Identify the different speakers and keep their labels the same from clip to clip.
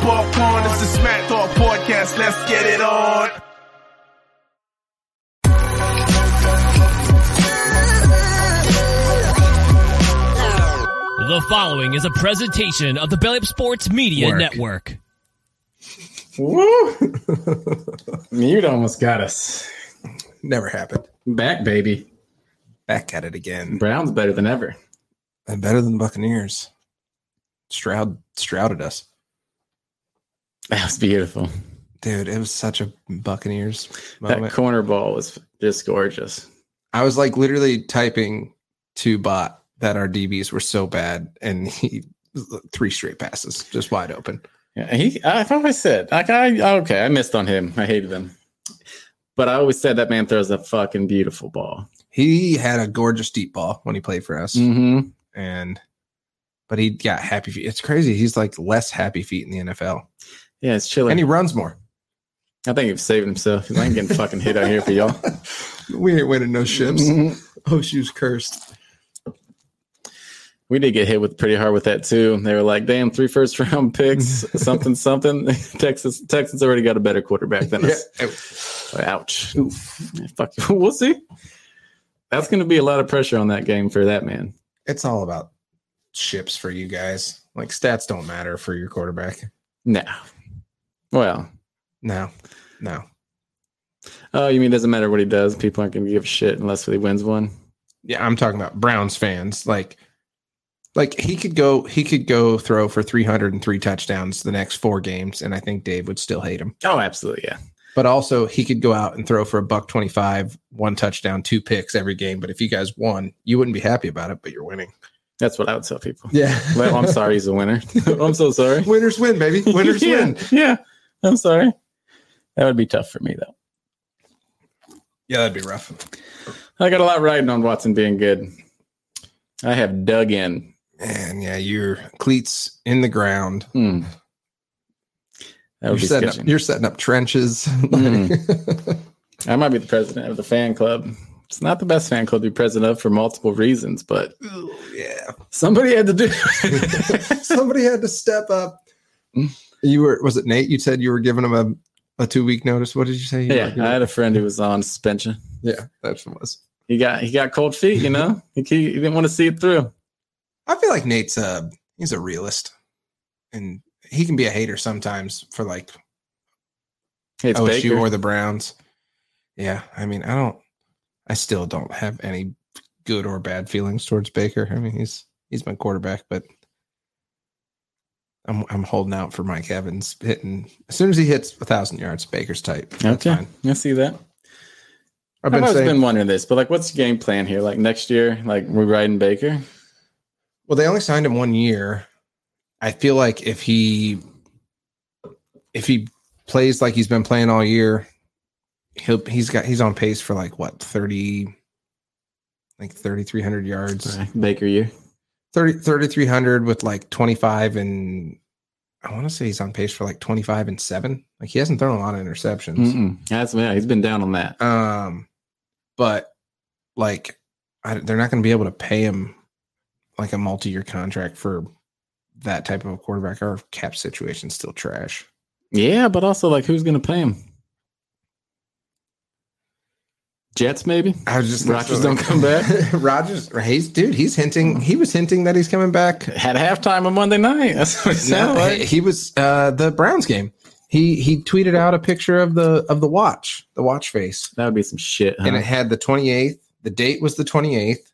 Speaker 1: popcorn. It's the Smack Talk Podcast. Let's get it on.
Speaker 2: The following is a presentation of the Belly Up Sports Media
Speaker 3: Work.
Speaker 2: Network.
Speaker 4: Woo! Mute almost got us.
Speaker 3: Never happened.
Speaker 4: Back, baby.
Speaker 3: Back at it again.
Speaker 4: Brown's better than ever.
Speaker 3: And better than the Buccaneers. Stroud Strouded us.
Speaker 4: That was beautiful.
Speaker 3: Dude, it was such a Buccaneers
Speaker 4: That
Speaker 3: moment.
Speaker 4: corner ball was just gorgeous.
Speaker 3: I was like literally typing to bot that our DBs were so bad and he three straight passes just wide open.
Speaker 4: Yeah, he. I've always said, like, I okay, I missed on him. I hated him, but I always said that man throws a fucking beautiful ball.
Speaker 3: He had a gorgeous deep ball when he played for us.
Speaker 4: Mm-hmm.
Speaker 3: And but he got happy feet. It's crazy. He's like less happy feet in the NFL.
Speaker 4: Yeah, it's chilling.
Speaker 3: And he runs more.
Speaker 4: I think he's saving himself. 'cause I ain't getting fucking hit out here for y'all.
Speaker 3: we ain't winning no ships.
Speaker 4: Mhm.
Speaker 3: Oh, she was cursed.
Speaker 4: We did get hit with pretty hard with that too. They were like, "Damn, three first round picks, something, something." Texas Texans already got a better quarterback than us. Ouch. Fuck. We'll see. That's going to be a lot of pressure on that game for that man.
Speaker 3: It's all about ships for you guys. Like stats don't matter for your quarterback.
Speaker 4: No. Well,
Speaker 3: No, no.
Speaker 4: oh, you mean it doesn't matter what he does? People aren't going to give a shit unless he wins one.
Speaker 3: Yeah, I'm talking about Browns fans. Like, like he could go, he could go throw for 303 touchdowns the next four games, and I think Dave would still hate him.
Speaker 4: Oh, absolutely. Yeah.
Speaker 3: But also, he could go out and throw for a buck 25, one touchdown, two picks every game. But if you guys won, you wouldn't be happy about it. But you're winning.
Speaker 4: That's what I would tell people.
Speaker 3: Yeah.
Speaker 4: Well, I'm sorry he's a winner. I'm so sorry.
Speaker 3: Winners win, baby. Winners
Speaker 4: yeah,
Speaker 3: win.
Speaker 4: Yeah. I'm sorry. That would be tough for me, though.
Speaker 3: Yeah, that'd be rough.
Speaker 4: I got a lot riding on Watson being good. I have dug in.
Speaker 3: And yeah, your cleats in the ground.
Speaker 4: Hmm. That
Speaker 3: You're
Speaker 4: would be
Speaker 3: setting, up,
Speaker 4: sketchy.
Speaker 3: you're setting up trenches.
Speaker 4: Mhm. I might be the president of the fan club. It's not the best fan club to be president of for multiple reasons, but
Speaker 3: yeah.
Speaker 4: somebody had to do it.
Speaker 3: Somebody had to step up. You were was it Nate? You said you were giving him a, a two week notice. What did you say? you were
Speaker 4: yeah,
Speaker 3: giving-
Speaker 4: I had a friend who was on suspension.
Speaker 3: yeah, that's what it was.
Speaker 4: He got he got cold feet, you know. he, he didn't want to see it through.
Speaker 3: I feel like Nate's a he's a realist, and he can be a hater sometimes for like
Speaker 4: It's
Speaker 3: OSU
Speaker 4: Baker.
Speaker 3: or the Browns. Yeah, I mean, I don't, I still don't have any good or bad feelings towards Baker. I mean, he's he's my quarterback, but I'm I'm holding out for Mike Evans hitting as soon as he hits a thousand yards. Baker's type. That's
Speaker 4: okay,
Speaker 3: fine.
Speaker 4: I see that.
Speaker 3: I've
Speaker 4: I've,
Speaker 3: been
Speaker 4: always
Speaker 3: saying.
Speaker 4: been wondering this, but like, what's the game plan here? Like next year, like we're riding Baker.
Speaker 3: Well, they only signed him one year. I feel like if he if he plays like he's been playing all year, he'll he's got he's on pace for like what thirty, like thirty three hundred yards.
Speaker 4: Baker year.
Speaker 3: 30 3300 with like 25 and i want to say he's on pace for like 25 and 7 like he hasn't thrown a lot of interceptions
Speaker 4: Mm-mm. That's yeah. He's been down on that.
Speaker 3: um but like I, they're not going to be able to pay him like a multi-year contract for that type of a quarterback our cap situation's still trash
Speaker 4: Yeah, but also like, who's going to pay him? Jets, maybe.
Speaker 3: i was just
Speaker 4: Rodgers don't come back?
Speaker 3: rogers he's dude he's hinting he was hinting that he's coming back
Speaker 4: had halftime on Monday night. That's what it
Speaker 3: No,
Speaker 4: sounded
Speaker 3: he,
Speaker 4: like.
Speaker 3: he was uh, the Browns game. He he tweeted out a picture of the of the watch, the watch face,
Speaker 4: That would be some shit. Huh?
Speaker 3: and it had the twenty eighth. The date was the twenty eighth.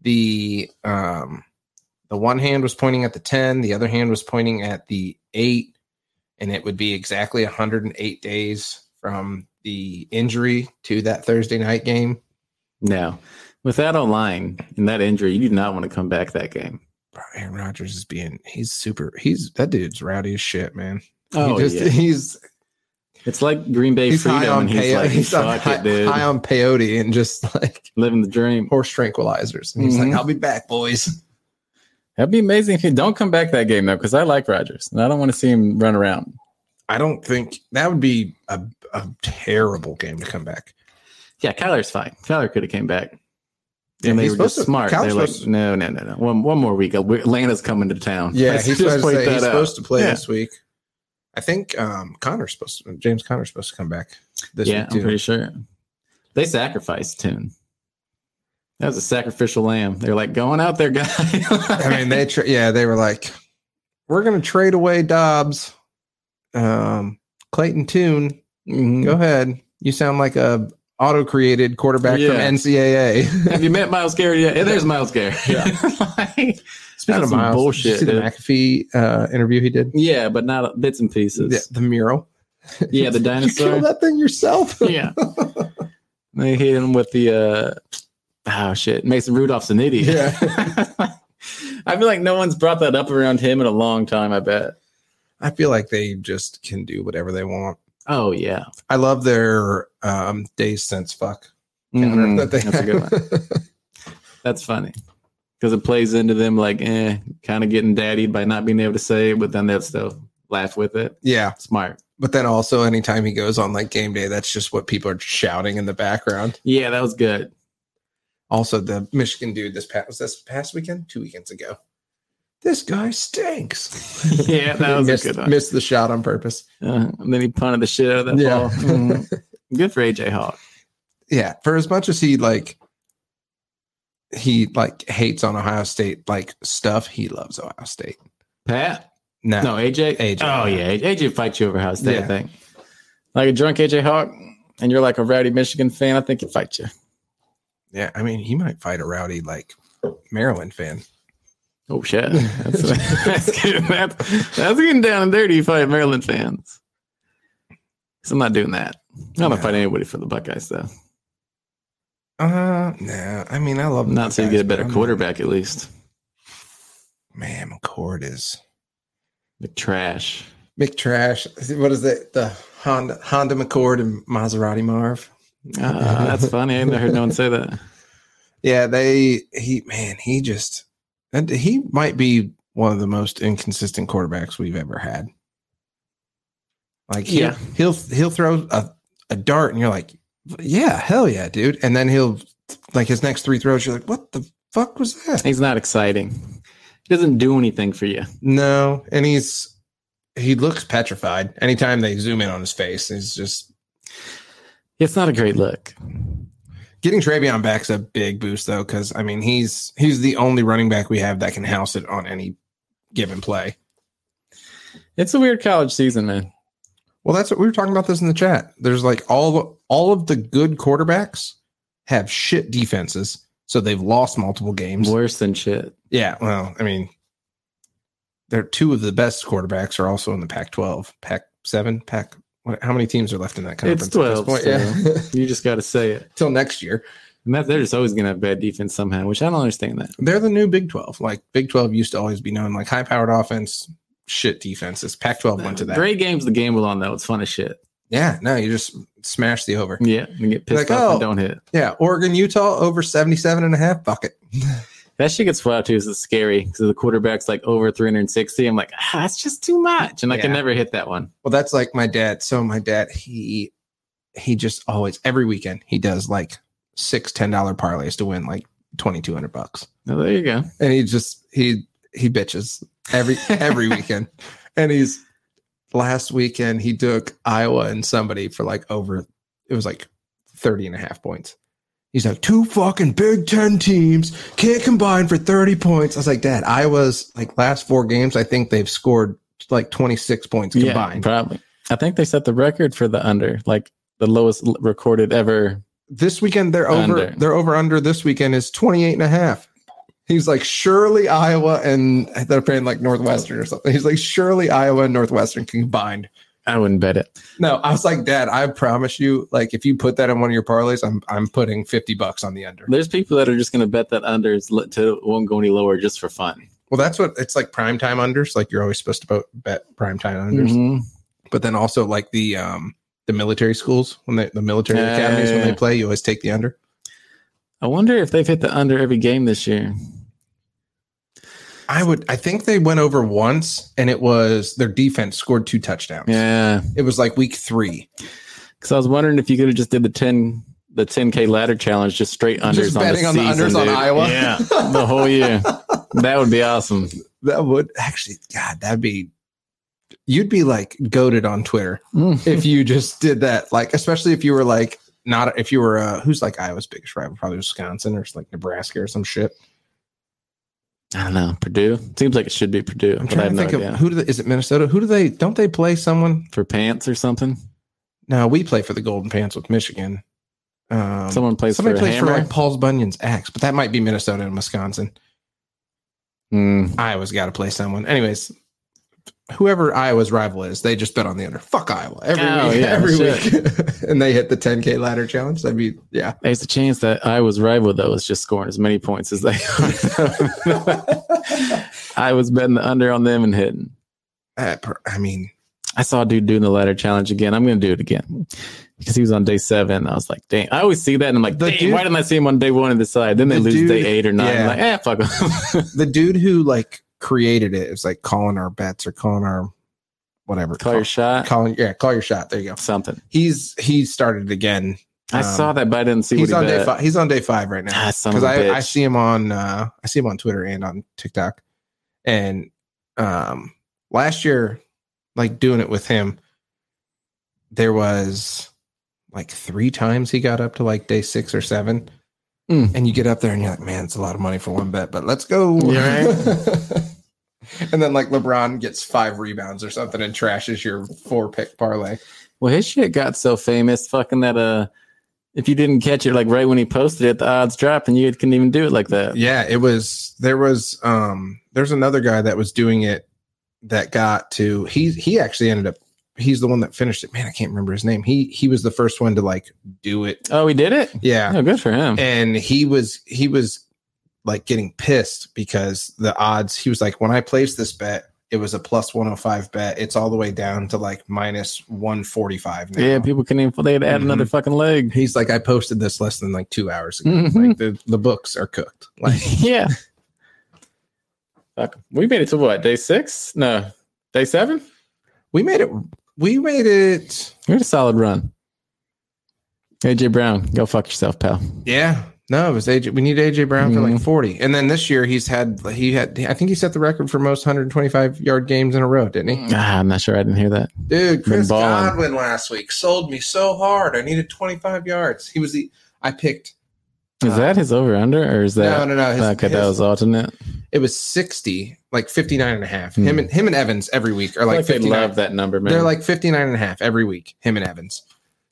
Speaker 3: The um, the one hand was pointing at the ten, the other hand was pointing at the eight, and it would be exactly one hundred and eight days from the injury to that Thursday night game.
Speaker 4: no, with that online and that injury, you do not want to come back that game.
Speaker 3: Bro, Aaron Rodgers is being he's super he's that dude's rowdy as shit, man.
Speaker 4: Oh,
Speaker 3: he just,
Speaker 4: yeah.
Speaker 3: he's
Speaker 4: it's like Green Bay
Speaker 3: he's high
Speaker 4: Freedom,
Speaker 3: on
Speaker 4: and he's
Speaker 3: peyote.
Speaker 4: like,
Speaker 3: he's
Speaker 4: "Fuck
Speaker 3: on, high,
Speaker 4: it, dude,
Speaker 3: high on peyote and just like
Speaker 4: living the dream."
Speaker 3: horse tranquilizers. And he's
Speaker 4: Mhm.
Speaker 3: like, "I'll be back, boys."
Speaker 4: That'd be amazing if you don't come back that game though, because I like Rodgers and I don't want to see him run around.
Speaker 3: I don't think that would be a, a terrible game to come back.
Speaker 4: Yeah, Kyler's fine. Kyler could have came back.
Speaker 3: Yeah,
Speaker 4: and they
Speaker 3: he's
Speaker 4: were just
Speaker 3: supposed to-
Speaker 4: smart.
Speaker 3: Kyler's
Speaker 4: They're like,
Speaker 3: supposed to-
Speaker 4: no, no, no, no. One, one more week. Atlanta's coming to town.
Speaker 3: Yeah,
Speaker 4: Let's
Speaker 3: he's
Speaker 4: just
Speaker 3: supposed to,
Speaker 4: point
Speaker 3: say-
Speaker 4: that
Speaker 3: he's
Speaker 4: out.
Speaker 3: supposed to play
Speaker 4: Yeah.
Speaker 3: this week. I think um, Connor's supposed to, James Connor's supposed to come back this
Speaker 4: yeah,
Speaker 3: week
Speaker 4: I'm
Speaker 3: too.
Speaker 4: pretty sure. They sacrificed Tune. That was a sacrificial lamb. They're like going out there, guy.
Speaker 3: I mean, they tra- yeah, they were like, we're gonna trade away Dobbs, um, Clayton Toon.
Speaker 4: Mm-hmm.
Speaker 3: Go ahead. You sound like a auto created quarterback
Speaker 4: Yeah.
Speaker 3: from NCAA.
Speaker 4: Have you met Miles Garrett yet? Yeah, there's Miles Garrett.
Speaker 3: Yeah.
Speaker 4: Like,
Speaker 3: Speaking
Speaker 4: That's some
Speaker 3: Miles,
Speaker 4: bullshit,
Speaker 3: did you see the
Speaker 4: dude.
Speaker 3: McAfee uh, interview he did.
Speaker 4: yeah, but not bits and
Speaker 3: Yeah,
Speaker 4: pieces.
Speaker 3: the mural.
Speaker 4: Yeah, the
Speaker 3: You
Speaker 4: dinosaur.
Speaker 3: killed that thing yourself.
Speaker 4: yeah. They hit him with the uh oh shit, Mason Rudolph's an idiot. I feel like no one's brought that up around him in a long time, I bet.
Speaker 3: I feel like they just can do whatever they want.
Speaker 4: Oh yeah.
Speaker 3: I love their um, days since fuck counter
Speaker 4: Mhm.
Speaker 3: that they
Speaker 4: That's a good one.
Speaker 3: have.
Speaker 4: That's funny. Because it plays into them like eh, kind of getting daddied by not being able to say it, but then they'll still laugh with it.
Speaker 3: yeah,
Speaker 4: Smart.
Speaker 3: but then also anytime he goes on like game day, that's just what people are shouting in the background.
Speaker 4: Yeah, that was good.
Speaker 3: Also, the Michigan dude this past was this past weekend, two weekends ago. This guy stinks.
Speaker 4: Yeah, that was a
Speaker 3: missed,
Speaker 4: good one.
Speaker 3: missed the shot on purpose.
Speaker 4: Uh, and then he punted the shit out of that
Speaker 3: Yeah. Mm-hmm.
Speaker 4: ball. Mhm. Good for AJ Hawk.
Speaker 3: yeah for as much as he like he like hates on ohio state like stuff he loves ohio state
Speaker 4: Pat?
Speaker 3: no,
Speaker 4: No, AJ.
Speaker 3: AJ.
Speaker 4: Oh yeah, AJ fights you over Ohio State.
Speaker 3: Yeah.
Speaker 4: I think. Like a drunk AJ Hawk, and you're like a rowdy Michigan fan. I think he'd fight you.
Speaker 3: yeah i mean he might fight a rowdy like maryland fan
Speaker 4: Oh shit, that's, that's, getting, that, that's getting down and dirty. You fight Maryland fans. So I'm not doing that. I'm not
Speaker 3: No.
Speaker 4: gonna fight anybody for the Buckeyes though.
Speaker 3: uh nah i mean i love
Speaker 4: Not
Speaker 3: those
Speaker 4: so you
Speaker 3: guys,
Speaker 4: get a
Speaker 3: but
Speaker 4: better
Speaker 3: I'm
Speaker 4: quarterback at least.
Speaker 3: not- man mccord is
Speaker 4: The trash.
Speaker 3: mctrash what is it the honda honda mccord and maserati marv
Speaker 4: Ah, that's funny. I never heard no one say that.
Speaker 3: yeah they he man he just and he might be one of the most inconsistent quarterbacks we've ever had like he'll,
Speaker 4: Yeah.
Speaker 3: he'll he'll throw a, a dart and you're like yeah hell yeah dude and then he'll like his next three throws you're like what the fuck was that
Speaker 4: He's not exciting. He doesn't do anything for you.
Speaker 3: no and he's he looks petrified anytime they zoom in on his face he's just
Speaker 4: It's not a great look.
Speaker 3: Getting Travion back's a big boost though, because I mean he's he's the only running back we have that can house it on any given play.
Speaker 4: It's a weird college season, man.
Speaker 3: Well, that's what we were talking about this in the chat. There's like all all of the good quarterbacks have shit defenses, so they've lost multiple games.
Speaker 4: Worse than shit.
Speaker 3: Yeah, well, I mean, they're two of the best quarterbacks are also in the Pac-12, Pac-7, Pac. What, how many teams are left in that conference?
Speaker 4: It's 12.
Speaker 3: at this point? Yeah,
Speaker 4: You just got to say it.
Speaker 3: till next year.
Speaker 4: And that, they're just always going to have bad defense somehow, which I don't understand that.
Speaker 3: They're the new Big 12. Like Big 12 used to always be known like high-powered offense, shit defenses. Pac-12 went to that.
Speaker 4: Great games to gamble on, though. It's fun as shit.
Speaker 3: Yeah, no, you just smash the over.
Speaker 4: Yeah. And get pissed
Speaker 3: Like,
Speaker 4: off
Speaker 3: oh.
Speaker 4: and don't hit.
Speaker 3: Yeah, Oregon, Utah over 77 and a half bucket.
Speaker 4: That shit gets wild, too. 'cause It's scary because the quarterback's like over 360. I'm like, ah, that's just too much. And I can
Speaker 3: Yeah.
Speaker 4: never hit that one.
Speaker 3: Well, that's like my dad. So my dad, he he just always every weekend he does like six ten dollar parlays to win like twenty two hundred bucks,
Speaker 4: Oh, there you go.
Speaker 3: and he just he he bitches every every weekend, and he's last weekend he took Iowa and somebody for like over it was like 30 and a half points. He's like, two fucking Big Ten teams can't combine for 30 points. I was like, Dad, Iowa's like last four games, I think they've scored like 26 points combined.
Speaker 4: Yeah, probably. I think they set the record for the under, like the lowest l- recorded ever.
Speaker 3: this weekend they're over
Speaker 4: Under.
Speaker 3: they're over under this weekend is 28 and a half he's like surely iowa and they're playing like northwestern or something he's like surely iowa and northwestern combined
Speaker 4: I wouldn't bet it.
Speaker 3: no i was like dad i promise you like if you put that in one of your parlays i'm i'm putting 50 bucks on the under
Speaker 4: There's people that are just going to bet that under is lit to won't go any lower just for fun.
Speaker 3: well that's what it's like primetime unders like you're always supposed to bo- bet primetime unders
Speaker 4: Mhm.
Speaker 3: but then also like the um the military schools when they the military
Speaker 4: Yeah,
Speaker 3: academies
Speaker 4: yeah,
Speaker 3: when they
Speaker 4: yeah.
Speaker 3: play you always take the under
Speaker 4: I wonder if they've hit the under every game this year.
Speaker 3: i would i think they went over once and it was their defense scored two touchdowns
Speaker 4: Yeah,
Speaker 3: It was like week three.
Speaker 4: because I was wondering if you could have just did the ten the ten k ladder challenge, just straight unders
Speaker 3: Just
Speaker 4: on
Speaker 3: betting
Speaker 4: the
Speaker 3: on the
Speaker 4: season,
Speaker 3: unders on
Speaker 4: dude.
Speaker 3: Iowa.
Speaker 4: Yeah, the whole year. That would be awesome.
Speaker 3: That would actually, God, that'd be you'd be like goaded on Twitter
Speaker 4: Mm.
Speaker 3: if you just did that. Like, especially if you were like not if you were uh, who's like Iowa's biggest rival, probably Wisconsin or like Nebraska or some shit.
Speaker 4: I don't know. Purdue seems like it should be Purdue.
Speaker 3: I'm
Speaker 4: but I
Speaker 3: trying
Speaker 4: have
Speaker 3: to
Speaker 4: no
Speaker 3: think
Speaker 4: idea.
Speaker 3: of who do they, is it Minnesota? Who do they don't they play someone?
Speaker 4: for pants or something.
Speaker 3: No, we play for the Golden Pants with Michigan. Um,
Speaker 4: Someone plays
Speaker 3: somebody
Speaker 4: for a
Speaker 3: plays
Speaker 4: hammer.
Speaker 3: for like Paul's Bunyan's axe, but that might be Minnesota and Wisconsin.
Speaker 4: Mm.
Speaker 3: Iowa's got to play someone. Anyways, whoever Iowa's rival is, they just bet on the under. Fuck Iowa every
Speaker 4: Oh,
Speaker 3: week,
Speaker 4: yeah,
Speaker 3: every
Speaker 4: shit.
Speaker 3: week, and they hit the 10k ladder challenge. That'd be yeah.
Speaker 4: There's a chance that Iowa's rival though is just scoring as many points as they are. I was betting the under on them and hitting.
Speaker 3: Uh, per- I mean,
Speaker 4: I saw a dude doing the ladder challenge again. I'm going to do it again because he was on day seven. I was like, dang. I always see that and I'm like,
Speaker 3: The
Speaker 4: dang,
Speaker 3: dude-
Speaker 4: why didn't I see him on day one and decide? Then they
Speaker 3: The
Speaker 4: lose
Speaker 3: dude-
Speaker 4: day eight or nine.
Speaker 3: yeah.
Speaker 4: I'm like, eh, fuck 'em."
Speaker 3: the dude who like created it is like calling our bets or calling our whatever.
Speaker 4: Call your shot.
Speaker 3: calling yeah, call your shot. There you go.
Speaker 4: Something.
Speaker 3: He's he started again.
Speaker 4: I
Speaker 3: Um,
Speaker 4: saw that, but I didn't see
Speaker 3: He's
Speaker 4: what
Speaker 3: on
Speaker 4: he
Speaker 3: day
Speaker 4: bet.
Speaker 3: five. He's on day five right now.
Speaker 4: Ah, son
Speaker 3: because
Speaker 4: of a
Speaker 3: I, I
Speaker 4: bitch.
Speaker 3: see him on uh, I see him on Twitter and on TikTok. And um, last year, like doing it with him, there was like three times he got up to like day six or seven.
Speaker 4: Mm.
Speaker 3: And you get up there and you're like, man, it's a lot of money for one bet, but let's go.
Speaker 4: Yeah,
Speaker 3: and then like LeBron gets five rebounds or something and trashes your four pick parlay.
Speaker 4: Well, his shit got so famous, fucking that uh, if you didn't catch it like right when he posted it, the odds dropped and you couldn't even do it like that.
Speaker 3: yeah it was there was um there's another guy that was doing it that got to he he actually ended up he's the one that finished it man i can't remember his name he he was the first one to like do it
Speaker 4: Oh, he did it.
Speaker 3: yeah
Speaker 4: Oh, good for him.
Speaker 3: and he was he was like getting pissed because the odds he was like when i placed this bet it was a plus 105 bet it's all the way down to like minus 145 now.
Speaker 4: Yeah, people couldn't even. They had to add
Speaker 3: Mhm.
Speaker 4: another fucking leg.
Speaker 3: he's like i posted this less than like two hours ago
Speaker 4: Mhm.
Speaker 3: like the, the books are cooked like
Speaker 4: yeah. Fuck. We made it to what day six? No, day seven.
Speaker 3: we made it we made it
Speaker 4: We had a solid run. AJ Brown, go fuck yourself, pal.
Speaker 3: Yeah. No, it was AJ. We need AJ Brown for like 40. And then this year he's had he had I think he set the record for most 125 yard games in a row, didn't he?
Speaker 4: Ah, I'm not sure. I didn't hear that.
Speaker 3: Dude, Chris
Speaker 4: balling.
Speaker 3: Godwin last week sold me so hard. I needed 25 yards. He was the I picked
Speaker 4: Is
Speaker 3: Uh,
Speaker 4: that his over under or is that?
Speaker 3: No, no, no. His,
Speaker 4: okay, that
Speaker 3: his-
Speaker 4: was alternate.
Speaker 3: it was 60, like 59 and a half.
Speaker 4: Hmm.
Speaker 3: Him and him and Evans every week are
Speaker 4: I feel
Speaker 3: like,
Speaker 4: like they
Speaker 3: 59.
Speaker 4: love that number, man.
Speaker 3: They're like 59 and a half every week, him and Evans.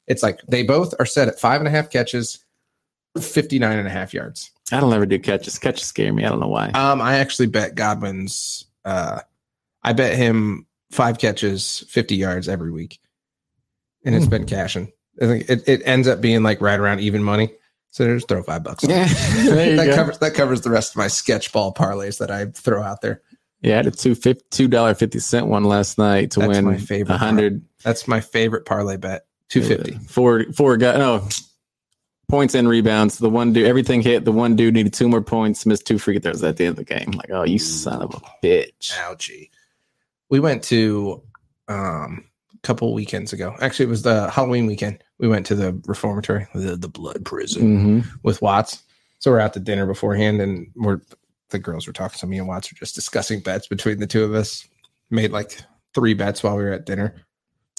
Speaker 3: It's like they both are set at five and a half catches, 59 and a half yards.
Speaker 4: I don't ever do catches. Catches scare me. I don't know why.
Speaker 3: Um, I actually bet Godwin's. Uh, I bet him five catches, fifty yards every week, and it's
Speaker 4: Hmm.
Speaker 3: been cashing. I think it, it ends up being like right around even money. So just throw five bucks. on it.
Speaker 4: Yeah, there you
Speaker 3: that
Speaker 4: go.
Speaker 3: covers that covers the rest of my sketch ball parlays that I throw out there.
Speaker 4: yeah, I had a two fifty two dollar fifty cent one last night to
Speaker 3: That's
Speaker 4: win
Speaker 3: my favorite
Speaker 4: a hundred uh,
Speaker 3: That's my favorite parlay bet. Two fifty.
Speaker 4: Four four guy no points and rebounds. The one dude everything hit. The one dude needed two more points, missed two free throws at the end of the game. Like, oh
Speaker 3: Mm.
Speaker 4: you son of a bitch.
Speaker 3: Ouchie. We went to um a couple weekends ago. Actually, it was the Halloween weekend. We went to the reformatory, the, the blood prison.
Speaker 4: hmm
Speaker 3: with Watts. So we're out to dinner beforehand, and we're the girls were talking. So me and Watts were just discussing bets between the two of us. Made like three bets while we were at dinner.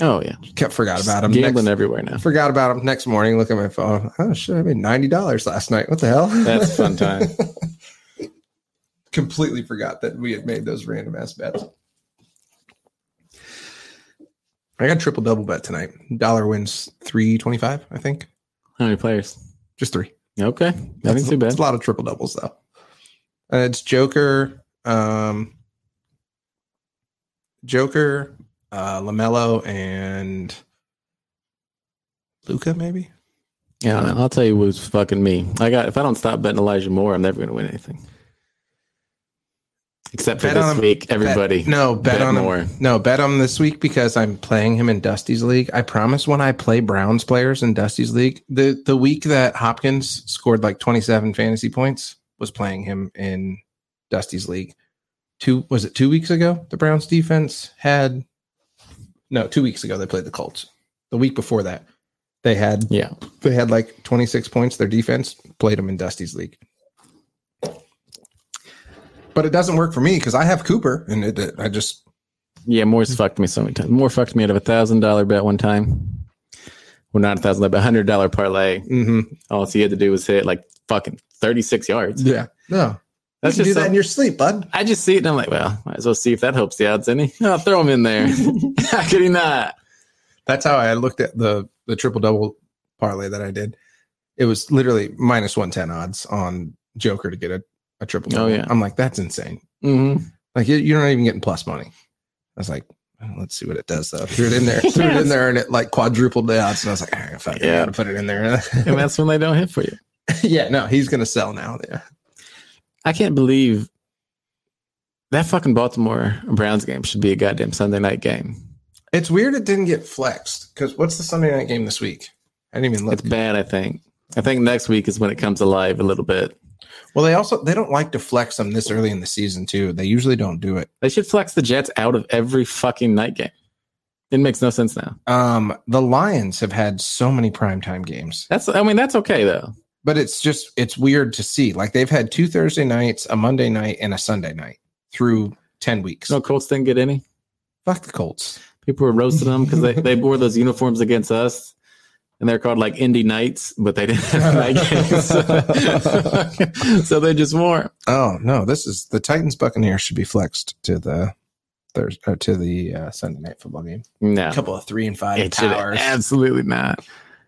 Speaker 4: Oh yeah.
Speaker 3: Kept forgot about them.
Speaker 4: Gambling
Speaker 3: Next,
Speaker 4: everywhere now.
Speaker 3: forgot about them. Next morning, look at my phone. Oh shit! I made ninety dollars last night. What the hell?
Speaker 4: That's a fun time.
Speaker 3: Completely forgot that we had made those random ass bets. I got triple double bet tonight. Dollar wins three twenty five. I think
Speaker 4: How many players?
Speaker 3: just three.
Speaker 4: Okay. Nothing
Speaker 3: That's
Speaker 4: too bad.
Speaker 3: It's a lot of triple doubles though. Uh, it's Joker, um, Joker, uh, Lamelo, and Luca. Maybe
Speaker 4: Yeah, I don't know. I'll tell you who's fucking me. I got if I don't stop betting Elijah Moore, I'm never gonna win anything. Except for
Speaker 3: Bet
Speaker 4: this
Speaker 3: on him.
Speaker 4: week, everybody.
Speaker 3: Bet- no, bet,
Speaker 4: bet
Speaker 3: on
Speaker 4: more.
Speaker 3: him. No, bet on him this week because I'm playing him in Dusty's league. I promise when I play Browns players in Dusty's league, the the week that Hopkins scored like 27 fantasy points was playing him in Dusty's league. Two was it two weeks ago? The Browns defense had no two weeks ago they played the Colts. The week before that they had
Speaker 4: Yeah.
Speaker 3: they had like 26 points. Their defense played them in Dusty's league. But it doesn't work for me because I have Cooper, and it, it- I just
Speaker 4: Yeah, Moore's fucked me so many times. Moore fucked me out of a thousand dollar bet one time. Well, not a thousand, but a hundred dollar parlay.
Speaker 3: Mm-hmm.
Speaker 4: All he had to do was hit like fucking thirty six yards.
Speaker 3: Yeah. No.
Speaker 4: That's
Speaker 5: you can
Speaker 4: just
Speaker 5: do that
Speaker 4: some-
Speaker 5: in your sleep, bud.
Speaker 4: I just see it and I'm like, well, might as well see if that helps the odds any. I'll throw him in there. How could he not?
Speaker 3: That's how I looked at the the triple double parlay that I did. It was literally minus one ten odds on Joker to get a, a triple double.
Speaker 4: Oh, yeah.
Speaker 3: I'm like, that's insane.
Speaker 4: Mm-hmm.
Speaker 3: Like you- you're not even getting plus money. I was like, oh, let's see what it does though. Threw it in there, threw it in there, and it like quadrupled the odds. And I was like, all right, fuck, yeah.
Speaker 4: Yeah.
Speaker 3: I gotta put it in there.
Speaker 4: And that's when they don't hit for you.
Speaker 3: yeah, no, he's gonna sell now. Yeah,
Speaker 4: I can't believe that fucking Baltimore Browns game should be a goddamn Sunday night game.
Speaker 3: it's weird it didn't get flexed because what's the Sunday night game this week? I didn't even look.
Speaker 4: It's bad, I think. I think next week is when it comes alive a little bit.
Speaker 3: Well, they also they don't like to flex them this early in the season too. They usually don't do it.
Speaker 4: They should flex the Jets out of every fucking night game. It makes no sense now.
Speaker 3: Um, the Lions have had so many primetime games,
Speaker 4: That's I mean, that's okay though.
Speaker 3: but it's just it's weird to see. Like they've had two Thursday nights, a Monday night, and a Sunday night through ten weeks.
Speaker 4: No Colts didn't get any.
Speaker 3: Fuck the Colts.
Speaker 4: People were roasting them because they, they wore those uniforms against us, and they're called like Indy Knights, but they didn't have night games. so they just wore 'em.
Speaker 3: Oh no, this is the Titans Buccaneers should be flexed to the Thursday or to the uh, Sunday night football game.
Speaker 4: No,
Speaker 3: couple of three and five
Speaker 4: it should absolutely not.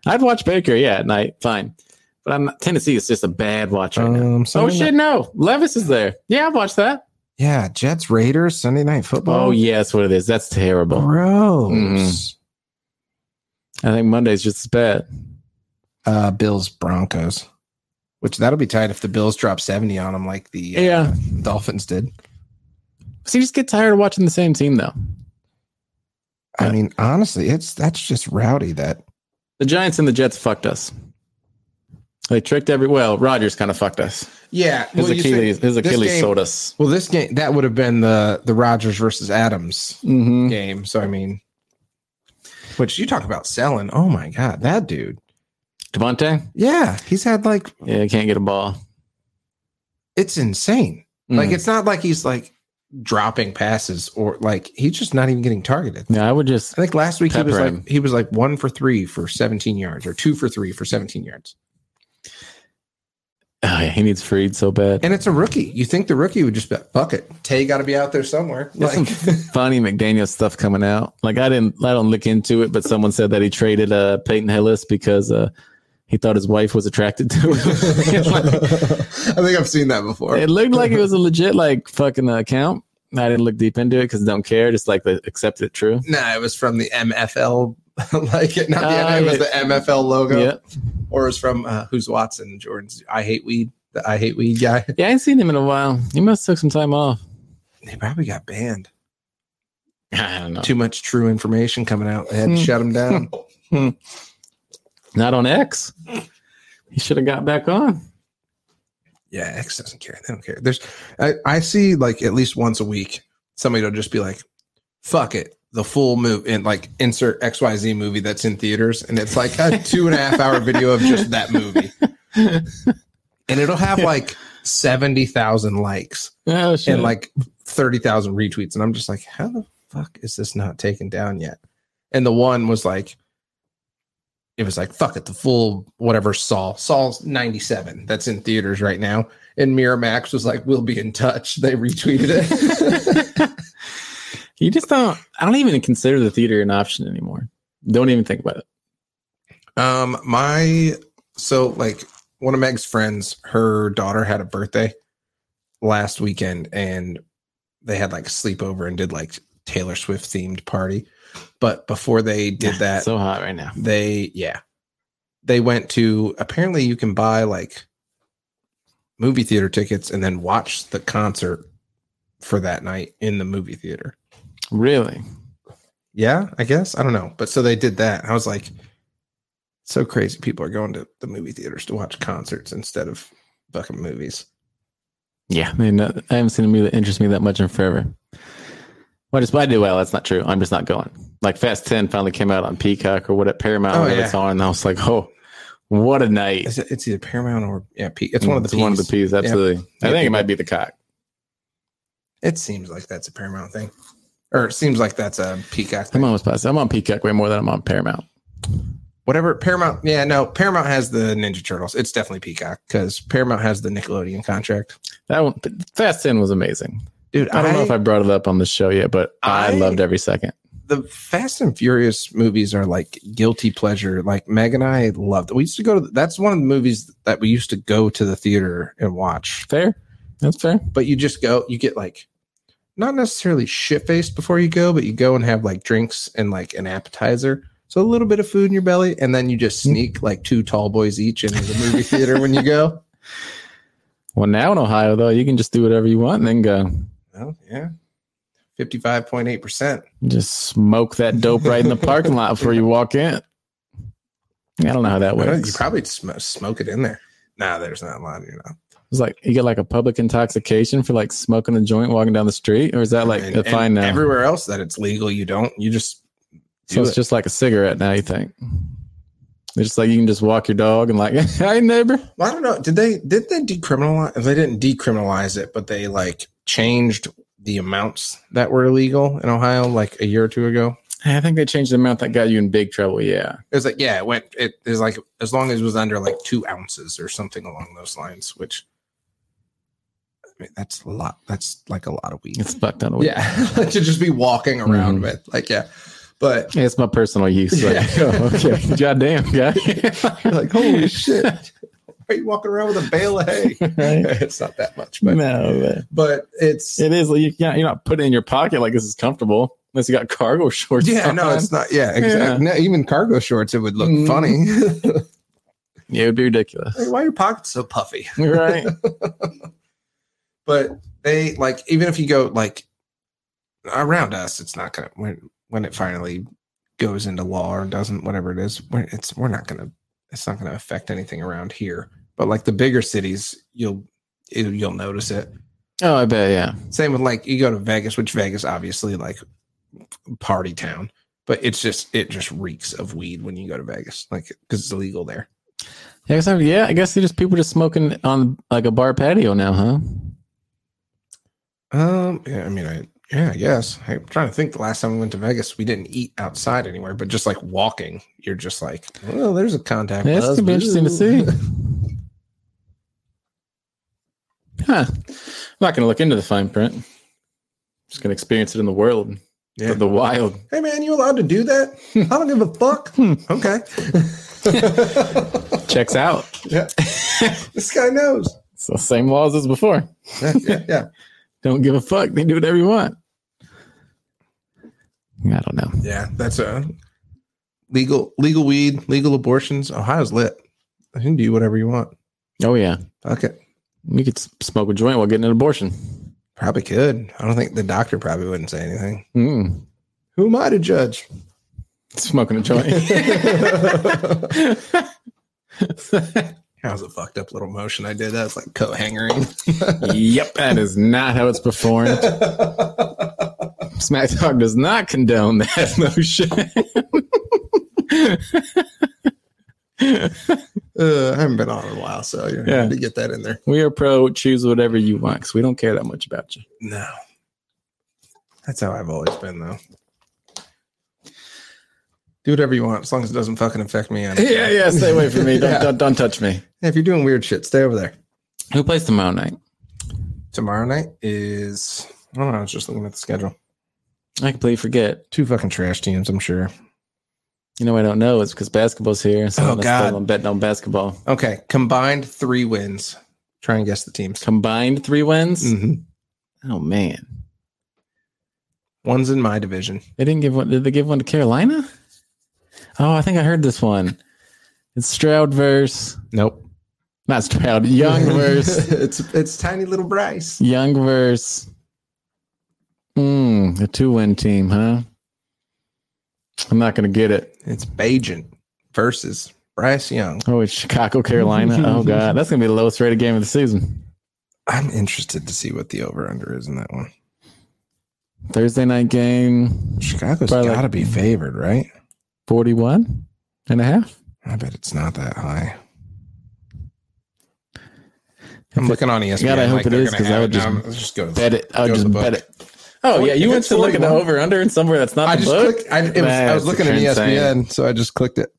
Speaker 4: I'd watch Baker, yeah, at night, fine. But I'm not, Tennessee is just a bad watch right now.
Speaker 3: Um, Sunday
Speaker 4: oh shit,
Speaker 3: night-
Speaker 4: no, Levis is there. Yeah, I've watched that.
Speaker 3: yeah, Jets Raiders Sunday night football.
Speaker 4: Oh yeah, that's what it is. That's terrible.
Speaker 3: Gross. Mm-hmm.
Speaker 4: Mm. I think Monday's just as bad.
Speaker 3: Uh, Bills Broncos, which that'll be tight if the Bills drop seventy on them like the uh,
Speaker 4: Yeah.
Speaker 3: Dolphins did.
Speaker 4: So you just get tired of watching the same team though.
Speaker 3: I
Speaker 4: Yeah.
Speaker 3: mean, honestly, it's that's just rowdy. That
Speaker 4: The Giants and the Jets fucked us. They tricked every well, Rogers kind of fucked us.
Speaker 3: yeah,
Speaker 4: His Achilles his Achilles
Speaker 3: game-
Speaker 4: sold us.
Speaker 3: Well, this game that would have been the the Rogers versus Adams
Speaker 4: Mm-hmm.
Speaker 3: game. So I mean, which you talk about selling. Oh my god, that dude.
Speaker 4: Devontae?
Speaker 3: Yeah, he's had like
Speaker 4: Yeah, he can't get a ball.
Speaker 3: it's insane. Like
Speaker 4: Mm.
Speaker 3: it's not like he's like dropping passes or like he's just not even getting targeted.
Speaker 4: No, I would just oh,
Speaker 3: I think last week he was
Speaker 4: Pepper
Speaker 3: like
Speaker 4: him.
Speaker 3: he was like one for three for seventeen yards or two for three for seventeen yards.
Speaker 4: Oh yeah, he needs freed so bad.
Speaker 3: And it's a rookie. You think the rookie would just be like, fuck it. Tay got to be out there somewhere.
Speaker 4: There's
Speaker 3: Like,
Speaker 4: some funny McDaniel stuff coming out. Like I didn't, I don't look into it, but someone said that he traded uh, Peyton Hillis because uh, he thought his wife was attracted to him.
Speaker 3: I think I've seen that before.
Speaker 4: it looked like it was a legit like fucking account. I didn't look deep into it because don't care. Just like they accept it true.
Speaker 3: nah, it was from the MFL. like it, not the
Speaker 4: Ah,
Speaker 3: NFL, it was
Speaker 4: yeah.
Speaker 3: the MFL logo,
Speaker 4: Yeah,
Speaker 3: or it was from uh, who's Watson Jordan's. I hate weed. The I hate weed guy.
Speaker 4: yeah, I ain't seen him in a while. He must have took some time off.
Speaker 3: They probably got banned.
Speaker 4: I don't know.
Speaker 3: Too much true information coming out. They had to
Speaker 4: Hmm.
Speaker 3: shut him down.
Speaker 4: Not on X. He should have got back on.
Speaker 3: Yeah, X doesn't care. They don't care. There's, I, I see like at least once a week somebody will just be like, "Fuck it." The full move and like insert XYZ movie that's in theaters, and it's like a two and a half hour video of just that movie, and it'll have like seventy thousand likes
Speaker 4: Oh shit!
Speaker 3: and like thirty thousand retweets, and I'm just like, how the fuck is this not taken down yet? And the one was like, it was like, fuck it, the full whatever Saul Saul's ninety seven that's in theaters right now, and Miramax was like, we'll be in touch. They retweeted it.
Speaker 4: you just don't. I don't even consider the theater an option anymore. Don't even think about it.
Speaker 3: um, my so like one of Meg's friends, her daughter had a birthday last weekend, and they had like a sleepover and did like Taylor Swift themed party. But before they did that,
Speaker 4: so hot right now.
Speaker 3: they yeah they went to apparently you can buy like movie theater tickets and then watch the concert for that night in the movie theater
Speaker 4: Really?
Speaker 3: yeah i guess i don't know but so they did that i was like so crazy people are going to the movie theaters to watch concerts instead of fucking movies
Speaker 4: Yeah. I, mean, uh, I haven't seen a movie that interests me that much in forever. Well, just I do well. That's not true. I'm just not going. Like Fast Ten finally came out on Peacock or what at Paramount.
Speaker 3: Oh,
Speaker 4: Oh, yeah.
Speaker 3: yeah.
Speaker 4: It's on, and I was like, oh, what a night!
Speaker 3: it's, it's either paramount or yeah P, it's one of the
Speaker 4: It's one of the
Speaker 3: Ps.
Speaker 4: P's. Absolutely. I
Speaker 3: Yeah,
Speaker 4: think it
Speaker 3: people-
Speaker 4: might be the cock.
Speaker 3: it seems like that's a paramount thing Or it seems like that's a Peacock.
Speaker 4: I'm
Speaker 3: Thing.
Speaker 4: almost positive. I'm on Peacock way more than I'm on Paramount.
Speaker 3: Whatever Paramount. Yeah, no, Paramount has the Ninja Turtles. It's definitely Peacock because Paramount has the Nickelodeon contract.
Speaker 4: That one, Fast 10 was amazing.
Speaker 3: Dude,
Speaker 4: I don't know if I brought it up on the show yet, but I,
Speaker 3: I-
Speaker 4: loved every second.
Speaker 3: the Fast and Furious movies are like guilty pleasure. Like Meg and I loved. We used to go to. That's one of the movies that we used to go to the theater and watch.
Speaker 4: Fair. That's fair.
Speaker 3: But you just go. You get like not necessarily shit faced before you go, but you go and have like drinks and like an appetizer. So a little bit of food in your belly, and then you just
Speaker 4: Hmm.
Speaker 3: sneak like two tall boys each into the movie theater when you go.
Speaker 4: Well, now in Ohio, though, you can just do whatever you want and then go.
Speaker 3: Well, yeah, fifty-five point eight percent.
Speaker 4: Just smoke that dope right in the parking lot before you walk in. I don't know how that
Speaker 3: You
Speaker 4: works.
Speaker 3: probably sm- smoke it in there. Nah, there's not a lot. You know,
Speaker 4: It's like you get like a public intoxication for like smoking a joint walking down the street, or is that like
Speaker 3: And-
Speaker 4: a
Speaker 3: and
Speaker 4: fine now?
Speaker 3: everywhere else that it's legal, you don't. You just
Speaker 4: so it's
Speaker 3: do it.
Speaker 4: just like a cigarette now. You think it's just like you can just walk your dog and like, hey neighbor,
Speaker 3: Well, I don't know. Did they did they decriminalize? They didn't decriminalize it, but they like changed the amounts that were illegal in Ohio like a year or two ago.
Speaker 4: I think they changed the amount that got you in big trouble. Yeah,
Speaker 3: It was like yeah, it went. It is like as long as it was under like two ounces or something along those lines. Which I mean, that's a lot. That's like a lot of weed.
Speaker 4: it's fucked on.
Speaker 3: Yeah, like to just be walking around
Speaker 4: Mhm.
Speaker 3: with like yeah, but
Speaker 4: Yeah, it's my personal use. Like,
Speaker 3: Yeah.
Speaker 4: oh, okay, goddamn guy.
Speaker 3: you're like holy shit. Why Are you walking around with a bale of hay?
Speaker 4: right?
Speaker 3: it's not that much, but
Speaker 4: No, but
Speaker 3: but it's
Speaker 4: it is. Like, you can't. You're not putting it in your pocket like this is comfortable unless you got cargo shorts.
Speaker 3: Yeah, no,
Speaker 4: on.
Speaker 3: it's not. Yeah, Mm-hmm. exactly. No, even cargo shorts, it would look
Speaker 4: Mm.
Speaker 3: funny.
Speaker 4: yeah, it would be ridiculous,
Speaker 3: Like, why are your pockets so puffy?
Speaker 4: right?
Speaker 3: But they like even if you go like around us, it's not gonna when when it finally goes into law or doesn't whatever it is. We're, it's we're not gonna it's not gonna affect anything around here. But like the bigger cities, you'll it, you'll notice it.
Speaker 4: Oh, I bet. Yeah,
Speaker 3: Same with like you go to Vegas, which Vegas obviously like party town, but it's just it just reeks of weed when you go to Vegas, like because it's illegal there.
Speaker 4: Yeah, I guess, I- yeah, I guess they just people just smoking on like a bar patio now, huh?
Speaker 3: Um, yeah, I mean, I yeah, I guess. I'm trying to think. The last time we went to Vegas, we didn't eat outside anywhere, but just like walking, you're just like, well, there's a contact.
Speaker 4: Yeah, it's
Speaker 3: buzz.
Speaker 4: gonna be interesting to see. Huh. I'm not gonna look into the fine print. Just gonna experience it in the world,
Speaker 3: Yeah.
Speaker 4: the wild.
Speaker 3: Hey, man, you allowed to do that?
Speaker 4: Hmm.
Speaker 3: I don't give a fuck. okay,
Speaker 4: Checks out.
Speaker 3: yeah, this guy knows.
Speaker 4: So same laws as before.
Speaker 3: Yeah, yeah, yeah.
Speaker 4: Don't give a fuck. They do whatever you want. I don't know.
Speaker 3: Yeah, that's a legal legal weed, legal abortions. Ohio's lit. You can do whatever you want.
Speaker 4: Oh yeah,
Speaker 3: Fuck it.
Speaker 4: you could s- smoke a joint while getting an abortion.
Speaker 3: Probably could. I don't think the doctor probably wouldn't say anything.
Speaker 4: Mm.
Speaker 3: Who am I to judge?
Speaker 4: Smoking a joint.
Speaker 3: That was a fucked up little motion I did. That was like coat hangering.
Speaker 4: yep, that is not how it's performed. Smack Talk does not condone that motion.
Speaker 3: Uh, I haven't been on in a while, so you
Speaker 4: Yeah.
Speaker 3: had to get that in there.
Speaker 4: we are pro choose whatever you want because we don't care that much about you.
Speaker 3: No. That's how I've always been, though. Do whatever you want, as long as it doesn't fucking affect me. I'm okay.
Speaker 4: Yeah, yeah, stay away from me. Don't,
Speaker 3: Yeah.
Speaker 4: don't, don't touch me.
Speaker 3: If you're doing weird shit, stay over there.
Speaker 4: Who plays tomorrow night?
Speaker 3: Tomorrow night is, I don't know, I was just looking at the schedule.
Speaker 4: I completely forget.
Speaker 3: Two fucking trash teams, I'm sure.
Speaker 4: You know, I don't know. It's because basketball's here. So
Speaker 3: Oh,
Speaker 4: I'm
Speaker 3: God.
Speaker 4: I'm betting on basketball.
Speaker 3: Okay, combined three wins. Try and guess the teams.
Speaker 4: Combined three wins.
Speaker 3: Mhm.
Speaker 4: Oh man,
Speaker 3: One's in my division.
Speaker 4: they didn't give one. Did they give one to Carolina? Oh, I think I heard this one. It's Stroud verse,
Speaker 3: Nope.
Speaker 4: not Stroud. Young verse.
Speaker 3: it's it's tiny little Bryce.
Speaker 4: Young versus mm, a two win team, huh? I'm not gonna get it.
Speaker 3: It's Bajent versus Bryce Young.
Speaker 4: Oh, it's Chicago, Carolina. oh god, that's gonna be the lowest rated game of the season.
Speaker 3: I'm interested to see what the over under is in that one.
Speaker 4: Thursday night game,
Speaker 3: Chicago's
Speaker 4: Probably like-
Speaker 3: got to be favored, right?
Speaker 4: 41 and a half.
Speaker 3: I bet it's not that high. I'm looking on ESPN.
Speaker 4: God, I hope
Speaker 3: like
Speaker 4: it
Speaker 3: they're
Speaker 4: is,
Speaker 3: gonna
Speaker 4: 'cause
Speaker 3: have
Speaker 4: I
Speaker 3: it.
Speaker 4: would just
Speaker 3: No, I'm- let's just go. to the-
Speaker 4: Bet it. I'll
Speaker 3: Go to the
Speaker 4: just
Speaker 3: book.
Speaker 4: bet it. Oh yeah, you
Speaker 3: If
Speaker 4: went
Speaker 3: it's
Speaker 4: to look at the
Speaker 3: 41.
Speaker 4: over under and somewhere that's not
Speaker 3: I
Speaker 4: the
Speaker 3: just
Speaker 4: book.
Speaker 3: clicked. I, it was, I
Speaker 4: That's
Speaker 3: was looking at E
Speaker 4: insane.
Speaker 3: ESPN, so I just clicked it.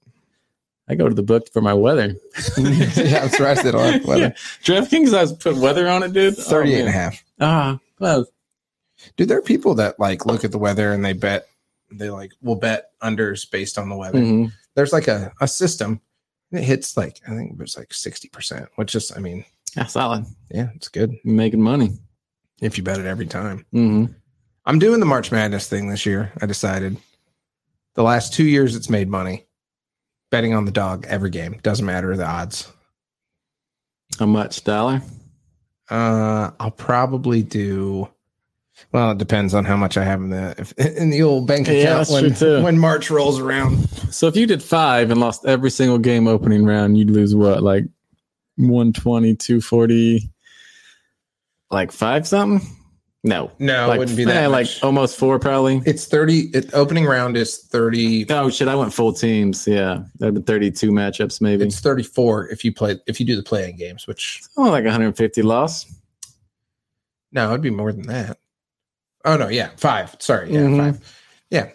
Speaker 4: I go to the book for my weather.
Speaker 3: yeah, I'm surprised they don't have
Speaker 4: Yeah. Oh,
Speaker 3: weather.
Speaker 4: DraftKings has put weather on it, dude.
Speaker 3: 38 and a
Speaker 4: half.
Speaker 3: half.
Speaker 4: Ah, close.
Speaker 3: Dude, there are people that like look at the weather and they bet, they like will bet unders based on the weather.
Speaker 4: Mhm.
Speaker 3: There's like a, a system that hits like, I think it's like 60%, which is, I mean,
Speaker 4: Yeah, solid.
Speaker 3: yeah, it's good
Speaker 4: You're making money.
Speaker 3: if you bet it every time.
Speaker 4: hmm
Speaker 3: I'm doing the March Madness thing this year. I decided the last two years it's made money betting on the dog every game. Doesn't matter the odds.
Speaker 4: How much dollar?
Speaker 3: Uh, I'll probably do. Well, it depends on how much I have in the if, in the old bank
Speaker 4: Yeah,
Speaker 3: account
Speaker 4: that's true, too.
Speaker 3: when, when March rolls around.
Speaker 4: So if you did five and lost every single game opening round, you'd lose what, like 120, 240, like five something? No.
Speaker 3: No,
Speaker 4: like,
Speaker 3: it wouldn't be that.
Speaker 4: eh, like
Speaker 3: much.
Speaker 4: almost four probably.
Speaker 3: it's thirty. It, opening round is thirty.
Speaker 4: Oh shit, I went full teams. Yeah. That'd been 32 matchups maybe.
Speaker 3: It's thirty four if you play if you do the playing games. Which
Speaker 4: oh, like 150 loss.
Speaker 3: no, it'd be more than that. Oh no, yeah, five. Sorry, yeah,
Speaker 4: Mhm.
Speaker 3: five. Yeah,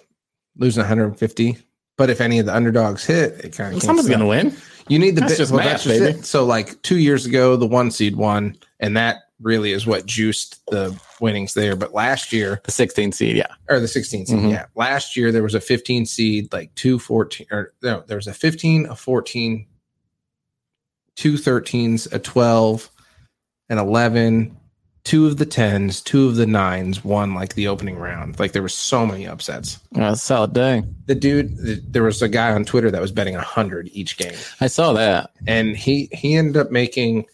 Speaker 3: losing one hundred and fifty. But if any of the underdogs hit, it kind of
Speaker 4: Someone's gonna win.
Speaker 3: You need the
Speaker 4: That's
Speaker 3: bit.
Speaker 4: just
Speaker 3: well,
Speaker 4: math,
Speaker 3: that's just
Speaker 4: baby.
Speaker 3: it. So, like two years ago, the one seed won, and that really is what juiced the winnings there. But last year,
Speaker 4: The 16 seed, yeah.
Speaker 3: or the 16 seed,
Speaker 4: Mhm.
Speaker 3: yeah, last year there was a 15 seed, like two 14, or no, there was a 15, a 14, two 13s, a 12, an 11, two of the 10s, two of the 9s won like the opening round. Like there were so many upsets.
Speaker 4: Uh, solid day.
Speaker 3: The dude, the, there was a guy on Twitter that was betting 100 each game
Speaker 4: I saw that.
Speaker 3: and he he ended up making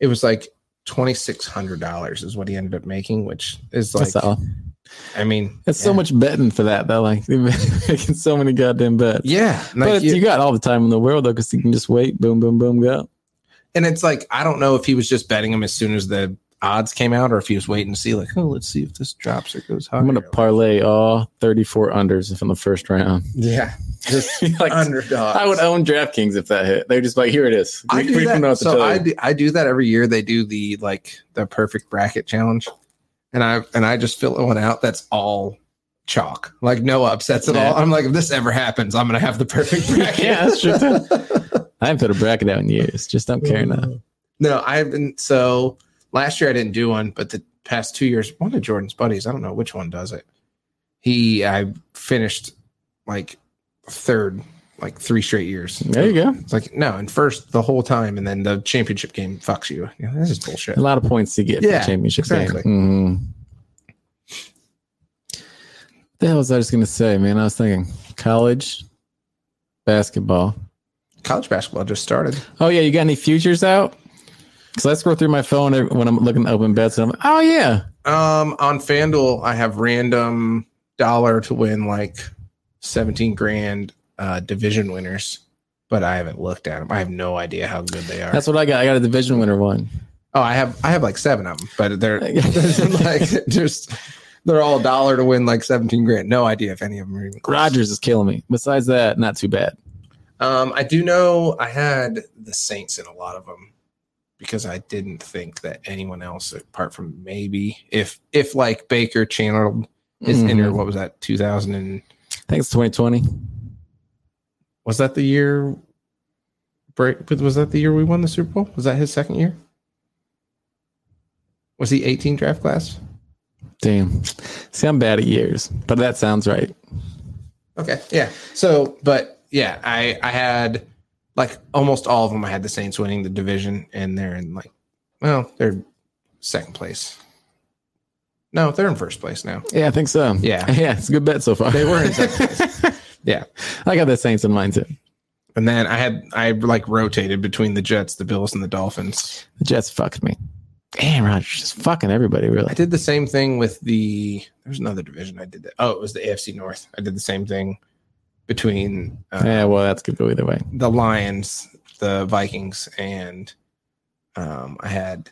Speaker 3: it was like twenty six hundred dollars is what he ended up making, which is like
Speaker 4: That's all.
Speaker 3: I mean
Speaker 4: That's
Speaker 3: yeah.
Speaker 4: so much betting for that though. Like they're making so many goddamn bets.
Speaker 3: yeah, like,
Speaker 4: but
Speaker 3: you-
Speaker 4: you got all the time in the world though, because you can just wait. Boom, boom, boom, go.
Speaker 3: and it's like I don't know if he was just betting him as soon as the odds came out or if he was waiting to see like oh let's see if this drops or goes higher.
Speaker 4: I'm gonna parlay all 34 unders from the first round.
Speaker 3: yeah, just
Speaker 4: like,
Speaker 3: underdog.
Speaker 4: I would own DraftKings if that hit. They're just like, here it is.
Speaker 3: I do
Speaker 4: know
Speaker 3: that.
Speaker 4: what to
Speaker 3: So
Speaker 4: tell
Speaker 3: I
Speaker 4: you.
Speaker 3: do, I do that every year. They do the like the perfect bracket challenge, and I and I just fill one out that's all chalk, like no upsets at
Speaker 4: Yeah.
Speaker 3: all. I'm like, if this ever happens, I'm gonna have the perfect bracket.
Speaker 4: Yeah, that's true, I haven't put a bracket out in years. Just don't care now.
Speaker 3: Oh. no, I've been so last year I didn't do one, but the past two years, one of Jordan's buddies, I don't know which one does it. He I finished like third, like three straight years.
Speaker 4: There you go.
Speaker 3: It's like no, and first the whole time, and then the championship game fucks you. Yeah, this is bullshit.
Speaker 4: A lot of points you get for
Speaker 3: Yeah,
Speaker 4: the championship
Speaker 3: exactly.
Speaker 4: game. Mhm. What the hell was I just gonna say, man? I was thinking college basketball.
Speaker 3: college basketball just started.
Speaker 4: Oh yeah, you got any futures out? Because I scroll throrough my phone every- when I'm looking at open bets, and I'm like, oh yeah,
Speaker 3: Um, on FanDuel, I have random dollar to win like seventeen grand uh, division winners, but I haven't looked at them. I have no idea how good they are.
Speaker 4: that's what I got. I got a division winner one.
Speaker 3: oh, I have I have like seven of them, but they're like just they're all dollar to win like seventeen grand. No idea if any of them are even close.
Speaker 4: Rogers is killing me. Besides that, not too bad.
Speaker 3: Um, I do know I had the Saints in a lot of them because I didn't think that anyone else apart from maybe if if like Baker channeled his
Speaker 4: Mhm.
Speaker 3: inner what was that 2000 and
Speaker 4: I think it's 2020.
Speaker 3: was that the year break was that the year we won the super bowl was that his second year was he 18 draft class
Speaker 4: Damn. See, I'm bad at years, but that sounds right.
Speaker 3: okay yeah so but yeah i i had like almost all of them i had the saints winning the division and they're in like well they're second place no they're in first place now
Speaker 4: Yeah, I think so.
Speaker 3: Yeah.
Speaker 4: yeah, it's a good bet so far.
Speaker 3: They were in second yeah
Speaker 4: I got the Saints in mind too.
Speaker 3: and then i had i like rotated between the jets the bills and the dolphins
Speaker 4: The Jets fucked me. Damn, Rogers just fucking everybody. Really,
Speaker 3: I did the same thing with the. There's another division I did that. Oh, it was the AFC North. I did the same thing between uh,
Speaker 4: yeah. Well, that's could go either way.
Speaker 3: the Lions, the Vikings, and um, I had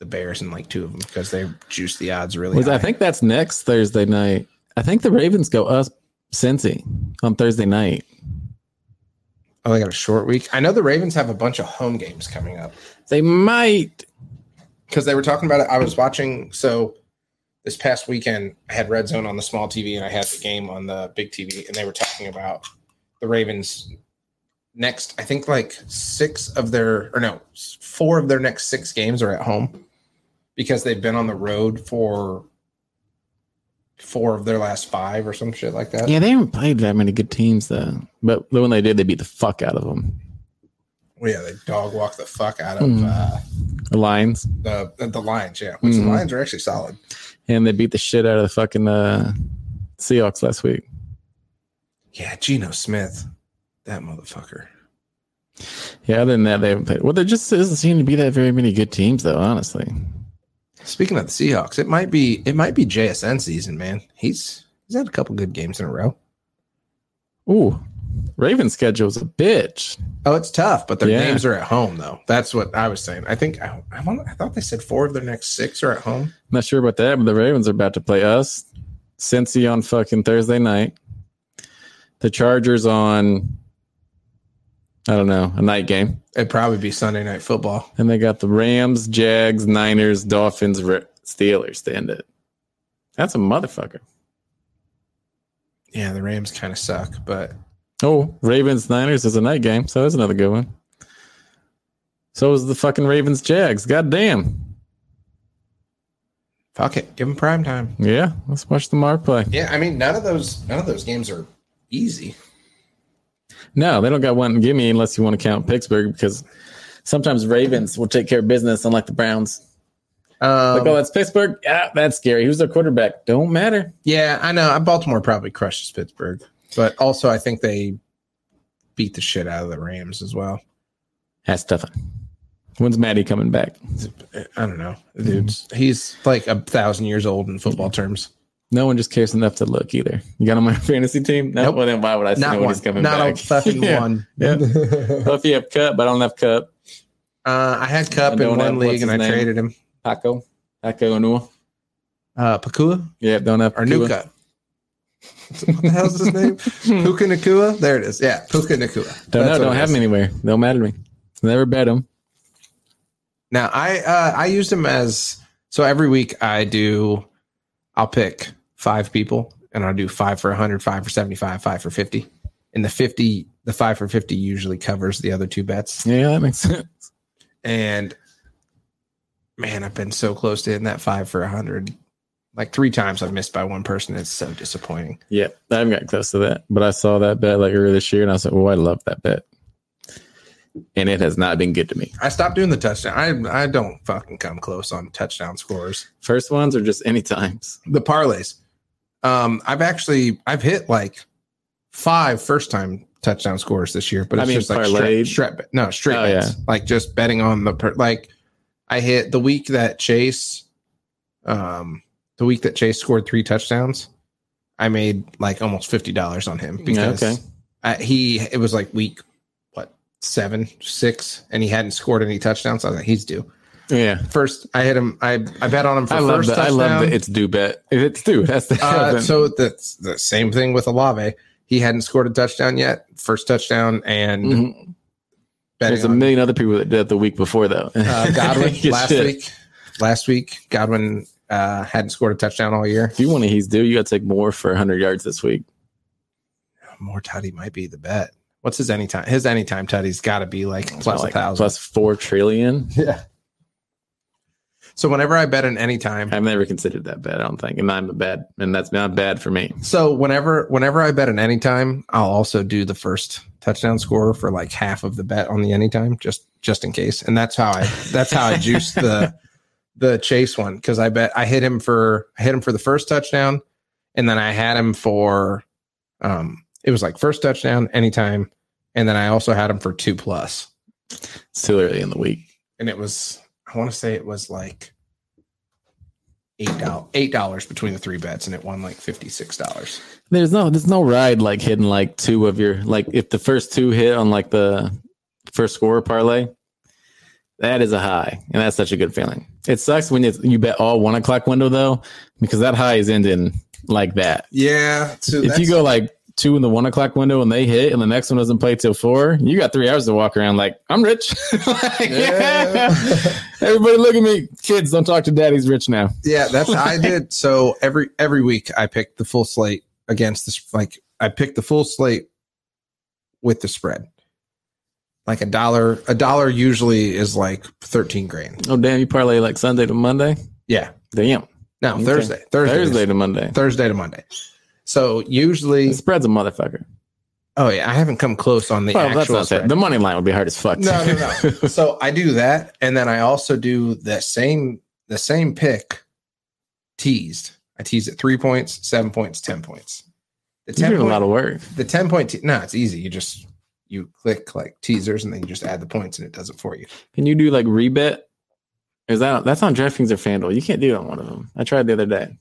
Speaker 3: the Bears in like two of them because they juiced the odds really.
Speaker 4: Was-
Speaker 3: high.
Speaker 4: I think that's next Thursday night. I think the Ravens go us Cincy on Thursday night.
Speaker 3: oh, they got a short week. I know the Ravens have a bunch of home games coming up.
Speaker 4: They might.
Speaker 3: because they were talking about it. I was watching so this past weekend I had Red Zone on the small TV and I had the game on the big TV, and they were talking about the Ravens next. I think like six of their or no, s- four of their next six games are at home because they've been on the road for four of their last five or some shit like that.
Speaker 4: Yeah, they haven't played that many good teams though. But the one they did, they beat the fuck out of them.
Speaker 3: Well, yeah, they dog walk the fuck out of
Speaker 4: Mm.
Speaker 3: uh,
Speaker 4: The Lions,
Speaker 3: the the- the Lions. Yeah, which
Speaker 4: Mhm.
Speaker 3: the Lions are actually solid.
Speaker 4: and they beat the shit out of the fucking uh, Seahawks last week.
Speaker 3: Yeah, Geno Smith, that motherfucker.
Speaker 4: Yeah, other than that, they haven't played. Well, there just doesn't seem to be that very many good teams, though. Honestly,
Speaker 3: Speaking of the Seahawks, it might be it might be JSN season, man. He's he's had a couple good games in a row.
Speaker 4: ooh, Ravens' schedule's a bitch.
Speaker 3: Oh, it's tough, but their
Speaker 4: Yeah.
Speaker 3: games are at home though. That's what I was saying. I think I I, want, I thought they said four of their next six are at home.
Speaker 4: Not sure about that, but the Ravens are about to play us, Cincy on fucking Thursday night, the Chargers on, I don't know, a night game,
Speaker 3: It'd probably be Sunday night football.
Speaker 4: and they got the Rams, Jags, Niners, Dolphins, Ra- Steelers to end it. That's a motherfucker.
Speaker 3: Yeah, the Rams kind of suck, but
Speaker 4: Oh, Ravens Niners is a night game, so that's another good one. So is the fucking Ravens Jags. God damn.
Speaker 3: fuck it, give them prime time.
Speaker 4: Yeah, let's watch the Mar play.
Speaker 3: Yeah, I mean none of those none of those games are easy.
Speaker 4: No, they don't got one gimme unless you want to count Pittsburgh because sometimes Ravens will take care of business, unlike the Browns. like, oh,
Speaker 3: Um,
Speaker 4: that's Pittsburgh. Yeah, that's scary. Who's their quarterback? Don't matter.
Speaker 3: yeah, I know. Baltimore probably crushes Pittsburgh, but also I think they beat the shit out of the Rams as well.
Speaker 4: That's tough. When's Maddie coming back?
Speaker 3: I don't know,
Speaker 4: Hmm.
Speaker 3: dudes. He's like a thousand years old in football terms.
Speaker 4: No one just cares enough to look either. You got him on my fantasy team? No,
Speaker 3: Nope.
Speaker 4: well, then why would I say
Speaker 3: Not
Speaker 4: when
Speaker 3: one,
Speaker 4: he's coming
Speaker 3: not
Speaker 4: back?
Speaker 3: a fucking
Speaker 4: Yeah.
Speaker 3: one.
Speaker 4: Yeah.
Speaker 3: uh,
Speaker 4: Well, if you have Cup, I don't have Cup.
Speaker 3: I had Cup
Speaker 4: I don't have-
Speaker 3: in one
Speaker 4: what's
Speaker 3: league and I
Speaker 4: his name?
Speaker 3: traded him.
Speaker 4: Paco. Paco Anua.
Speaker 3: Uh, Pakua
Speaker 4: Yeah, don't have
Speaker 3: or
Speaker 4: Tua.
Speaker 3: Nuka. what the hell's his name? Puka Nakua. There it is. Yeah, Puka Nakua.
Speaker 4: Don't
Speaker 3: That's
Speaker 4: know.
Speaker 3: what
Speaker 4: Don't
Speaker 3: it
Speaker 4: have
Speaker 3: is.
Speaker 4: him anywhere. Don't matter to me. Never bet him.
Speaker 3: Now I uh, I used him as so every week I do I'll pick five people and I'll do five for 100, five for 75, five for 50. And the 50, the five for 50 usually covers the other two bets.
Speaker 4: Yeah, that makes sense.
Speaker 3: and man, I've been so close to hitting that five for a hundred. Like three times I've missed by one person. It's so disappointing.
Speaker 4: Yeah, I haven't gotten close to that, but I saw that bet like earlier this year, and I was like, "Oh, I love that bet," and it has not been good to me.
Speaker 3: I stopped doing the touchdown. I I don't fucking come close on touchdown scores.
Speaker 4: First ones are just any times.
Speaker 3: The parlays. Um, I've actually I've hit like five first time touchdown scores this year, but
Speaker 4: I
Speaker 3: it's
Speaker 4: mean,
Speaker 3: just like
Speaker 4: parlayed.
Speaker 3: straight, straight bet- no straight
Speaker 4: Oh,
Speaker 3: bets. Like just betting on the per like I hit the week that Chase um the week that Chase scored three touchdowns, I made like almost fifty dollars on him because
Speaker 4: okay.
Speaker 3: I, he it was like week what seven, six, and he hadn't scored any touchdowns. I was like, he's due.
Speaker 4: Yeah,
Speaker 3: First I hit him I I bet on him for
Speaker 4: I love
Speaker 3: first
Speaker 4: that. I
Speaker 3: touchdown.
Speaker 4: love that it's due bet. If it's due, that's the
Speaker 3: Uh, so that's the same thing with Alave. He hadn't scored a touchdown yet. First touchdown and
Speaker 4: Mhm.
Speaker 3: Mm-hmm. betting
Speaker 4: there's a
Speaker 3: on-
Speaker 4: million other people that did it the week before though.
Speaker 3: uh, Godwin
Speaker 4: Good
Speaker 3: last
Speaker 4: shit.
Speaker 3: week. Last week, Godwin uh, hadn't scored a touchdown all year.
Speaker 4: If you want to, he's due. You got to take more for 100 yards this week.
Speaker 3: More tutty might be the bet. What's his anytime? His anytime tutty's got to be like plus
Speaker 4: Like,
Speaker 3: a thousand.
Speaker 4: plus four trillion.
Speaker 3: yeah. So whenever I bet an anytime,
Speaker 4: I've never considered that bad. I don't think, and I'm a bad, and that's not bad for me.
Speaker 3: so whenever whenever I bet an anytime, I'll also do the first touchdown score for like half of the bet on the anytime, just just in case. And that's how I that's how I juice the the chase one because I bet I hit him for I hit him for the first touchdown, and then I had him for um it was like first touchdown anytime, and then I also had him for two plus,
Speaker 4: It's too early in the week.
Speaker 3: and it was I want to say it was like. Eight dollars, eight dollars between the three bets, and it won like fifty six dollars.
Speaker 4: There's no there's no ride like hitting like two of your like if the first two hit on like the first score parlay, that is a high, and that's such a good feeling. It sucks when it's, you bet all one o'clock window though, because that high is ending like that.
Speaker 3: Yeah. So
Speaker 4: if you go like two in the one o'clock window and they hit, and the next one doesn't play till four, you got three hours to walk around like I'm rich. Like,
Speaker 3: Yeah.
Speaker 4: Everybody, look at me. Kids, don't talk to daddy's rich now.
Speaker 3: Yeah, that's I did. So every every week I picked the full slate against this. Like I picked the full slate with the spread. Like a dollar, a dollar usually is like thirteen grand.
Speaker 4: Oh damn, you parlay like Sunday to Monday.
Speaker 3: Yeah.
Speaker 4: Damn,
Speaker 3: No,
Speaker 4: Okay.
Speaker 3: Thursday, Thursday,
Speaker 4: Thursday
Speaker 3: Thursday,
Speaker 4: to Monday.
Speaker 3: Thursday to Monday. So usually,
Speaker 4: The spread's a motherfucker.
Speaker 3: oh yeah, I haven't come close on the
Speaker 4: Well, that's
Speaker 3: actual
Speaker 4: not
Speaker 3: spread.
Speaker 4: that. The money line would be hard as fuck.
Speaker 3: No, no, no. so I do that, and then I also do the same the same pick teased. I tease at three points, seven points, ten points. The
Speaker 4: You're
Speaker 3: ten
Speaker 4: doing a
Speaker 3: point,
Speaker 4: lot of work.
Speaker 3: the ten point. Te- no, it's easy. You just you click like teasers, and then you just add the points, and it does it for you.
Speaker 4: Can you do like rebet? Is that that's on DraftKings or FanDuel? You can't do it on one of them. I tried the other day.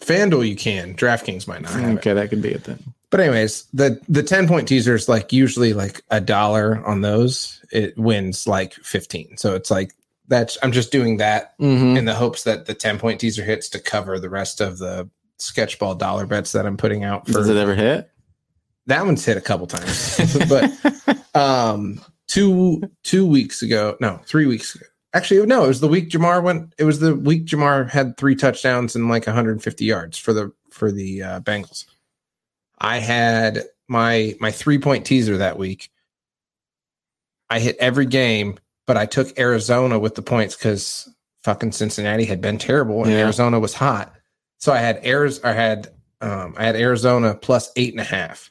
Speaker 3: FanDuel you can. DraftKings might not have it.
Speaker 4: Okay, that could be it then.
Speaker 3: But anyways, the the ten point teasers like usually like a dollar on those it wins like fifteen. So it's like that's I'm just doing that
Speaker 4: Mm-hmm.
Speaker 3: in the hopes that the 10 point teaser hits to cover the rest of the sketchball dollar bets that I'm putting out
Speaker 4: Does it
Speaker 3: for
Speaker 4: ever hit?
Speaker 3: that one's hit a couple times. but um two two weeks ago, no, three weeks ago. Actually, no, it was the week Jamar went it was the week Jamar had three touchdowns and like 150 yards for the for the uh, Bengals. I had my my three point teaser that week. I hit every game, but I took Arizona with the points because fucking Cincinnati had been terrible and
Speaker 4: Yeah.
Speaker 3: Arizona was hot. So I had Airs I had um I had Arizona plus eight and a half.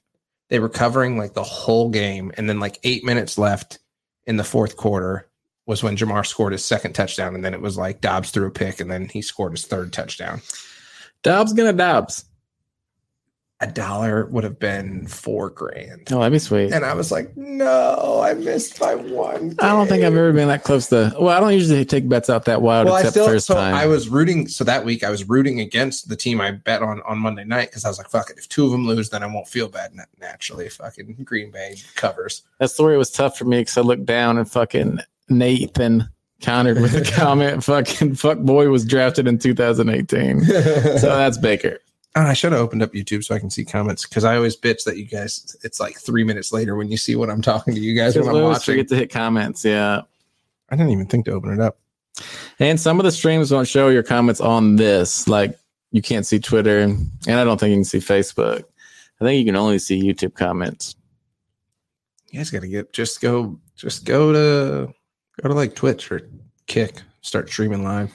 Speaker 3: They were covering like the whole game, and then like eight minutes left in the fourth quarter was when Jamar scored his second touchdown, and then it was like Dobbs threw a pick, and then he scored his third touchdown.
Speaker 4: Dobbs gonna Dobbs.
Speaker 3: A dollar would have been four grand.
Speaker 4: Oh, that'd be sweet.
Speaker 3: And I was like, no, I missed by one.
Speaker 4: I don't think I've
Speaker 3: game."
Speaker 4: ever been that close to. Well, I don't usually take bets out that wild
Speaker 3: Well, I
Speaker 4: except
Speaker 3: still
Speaker 4: first
Speaker 3: so
Speaker 4: time.
Speaker 3: I was rooting. So that week I was rooting against the team I bet on on Monday night because I was like, fuck it. If two of them lose, then I won't feel bad na- naturally. Fucking Green Bay covers.
Speaker 4: that story was tough for me because I looked down and fucking Nathan countered with a comment. fucking fuck boy was drafted in 2018. So
Speaker 3: so
Speaker 4: that's Baker.
Speaker 3: I should have opened up YouTube so I can see comments because I always bitch that you guys. It's like three minutes later when you see what I'm talking to you guys
Speaker 4: Because
Speaker 3: when
Speaker 4: we
Speaker 3: I'm
Speaker 4: always
Speaker 3: watching.
Speaker 4: forget to hit comments. Yeah.
Speaker 3: I didn't even think to open it up.
Speaker 4: And some of the streams won't show your comments on this. Like you can't see Twitter, and I don't think you can see Facebook. I think you can only see YouTube comments.
Speaker 3: You guys got to get just go just go to go to like Twitch or Kick. Start streaming live.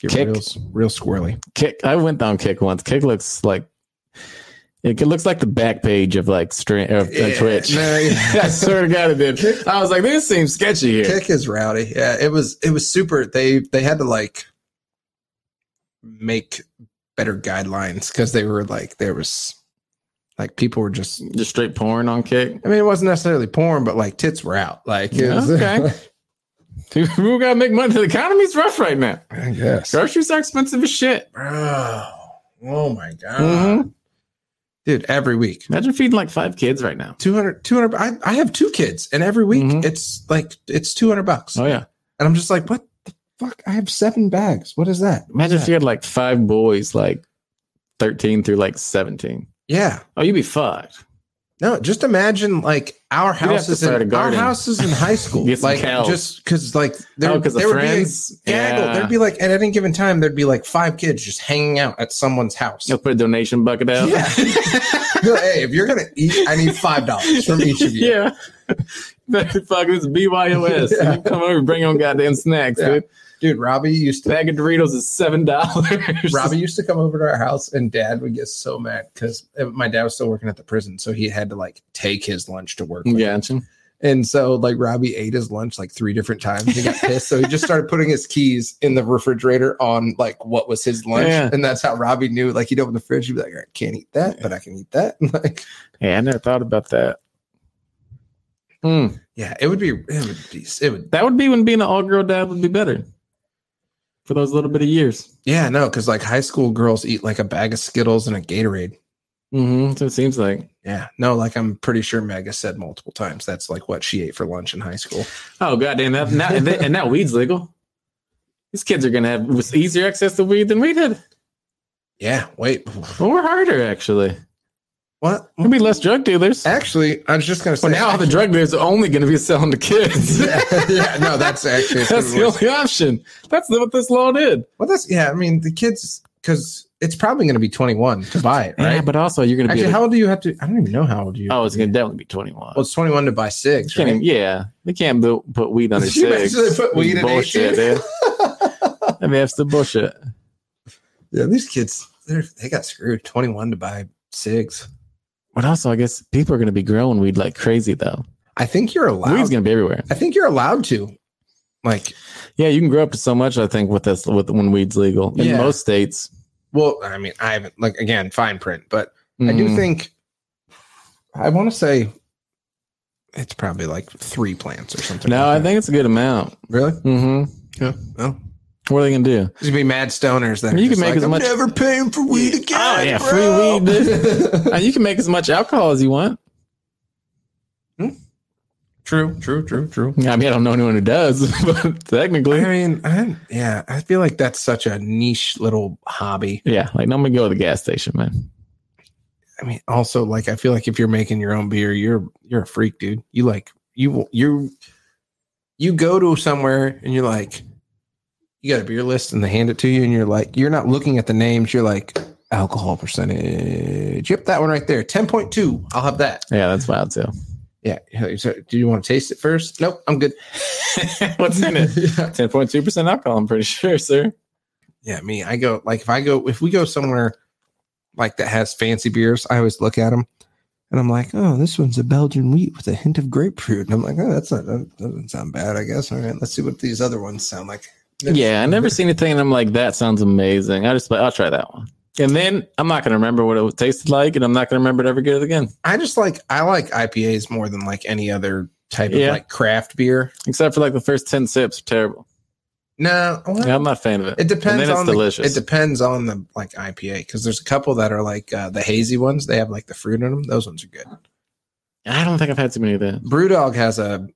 Speaker 3: Get
Speaker 4: Kick.
Speaker 3: real real squirrely.
Speaker 4: Kick. I went down Kick once. Kick looks like it looks like the back page of like stream of uh,
Speaker 3: Yeah,
Speaker 4: Twitch.
Speaker 3: no, yeah.
Speaker 4: I swear to God, it did. I was like, this seems sketchy here.
Speaker 3: Kick is rowdy. Yeah, it was it was super. They they had to like make better guidelines because they were like there was like people were just.
Speaker 4: Just straight porn on Kick.
Speaker 3: I mean, it wasn't necessarily porn, but like tits were out. Like it was,
Speaker 4: Okay. Who gotta make money? The economy's rough right now.
Speaker 3: I guess.
Speaker 4: Groceries are expensive as shit.
Speaker 3: Bro, oh my god,
Speaker 4: Mhm.
Speaker 3: dude! Every week,
Speaker 4: Imagine feeding like five kids right now.
Speaker 3: 200, 200 I, I have two kids, and every week
Speaker 4: Mhm.
Speaker 3: it's like it's two hundred bucks,
Speaker 4: Oh
Speaker 3: and
Speaker 4: yeah.
Speaker 3: I'm just like, what the fuck? I have seven bags. What is that?
Speaker 4: Imagine if you had like five boys, like 13 through like 17.
Speaker 3: Yeah.
Speaker 4: Oh, you'd be fucked.
Speaker 3: No, just imagine like our
Speaker 4: have to
Speaker 3: houses
Speaker 4: start a
Speaker 3: in our
Speaker 4: garden.
Speaker 3: houses in high school.
Speaker 4: Get some
Speaker 3: like
Speaker 4: cows.
Speaker 3: just because like there,
Speaker 4: Oh, because of
Speaker 3: there would be a
Speaker 4: friends.
Speaker 3: gaggle.
Speaker 4: Yeah.
Speaker 3: There'd be like at any given time there'd be like five kids just hanging out at someone's house.
Speaker 4: You'll put a donation bucket out.
Speaker 3: Yeah. Be like, hey, if you're gonna eat, I need five dollars from each of you.
Speaker 4: yeah. Fuck, this is BYOS.
Speaker 3: Yeah.
Speaker 4: You come over and bring on goddamn snacks,
Speaker 3: Yeah.
Speaker 4: dude.
Speaker 3: Dude, Robbie used to
Speaker 4: Bag of Doritos is $7.
Speaker 3: Robbie used to come over to our house and dad would get so mad because my dad was still working at the prison, so he had to like take his lunch to work. with him.
Speaker 4: Gotcha.
Speaker 3: And so, like, Robbie ate his lunch like three different times. He got pissed. so, he just started putting his keys in the refrigerator on like what was his lunch.
Speaker 4: Yeah.
Speaker 3: And that's how Robbie knew. Like, he'd open the fridge, he'd be like, I can't eat that, but I can eat that. And, like,
Speaker 4: Yeah, I never thought about that. Hmm.
Speaker 3: yeah, it would be, it would be, it would,
Speaker 4: That would be when being an all girl dad would be better for those little bit of years.
Speaker 3: yeah, no, because like high school girls eat like a bag of Skittles and a Gatorade.
Speaker 4: Mm-hmm. So it seems like.
Speaker 3: Yeah, no, like, I'm pretty sure Mega said multiple times that's like what she ate for lunch in high school.
Speaker 4: Oh goddamn! That now, and, that- and now weed's legal. These kids are gonna have was easier access to weed than we did,
Speaker 3: Yeah, wait,
Speaker 4: or we're harder actually.
Speaker 3: What?
Speaker 4: There'll be less drug dealers.
Speaker 3: Actually, I was just gonna say.
Speaker 4: Well, now the drug dealers are only going to be selling to kids.
Speaker 3: yeah, no, that's actually
Speaker 4: That's the only option. That's what this law did.
Speaker 3: well. That's yeah. I mean, the kids because it's probably going to be 21 to buy it, right?
Speaker 4: Yeah, but also you're going to be.
Speaker 3: actually, how old do you have to? I don't even know how old you.
Speaker 4: oh, it's going to definitely be 21.
Speaker 3: Well, it's 21 to buy six.
Speaker 4: Can't
Speaker 3: Right?
Speaker 4: even- yeah, they can't bu- put weed under
Speaker 3: Did you
Speaker 4: six.
Speaker 3: imagine they put
Speaker 4: It's
Speaker 3: weed in
Speaker 4: bullshit,
Speaker 3: 18?
Speaker 4: dude. I mean, that's the bullshit.
Speaker 3: Yeah, these kids, they're, they got screwed. 21 to buy six.
Speaker 4: But also, I guess people are going to be growing weed like crazy, though.
Speaker 3: I think you're allowed.
Speaker 4: Weed's going to be everywhere.
Speaker 3: I think you're allowed to. Like,
Speaker 4: Yeah, you can grow up to so much. I think with this, with when weed's legal in
Speaker 3: Yeah.
Speaker 4: most states.
Speaker 3: well, I mean, I haven't like again fine print, but I do
Speaker 4: Mm,
Speaker 3: think I want to say it's probably like three plants or something.
Speaker 4: No,
Speaker 3: like
Speaker 4: I
Speaker 3: that.
Speaker 4: think it's a good amount.
Speaker 3: really.
Speaker 4: hmm
Speaker 3: Yeah. Well,
Speaker 4: What are they going to do?
Speaker 3: there's gonna be mad stoners that are
Speaker 4: You can
Speaker 3: just
Speaker 4: make
Speaker 3: like,
Speaker 4: as
Speaker 3: "I'm
Speaker 4: much-
Speaker 3: Never paying for weed again.
Speaker 4: Oh, yeah,
Speaker 3: bro."
Speaker 4: free Uh, you can make as much alcohol as you want.
Speaker 3: true, true, true, true.
Speaker 4: I mean, I don't know anyone who does, but
Speaker 3: I
Speaker 4: technically,
Speaker 3: mean, I, yeah, I feel like that's such a niche little hobby.
Speaker 4: yeah. Like, no, I'm going to go to the gas station, man.
Speaker 3: I mean, also like I feel like if you're making your own beer, you're you're a freak, dude. You like you you you go to somewhere and you're like, you got a beer list and they hand it to you and you're like, you're not looking at the names. You're like alcohol percentage. Yep, that one right there, ten point two. I'll have that.
Speaker 4: Yeah, that's wild too.
Speaker 3: Yeah. So, do you want to taste it first? Nope, I'm good.
Speaker 4: What's in it?
Speaker 3: yeah.
Speaker 4: 10.2% alcohol, I'm pretty sure, sir.
Speaker 3: yeah, me. I go like if I go if we go somewhere like that has fancy beers, I always look at them and I'm like, oh, this one's a Belgian wheat with a hint of grapefruit, and I'm like, oh, that's not that doesn't sound bad, I guess. All right, let's see what these other ones sound like.
Speaker 4: Yeah, I never seen anything and I'm like, that sounds amazing. I just I'll try that one. And then I'm not gonna remember what it tasted like, and I'm not gonna remember to ever get it again.
Speaker 3: I just like I like IPAs more than like any other type
Speaker 4: Yeah.
Speaker 3: of like craft beer.
Speaker 4: Except for like the first ten sips are terrible.
Speaker 3: No, well,
Speaker 4: Yeah, I'm not a fan of it.
Speaker 3: it
Speaker 4: And
Speaker 3: depends
Speaker 4: then it's
Speaker 3: on
Speaker 4: delicious.
Speaker 3: The, it depends on the like IPA because there's a couple that are like uh, the hazy ones. They have like the fruit in them. Those ones are good.
Speaker 4: I don't think I've had too many of that.
Speaker 3: BrewDog has a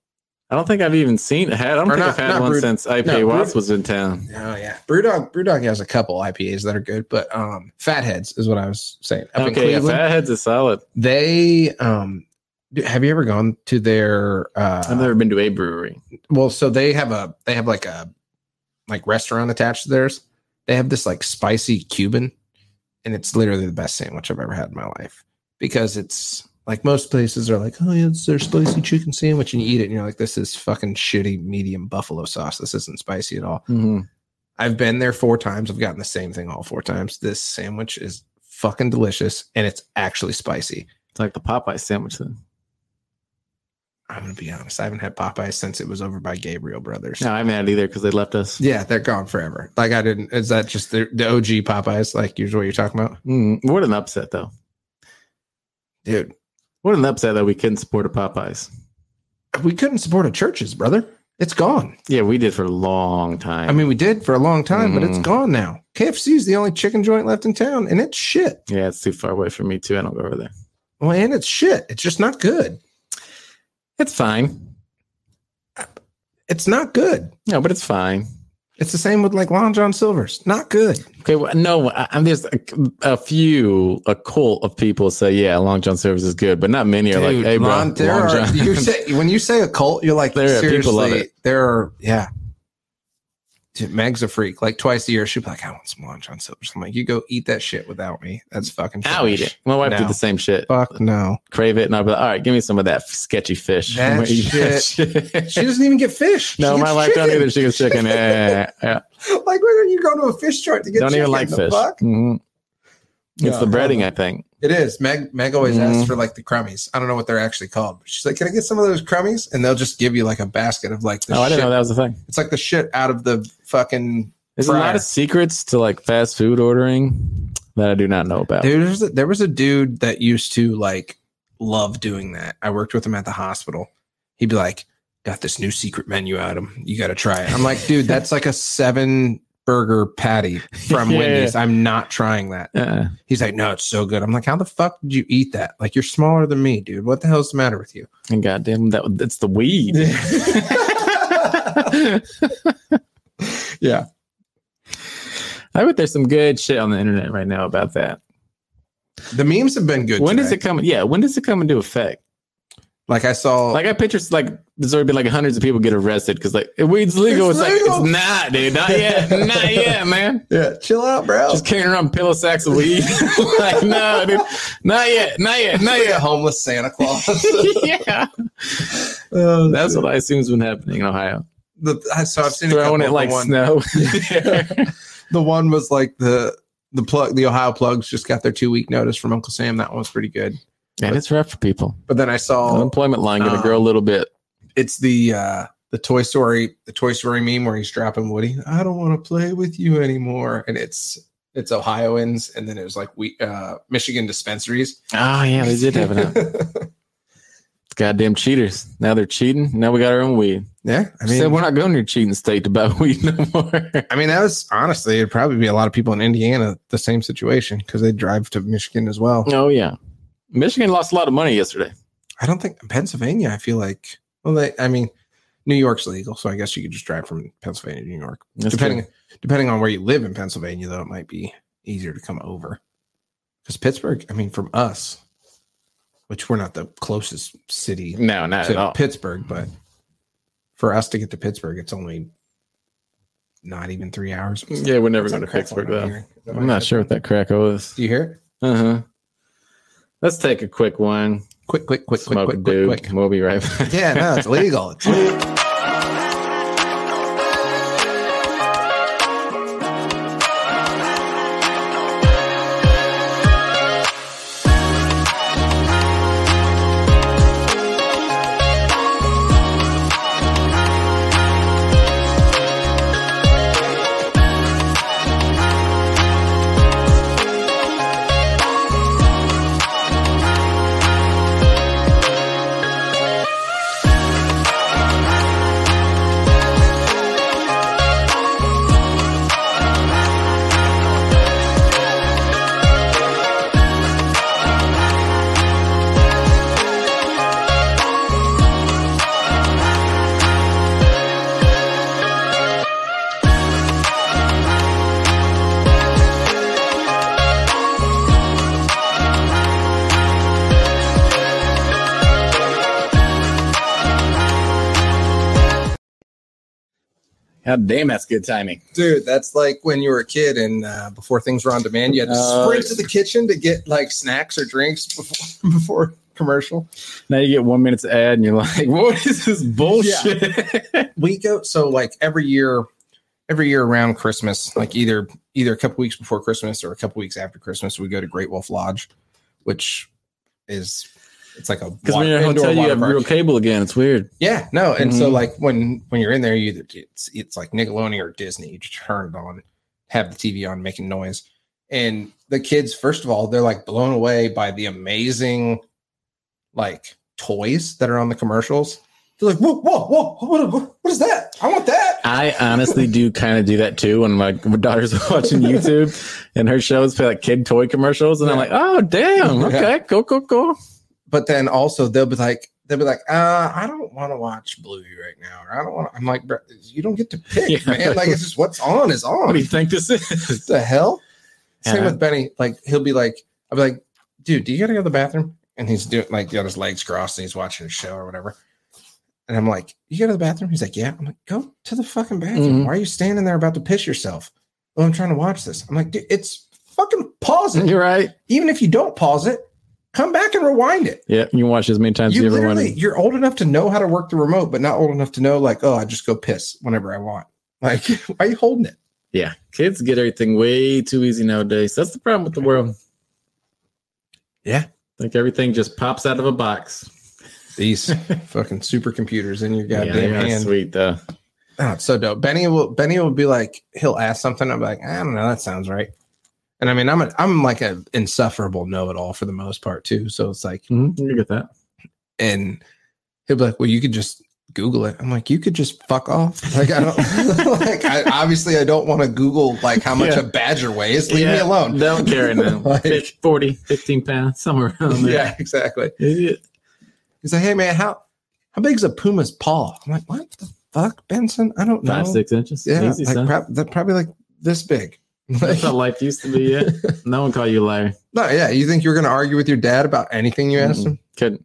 Speaker 4: I don't think I've even seen had. I don't
Speaker 3: Or
Speaker 4: think
Speaker 3: not-
Speaker 4: I've had
Speaker 3: not
Speaker 4: one
Speaker 3: brewed-
Speaker 4: since IPA
Speaker 3: no, brewed-
Speaker 4: Watts was in town.
Speaker 3: Oh yeah, BrewDog. BrewDog has a couple IPAs that are good, but um, Fatheads is what I was saying. Up in
Speaker 4: Okay, yeah,
Speaker 3: Cleveland,
Speaker 4: Fatheads is solid.
Speaker 3: they um, do- have you ever gone to their? Uh,
Speaker 4: I've never been to a brewery.
Speaker 3: well, so they have a they have like a like restaurant attached to theirs. They have this like spicy Cuban, and it's literally the best sandwich I've ever had in my life because it's like most places are like, oh yeah, it's their spicy chicken sandwich, and you eat it, and you're like, this is fucking shitty medium buffalo sauce. This isn't spicy at all.
Speaker 4: Mm-hmm.
Speaker 3: I've been there four times. I've gotten the same thing all four times. This sandwich is fucking delicious and it's actually spicy.
Speaker 4: It's like the Popeye sandwich then.
Speaker 3: I'm gonna be honest. I haven't had Popeyes since it was over by Gabriel Brothers.
Speaker 4: No, I haven't had it either because they left us.
Speaker 3: Yeah, they're gone forever. Like I didn't. Is that just the, the OG Popeyes? Like usually what you're talking about,
Speaker 4: Mm, what an upset though.
Speaker 3: dude.
Speaker 4: What an upset that we couldn't support a Popeyes.
Speaker 3: We couldn't support a churches, brother. It's gone.
Speaker 4: Yeah, we did for a long time.
Speaker 3: I mean, we did for a long time, but it's
Speaker 4: Mm.
Speaker 3: gone now. KFC is the only chicken joint left in town, and it's shit.
Speaker 4: yeah, it's too far away from me too. I don't go over there.
Speaker 3: Well, and it's shit. It's just not good.
Speaker 4: It's fine.
Speaker 3: It's not good.
Speaker 4: No, but it's fine.
Speaker 3: It's the same with like Long John Silver's. Not good.
Speaker 4: Okay, well, no, I, I'm there's a, a few, a cult of people say, yeah, Long John Service is good, but not many are like,
Speaker 3: Dude,
Speaker 4: hey, bro,
Speaker 3: Lon- there
Speaker 4: Long
Speaker 3: are,
Speaker 4: John.
Speaker 3: You say, when you say a cult, you're like,
Speaker 4: There are
Speaker 3: seriously,
Speaker 4: people of it.
Speaker 3: there are, yeah. Dude, Meg's a freak. Like twice a year, she'd be like, I want some lunch on Silver. I'm like, you go eat that shit without me. That's fucking
Speaker 4: I'll eat
Speaker 3: trash."
Speaker 4: it. My wife
Speaker 3: No.
Speaker 4: did the same shit.
Speaker 3: Fuck no.
Speaker 4: Crave it, and I'll be like, all right, give me some of that sketchy fish.
Speaker 3: That
Speaker 4: I'm gonna eat that shit.
Speaker 3: She doesn't even get fish.
Speaker 4: no,
Speaker 3: She
Speaker 4: my
Speaker 3: gets
Speaker 4: wife don't
Speaker 3: chicken.
Speaker 4: either. She gets chicken. Yeah, yeah, yeah,
Speaker 3: Like, where are you going to a fish joint to
Speaker 4: yeah.
Speaker 3: get
Speaker 4: Don't even
Speaker 3: chicken?
Speaker 4: like
Speaker 3: The
Speaker 4: fish.
Speaker 3: fuck?
Speaker 4: Mhm. It's
Speaker 3: Yeah,
Speaker 4: the
Speaker 3: I don't
Speaker 4: breading,
Speaker 3: know.
Speaker 4: I think.
Speaker 3: It is. Meg Meg always asks
Speaker 4: Mhm.
Speaker 3: for like the crummies. I don't know what they're actually called. But she's like, Can I get some of those crummies? And they'll just give you like a basket of like the
Speaker 4: Oh, I
Speaker 3: shit.
Speaker 4: didn't know that was a thing.
Speaker 3: It's like the shit out of the fucking
Speaker 4: There's a lot
Speaker 3: Fryer.
Speaker 4: of secrets to like fast food ordering that I do not know about.
Speaker 3: Dude, there's a, there was a dude that used to like love doing that. I worked with him at the hospital. He'd be like, "Got this new secret menu item. You got to try it." I'm like, "Dude, that's like a seven burger patty from
Speaker 4: Yeah.
Speaker 3: Wendy's. I'm not trying that."
Speaker 4: Uh,
Speaker 3: He's like, "No, it's so good." I'm like, "How the fuck did you eat that? Like, you're smaller than me, dude. What the hell's the matter with you?"
Speaker 4: and goddamn, that it's the weed.
Speaker 3: yeah,
Speaker 4: I bet there's some good shit on the internet right now about that.
Speaker 3: The memes have been good.
Speaker 4: when
Speaker 3: today.
Speaker 4: does it come? Yeah, when does it come into effect?
Speaker 3: Like I saw.
Speaker 4: Like I picture, it's like there's already been like hundreds of people get arrested because like weed's legal.
Speaker 3: It's
Speaker 4: It's, like
Speaker 3: legal.
Speaker 4: it's not, dude. Not yet. not yet, man.
Speaker 3: yeah, chill out, bro.
Speaker 4: Just carrying around pillow sacks of weed. like no, dude. Not yet. Not yet. Not
Speaker 3: like a
Speaker 4: yet.
Speaker 3: homeless Santa Claus.
Speaker 4: yeah,
Speaker 3: Oh,
Speaker 4: that's
Speaker 3: shit.
Speaker 4: what I assume has been happening in Ohio.
Speaker 3: the, I- so I've seen a
Speaker 4: Throwing
Speaker 3: couple
Speaker 4: it like
Speaker 3: of the one.
Speaker 4: snow.
Speaker 3: The one was like the the plug. The Ohio plugs just got their two week notice from Uncle Sam. That one was pretty good.
Speaker 4: and it's rough for people.
Speaker 3: But then I saw
Speaker 4: Unemployment line gonna
Speaker 3: um,
Speaker 4: grow a little bit.
Speaker 3: it's the uh the Toy Story the Toy Story meme where he's dropping Woody. I don't want to play with you anymore. And it's it's Ohioans, and then it was like we uh Michigan dispensaries.
Speaker 4: Oh yeah, they did have it. out. Goddamn cheaters. Now they're cheating. Now we got our own weed.
Speaker 3: yeah, I
Speaker 4: I
Speaker 3: mean,
Speaker 4: we're not going to your cheating state to buy weed no more.
Speaker 3: I mean, that was honestly, it'd probably be a lot of people in Indiana the same situation because they drive to Michigan as well.
Speaker 4: oh yeah, Michigan lost a lot of money yesterday.
Speaker 3: I don't think Pennsylvania. I feel like well, they, I mean, New York's legal, so I guess you could just drive from Pennsylvania to New York.
Speaker 4: That's
Speaker 3: depending
Speaker 4: true.
Speaker 3: depending on where you live in Pennsylvania, though, it might be easier to come over because Pittsburgh. I mean, from us, which we're not the closest city
Speaker 4: No, not at
Speaker 3: to
Speaker 4: all.
Speaker 3: Pittsburgh, but for us to get to Pittsburgh, it's only not even three hours.
Speaker 4: yeah, we're never
Speaker 3: It's
Speaker 4: going to
Speaker 3: like
Speaker 4: Pittsburgh
Speaker 3: crackling
Speaker 4: though.
Speaker 3: here.
Speaker 4: I'm not sure what that crack was.
Speaker 3: Do you hear it?
Speaker 4: Uh huh. Let's take a quick one.
Speaker 3: Quick, quick, quick,
Speaker 4: Smoke
Speaker 3: quick,
Speaker 4: a
Speaker 3: quick,
Speaker 4: dude.
Speaker 3: quick, quick.
Speaker 4: We'll be right back.
Speaker 3: Yeah, no, it's legal. It's legal.
Speaker 4: God damn, that's good timing.
Speaker 3: Dude, that's like when you were a kid and uh, before things were on demand, you had to
Speaker 4: Uh,
Speaker 3: sprint to the kitchen to get like snacks or drinks before, before commercial.
Speaker 4: Now you get one minute's ad, and you're like, "What is this bullshit?"
Speaker 3: We go so like every year, every year around Christmas, like either either a couple weeks before Christmas or a couple weeks after Christmas, we go to Great Wolf Lodge, which is it's like a
Speaker 4: Because
Speaker 3: wa-
Speaker 4: when you're in a
Speaker 3: indoor
Speaker 4: hotel, you
Speaker 3: water
Speaker 4: have
Speaker 3: park.
Speaker 4: real cable again. It's weird.
Speaker 3: Yeah, no, and so
Speaker 4: Mhm.
Speaker 3: like when when you're in there, you either it's it's like Nickelodeon or Disney. You just turn it on, have the TV on, making noise, and the kids, first of all, they're like blown away by the amazing, like toys that are on the commercials. They're like, whoa, whoa, whoa, what, what, what is that? I want that.
Speaker 4: I honestly do kind of do that too when my daughter's watching YouTube and her shows play like kid toy commercials, and I'm
Speaker 3: Yeah.
Speaker 4: like, oh damn,
Speaker 3: Yeah.
Speaker 4: okay, cool, cool, cool.
Speaker 3: But then also they'll be like, they'll be like, uh, I don't want to watch Bluey right now, or I don't want. to I'm like, "Bruh, you don't get to pick,
Speaker 4: Yeah.
Speaker 3: man. Like it's just what's on is on.
Speaker 4: What do you think this is?
Speaker 3: the hell? Same
Speaker 4: Yeah.
Speaker 3: with Benny. Like he'll be like, I'll be like, dude, do you gotta go to the bathroom? And he's doing like got his legs crossed and he's watching a show or whatever. And I'm like, you go to the bathroom? He's like, yeah. I'm like, go to the fucking bathroom.
Speaker 4: Mhm.
Speaker 3: Why are you standing there about to piss yourself? Oh, I'm trying to watch this. I'm like, dude, it's fucking pause it.
Speaker 4: You're right.
Speaker 3: Even if you don't pause it, come back and rewind it.
Speaker 4: Yeah, you can watch as many times as
Speaker 3: You
Speaker 4: you ever
Speaker 3: literally,
Speaker 4: wanted.
Speaker 3: you're old enough to know how to work the remote, but not old enough to know like, oh, I just go piss whenever I want. Like, why are you holding it?
Speaker 4: Yeah, kids get everything way too easy nowadays. That's the problem with the world.
Speaker 3: Yeah.
Speaker 4: like everything just pops out of a box.
Speaker 3: These fucking supercomputers in your
Speaker 4: yeah, they
Speaker 3: goddamn
Speaker 4: are
Speaker 3: hand.
Speaker 4: sweet though.
Speaker 3: Oh, it's so dope. Benny will Benny will be like, he'll ask something. I'm like, I don't know, that sounds right. And I mean, I'm a, I'm like a insufferable know-it-all for the most part too. So it's like,
Speaker 4: Mhm, You get that?
Speaker 3: and he'll be like, well, you could just Google it. I'm like, you could just fuck off. Like I don't like I obviously I don't want to Google like how much
Speaker 4: Yeah.
Speaker 3: a badger weighs. Leave me
Speaker 4: Yeah,
Speaker 3: alone.
Speaker 4: Don't care now.
Speaker 3: Like-
Speaker 4: Fif- 40, 15 pounds, somewhere around there.
Speaker 3: yeah, exactly.
Speaker 4: Yeah.
Speaker 3: He's like, hey man, how how big's a puma's paw? I'm like, what the fuck, Benson? I don't know.
Speaker 4: Five, six inches.
Speaker 3: Yeah,
Speaker 4: Easy,
Speaker 3: like
Speaker 4: son.
Speaker 3: prob- they're probably like this big.
Speaker 4: That's how life used to be. Yeah, no one call you a liar.
Speaker 3: No, yeah. You think you're going to argue with your dad about anything you asked
Speaker 4: Mm-mm.
Speaker 3: him?
Speaker 4: Couldn't.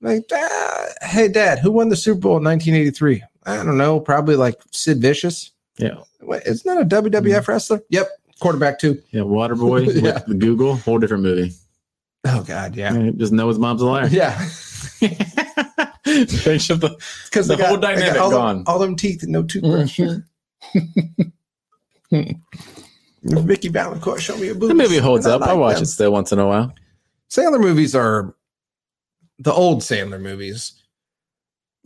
Speaker 3: Like, "Ah, hey, dad, who won the Super Bowl in 1983? I don't know. Probably like Sid Vicious.
Speaker 4: Yeah.
Speaker 3: Wait, it's not a
Speaker 4: Mm.
Speaker 3: WWF wrestler. Yep, quarterback too.
Speaker 4: Yeah. Waterboy
Speaker 3: Yeah.
Speaker 4: with Google, whole different movie.
Speaker 3: Oh God, yeah,
Speaker 4: Yeah, Just know his mom's a liar.
Speaker 3: yeah.
Speaker 4: Picture the-
Speaker 3: Because
Speaker 4: The whole dynamic
Speaker 3: all
Speaker 4: gone. Mm-hmm.
Speaker 3: Them, all them teeth and no toothbrush. Mickey Valancourt, show me your boobs.
Speaker 4: the movie holds
Speaker 3: And
Speaker 4: up. I
Speaker 3: like
Speaker 4: watch
Speaker 3: them.
Speaker 4: it still once in a while.
Speaker 3: Sandler movies are the old Sandler movies.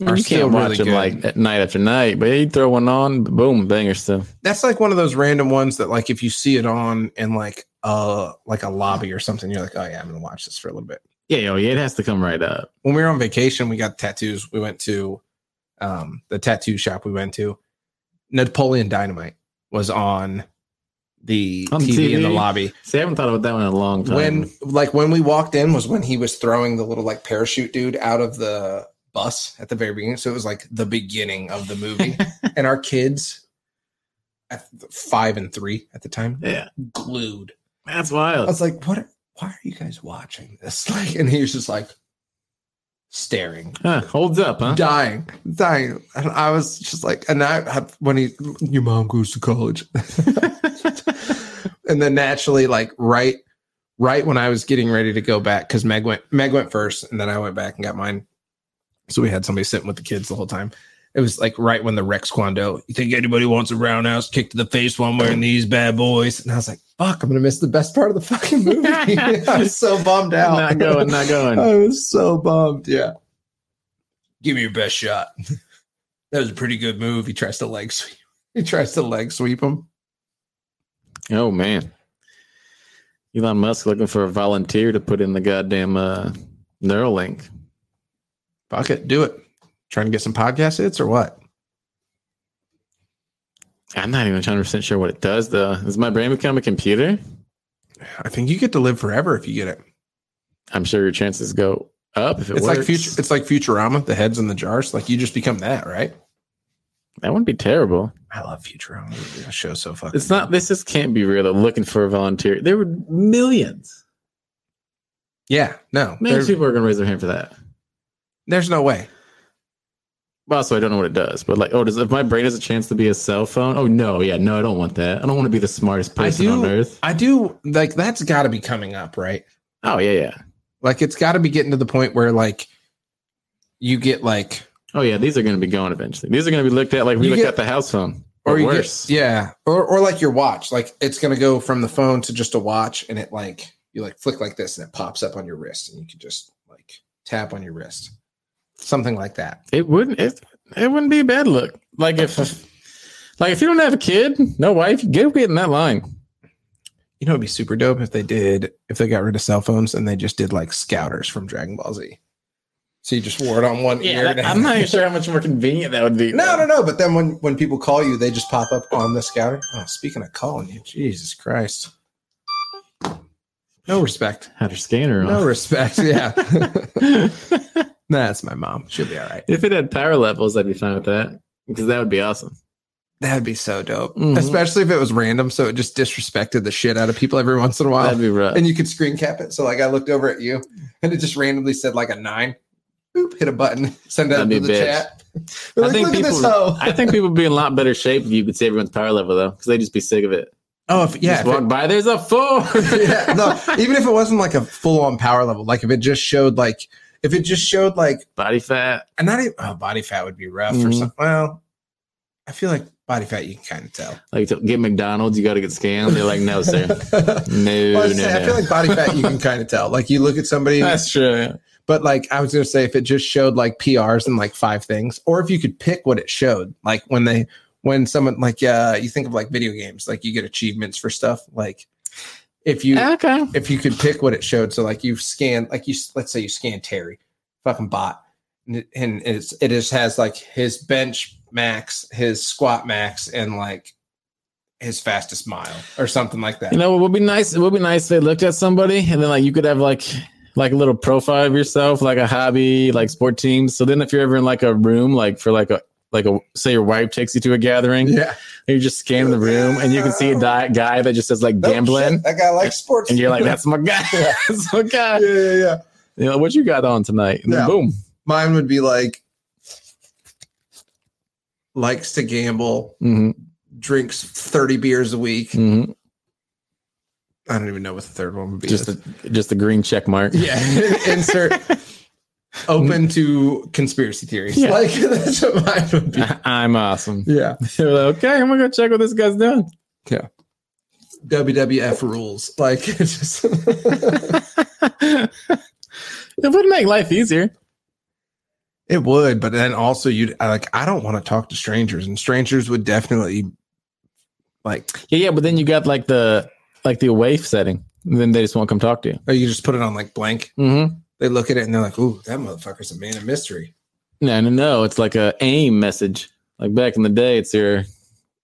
Speaker 3: Are
Speaker 4: you
Speaker 3: still
Speaker 4: can't watch
Speaker 3: really
Speaker 4: them
Speaker 3: good.
Speaker 4: like at night after night, but you throw one on, boom, banger stuff.
Speaker 3: That's like one of those random ones that, like, if you see it on in like uh like a lobby or something, you're like, oh yeah, I'm gonna watch this for a little bit.
Speaker 4: Yeah, yo, yeah, it has to come right up.
Speaker 3: when we were on vacation, we got tattoos. We went to um, the tattoo shop we went to. Napoleon Dynamite was on the
Speaker 4: On
Speaker 3: TV, in the
Speaker 4: TV?
Speaker 3: lobby.
Speaker 4: See, I haven't thought about that one in a long time.
Speaker 3: When like when we walked in was when he was throwing the little like parachute dude out of the bus at the very beginning. So it was like the beginning of the movie. and our kids at five and three at the time
Speaker 4: yeah,
Speaker 3: glued.
Speaker 4: that's
Speaker 3: I
Speaker 4: wild.
Speaker 3: was like, what why are you guys watching this? Like and he was just like staring
Speaker 4: Huh, holds up, huh?
Speaker 3: dying, dying. And I was just like, and I had when he, your mom goes to college, and then naturally, like right, right when I was getting ready to go back, because Meg went, Meg went first, and then I went back and got mine. So we had somebody sitting with the kids the whole time. It was like right when the Rex Kwando, you think anybody wants a roundhouse kick to the face while I'm wearing these bad boys? And I was like, fuck, I'm gonna miss the best part of the fucking movie. I was so bummed out.
Speaker 4: Not going, not going.
Speaker 3: I was so bummed. Yeah. Give me your best shot. That was a pretty good move. He tries to leg sweep. He tries to leg sweep him.
Speaker 4: Oh man, Elon Musk looking for a volunteer to put in the goddamn uh, Neuralink.
Speaker 3: Fuck it. Do it. Trying to get some podcast hits or what?
Speaker 4: I'm not even 100 percent sure what it does though. Does my brain become a computer?
Speaker 3: I think you get to live forever if you get it.
Speaker 4: I'm sure your chances go up if it
Speaker 3: it's
Speaker 4: works.
Speaker 3: like future it's like Futurama, the heads in the jars. Like you just become that, right?
Speaker 4: that wouldn't be terrible.
Speaker 3: I love Futurama. That show's so fucking
Speaker 4: It's not. This just can't be real. They're looking for a volunteer. There were millions.
Speaker 3: Yeah, no.
Speaker 4: Millions
Speaker 3: There-
Speaker 4: of people are going to raise their hand for that.
Speaker 3: there's no way.
Speaker 4: But also, I don't know what it does. But like, oh, does if my brain has a chance to be a cell phone? Oh no, yeah, no, I don't want that. I don't want to be the smartest
Speaker 3: I
Speaker 4: person
Speaker 3: do-
Speaker 4: on earth.
Speaker 3: I do like that's gotta be coming up, right?
Speaker 4: Oh yeah, yeah.
Speaker 3: Like it's got to be getting to the point where like you get like
Speaker 4: Oh yeah, these are going to be gone eventually. These are going to be looked at like we
Speaker 3: You
Speaker 4: look
Speaker 3: get-
Speaker 4: at the house phone,
Speaker 3: or,
Speaker 4: or,
Speaker 3: you
Speaker 4: worse.
Speaker 3: Get, yeah, or or like your watch. Like it's gonna go from the phone to just a watch, and it like you like flick like this, and it pops up on your wrist, and you can just like tap on your wrist, something like that.
Speaker 4: It wouldn't. It, it wouldn't be a bad look. Like if, like if you don't have a kid, no wife, get get in that line.
Speaker 3: You know, it'd be super dope if they did if they got rid of cell phones and they just did like scouters from Dragon Ball Z. So you just wore it on one ear. and-
Speaker 4: I'm not even sure how much more convenient that would be.
Speaker 3: No, no, no. But then when when people call you, they just pop up on the scouter. Oh, speaking of calling you, Jesus Christ. No respect.
Speaker 4: Had her scanner on.
Speaker 3: No respect. Yeah. Nah, That's my mom. She'll be all right.
Speaker 4: if it had power levels, I'd be fine with that because that would be awesome.
Speaker 3: That'd be so dope.
Speaker 4: Mhm.
Speaker 3: Especially if it was random. So it just disrespected the shit out of people every once in a while.
Speaker 4: That'd be rough.
Speaker 3: and you could screen cap it. So like I looked over at you and it just randomly said like a nine. Boop, hit a button, send it out
Speaker 4: That'd
Speaker 3: to
Speaker 4: be
Speaker 3: the
Speaker 4: bitch.
Speaker 3: chat. They're
Speaker 4: I
Speaker 3: like,
Speaker 4: think
Speaker 3: look at
Speaker 4: people-
Speaker 3: this hoe.
Speaker 4: I think people would be in a lot better shape if you could see everyone's power level though, because they'd just be sick of it.
Speaker 3: Oh, if, yeah.
Speaker 4: just
Speaker 3: if it-
Speaker 4: walk by. There's a four.
Speaker 3: yeah, no, even if it wasn't like a full on power level, like if it just showed like if it just showed like
Speaker 4: Body fat.
Speaker 3: and not even oh, body fat would be rough or
Speaker 4: Mhm.
Speaker 3: something. Well, I feel like body fat you can kind of tell.
Speaker 4: Like to get McDonald's, you got to get scanned. They're like, no, sir. No,
Speaker 3: Well, I,
Speaker 4: no,
Speaker 3: was saying, I feel
Speaker 4: no.
Speaker 3: like body fat you can kind of tell. Like you look at somebody,
Speaker 4: That's true. yeah.
Speaker 3: but like I was gonna say, if it just showed like PRs and like five things, or if you could pick what it showed, like when they when someone like uh you think of like video games, like you get achievements for stuff, like if you
Speaker 4: Okay.
Speaker 3: if you could pick what it showed. So like you scan, like you let's say you scan Terry, fucking bot, and it, and it's it just has like his bench max, his squat max, and like his fastest mile or something like that.
Speaker 4: You know, it would be nice. It would be nice if they looked at somebody and then like you could have like like a little profile of yourself, like a hobby, like sport teams. So then if you're ever in like a room, like for like a like a say your wife takes you to a gathering,
Speaker 3: Yeah.
Speaker 4: and you just scan the room and you can see a di- guy that just says like
Speaker 3: Oh,
Speaker 4: gambling,
Speaker 3: shit, that guy likes sports.
Speaker 4: and you're like, that's my guy,
Speaker 3: Yeah.
Speaker 4: that's my guy.
Speaker 3: yeah, yeah, yeah.
Speaker 4: You know, what you got on tonight? And
Speaker 3: Yeah.
Speaker 4: then boom,
Speaker 3: Mine would be like likes to gamble,
Speaker 4: hmm
Speaker 3: drinks 30 beers a week.
Speaker 4: hmm
Speaker 3: I don't even know what the third one would be.
Speaker 4: just a, just a green check mark.
Speaker 3: yeah. Insert open to conspiracy theories.
Speaker 4: Yeah.
Speaker 3: Like that's what mine would be.
Speaker 4: I'm awesome.
Speaker 3: Yeah.
Speaker 4: They're like, okay, I'm gonna go check what this guy's doing.
Speaker 3: WWF rules. Like it's just
Speaker 4: it would make life easier.
Speaker 3: It would, but then also you'd I like I don't want to talk to strangers, and strangers would definitely like
Speaker 4: Yeah, yeah, but then you got like the like the away setting. Then they just won't come talk to you.
Speaker 3: or oh, you just put it on like blank.
Speaker 4: Mm-hmm.
Speaker 3: They look at it and they're like, "Ooh, that motherfucker's a man of mystery."
Speaker 4: No, no, no. It's like a aim message. Like back in the day, it's your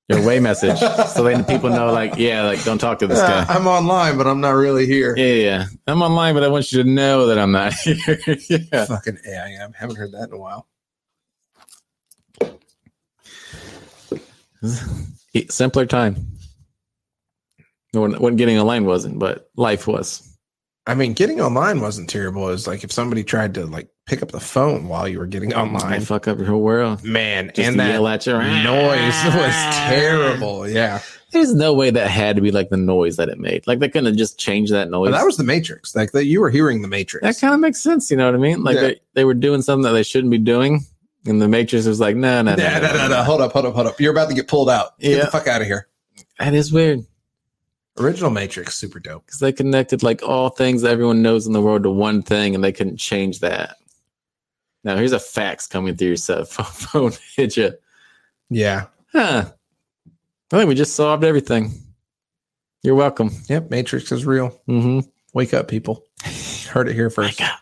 Speaker 4: your away message. So then people know, like, yeah, like don't talk to this
Speaker 3: Yeah,
Speaker 4: guy.
Speaker 3: Uh, I'm online, but I'm not really here.
Speaker 4: Yeah, yeah, yeah. I'm online, but I want you to know that I'm not here. yeah.
Speaker 3: Fucking AIM. Haven't heard that in a while.
Speaker 4: Simpler time. When, when getting online wasn't, but life was.
Speaker 3: I mean, getting online wasn't terrible. It was like if somebody tried to like pick up the phone while you were getting
Speaker 4: I
Speaker 3: online.
Speaker 4: fuck up your whole world.
Speaker 3: Man,
Speaker 4: Oh, Just
Speaker 3: and
Speaker 4: to
Speaker 3: that
Speaker 4: yell at you.
Speaker 3: noise was terrible. Yeah.
Speaker 4: There's no way that had to be like the noise that it made. Like they couldn't have just changed that noise.
Speaker 3: But that was the Matrix. Like that you were hearing the Matrix.
Speaker 4: that kind of makes sense. You know what I mean? Like
Speaker 3: Yeah.
Speaker 4: they, they were doing something that they shouldn't be doing, and the Matrix was like, no, no, no,
Speaker 3: No, no, no, no. Hold up, hold up, hold up. You're about to get pulled out. Get
Speaker 4: Yeah.
Speaker 3: the fuck out of here.
Speaker 4: That is weird
Speaker 3: Original Matrix, super dope.
Speaker 4: because they connected like all things that everyone knows in the world to one thing, and they couldn't change that. Now here's a fax coming through your cell phone. Hit you,
Speaker 3: Yeah.
Speaker 4: huh? I think we just solved everything. You're welcome.
Speaker 3: Yep. Matrix is real.
Speaker 4: Mm-hmm.
Speaker 3: Wake up, people. Heard it here first.
Speaker 4: Wake up.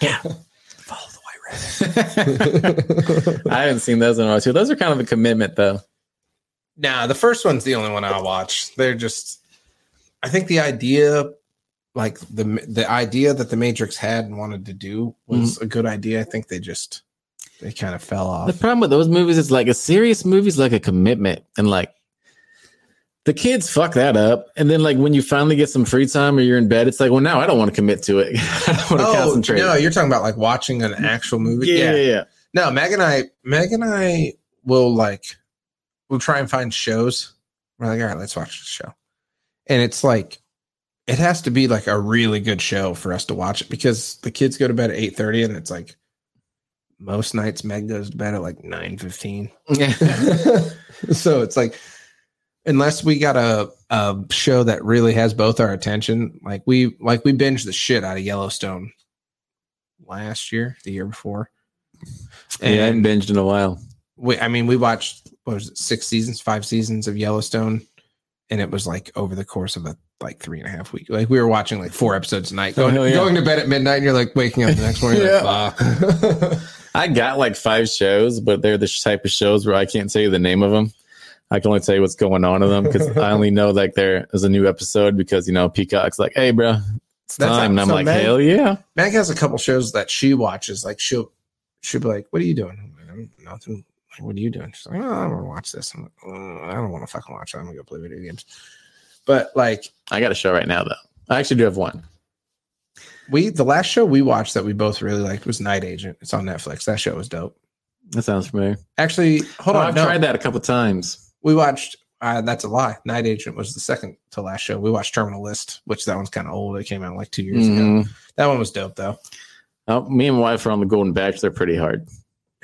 Speaker 3: Yeah.
Speaker 4: Follow the white
Speaker 3: nah,
Speaker 4: I haven't seen those in a while too. Those are kind of a commitment though.
Speaker 3: the first one's the only one I'll watch. They're just, I think the idea, like the the idea that the Matrix had and wanted to do was a good idea. I think they just, they kind of fell
Speaker 4: The
Speaker 3: off.
Speaker 4: problem with those movies is like a serious movie's like a commitment and like the kids fuck that up. And then like when you finally get some free time or you're in bed, it's like, well, now I don't want to commit to it. I don't want to
Speaker 3: Oh,
Speaker 4: concentrate.
Speaker 3: no, you're talking about like watching an actual movie.
Speaker 4: yeah, yeah, yeah.
Speaker 3: No, Meg and I, Meg and I will like, we'll try and find shows. We're like, all right, let's watch the show. And it's like, it has to be like a really good show for us to watch it because the kids go to bed at eight thirty, and it's like most nights Meg goes to bed at like nine fifteen. so it's like, unless we got a a show that really has both our attention, like we like we binged the shit out of Yellowstone last year, the year before.
Speaker 4: Yeah, I haven't binged in a while.
Speaker 3: we I mean we watched what was it, six seasons, five seasons of Yellowstone, and it was like over the course of a like three and a half week. Like we were watching like four episodes a night,
Speaker 4: Oh,
Speaker 3: going,
Speaker 4: hell yeah.
Speaker 3: going to bed at midnight, and you're like waking up the next morning. yeah. Like, "Fuck."
Speaker 4: I got like five shows, but they're the type of shows where I can't tell you the name of them. I can only tell you what's going on in them because I only know like there is a new episode because you know Peacock's like, hey, bro, it's
Speaker 3: That's
Speaker 4: time, and I'm
Speaker 3: so
Speaker 4: like,
Speaker 3: Meg-
Speaker 4: hell yeah.
Speaker 3: Meg has a couple shows that she watches. Like she'll she'll be like, "What are you doing?" I'm like, "I'm nothing. Like, what are you doing? She's like, "Oh, I want to watch this." I'm like, "Uh, "I don't want to fucking watch it. I'm gonna go play video games." But like
Speaker 4: I got a show right now though. I actually do have one.
Speaker 3: we, the last show we watched that we both really liked was Night Agent. It's on Netflix. That show was dope.
Speaker 4: That sounds familiar.
Speaker 3: Actually, hold
Speaker 4: Oh,
Speaker 3: on.
Speaker 4: I've
Speaker 3: no.
Speaker 4: tried that a couple times.
Speaker 3: we watched uh, that's a lie night agent was the second to last show we watched terminal list which that one's kind of old it came out like two years ago
Speaker 4: Mhm.
Speaker 3: that one was dope though
Speaker 4: Oh, me and my wife are on the Golden Bachelor pretty hard.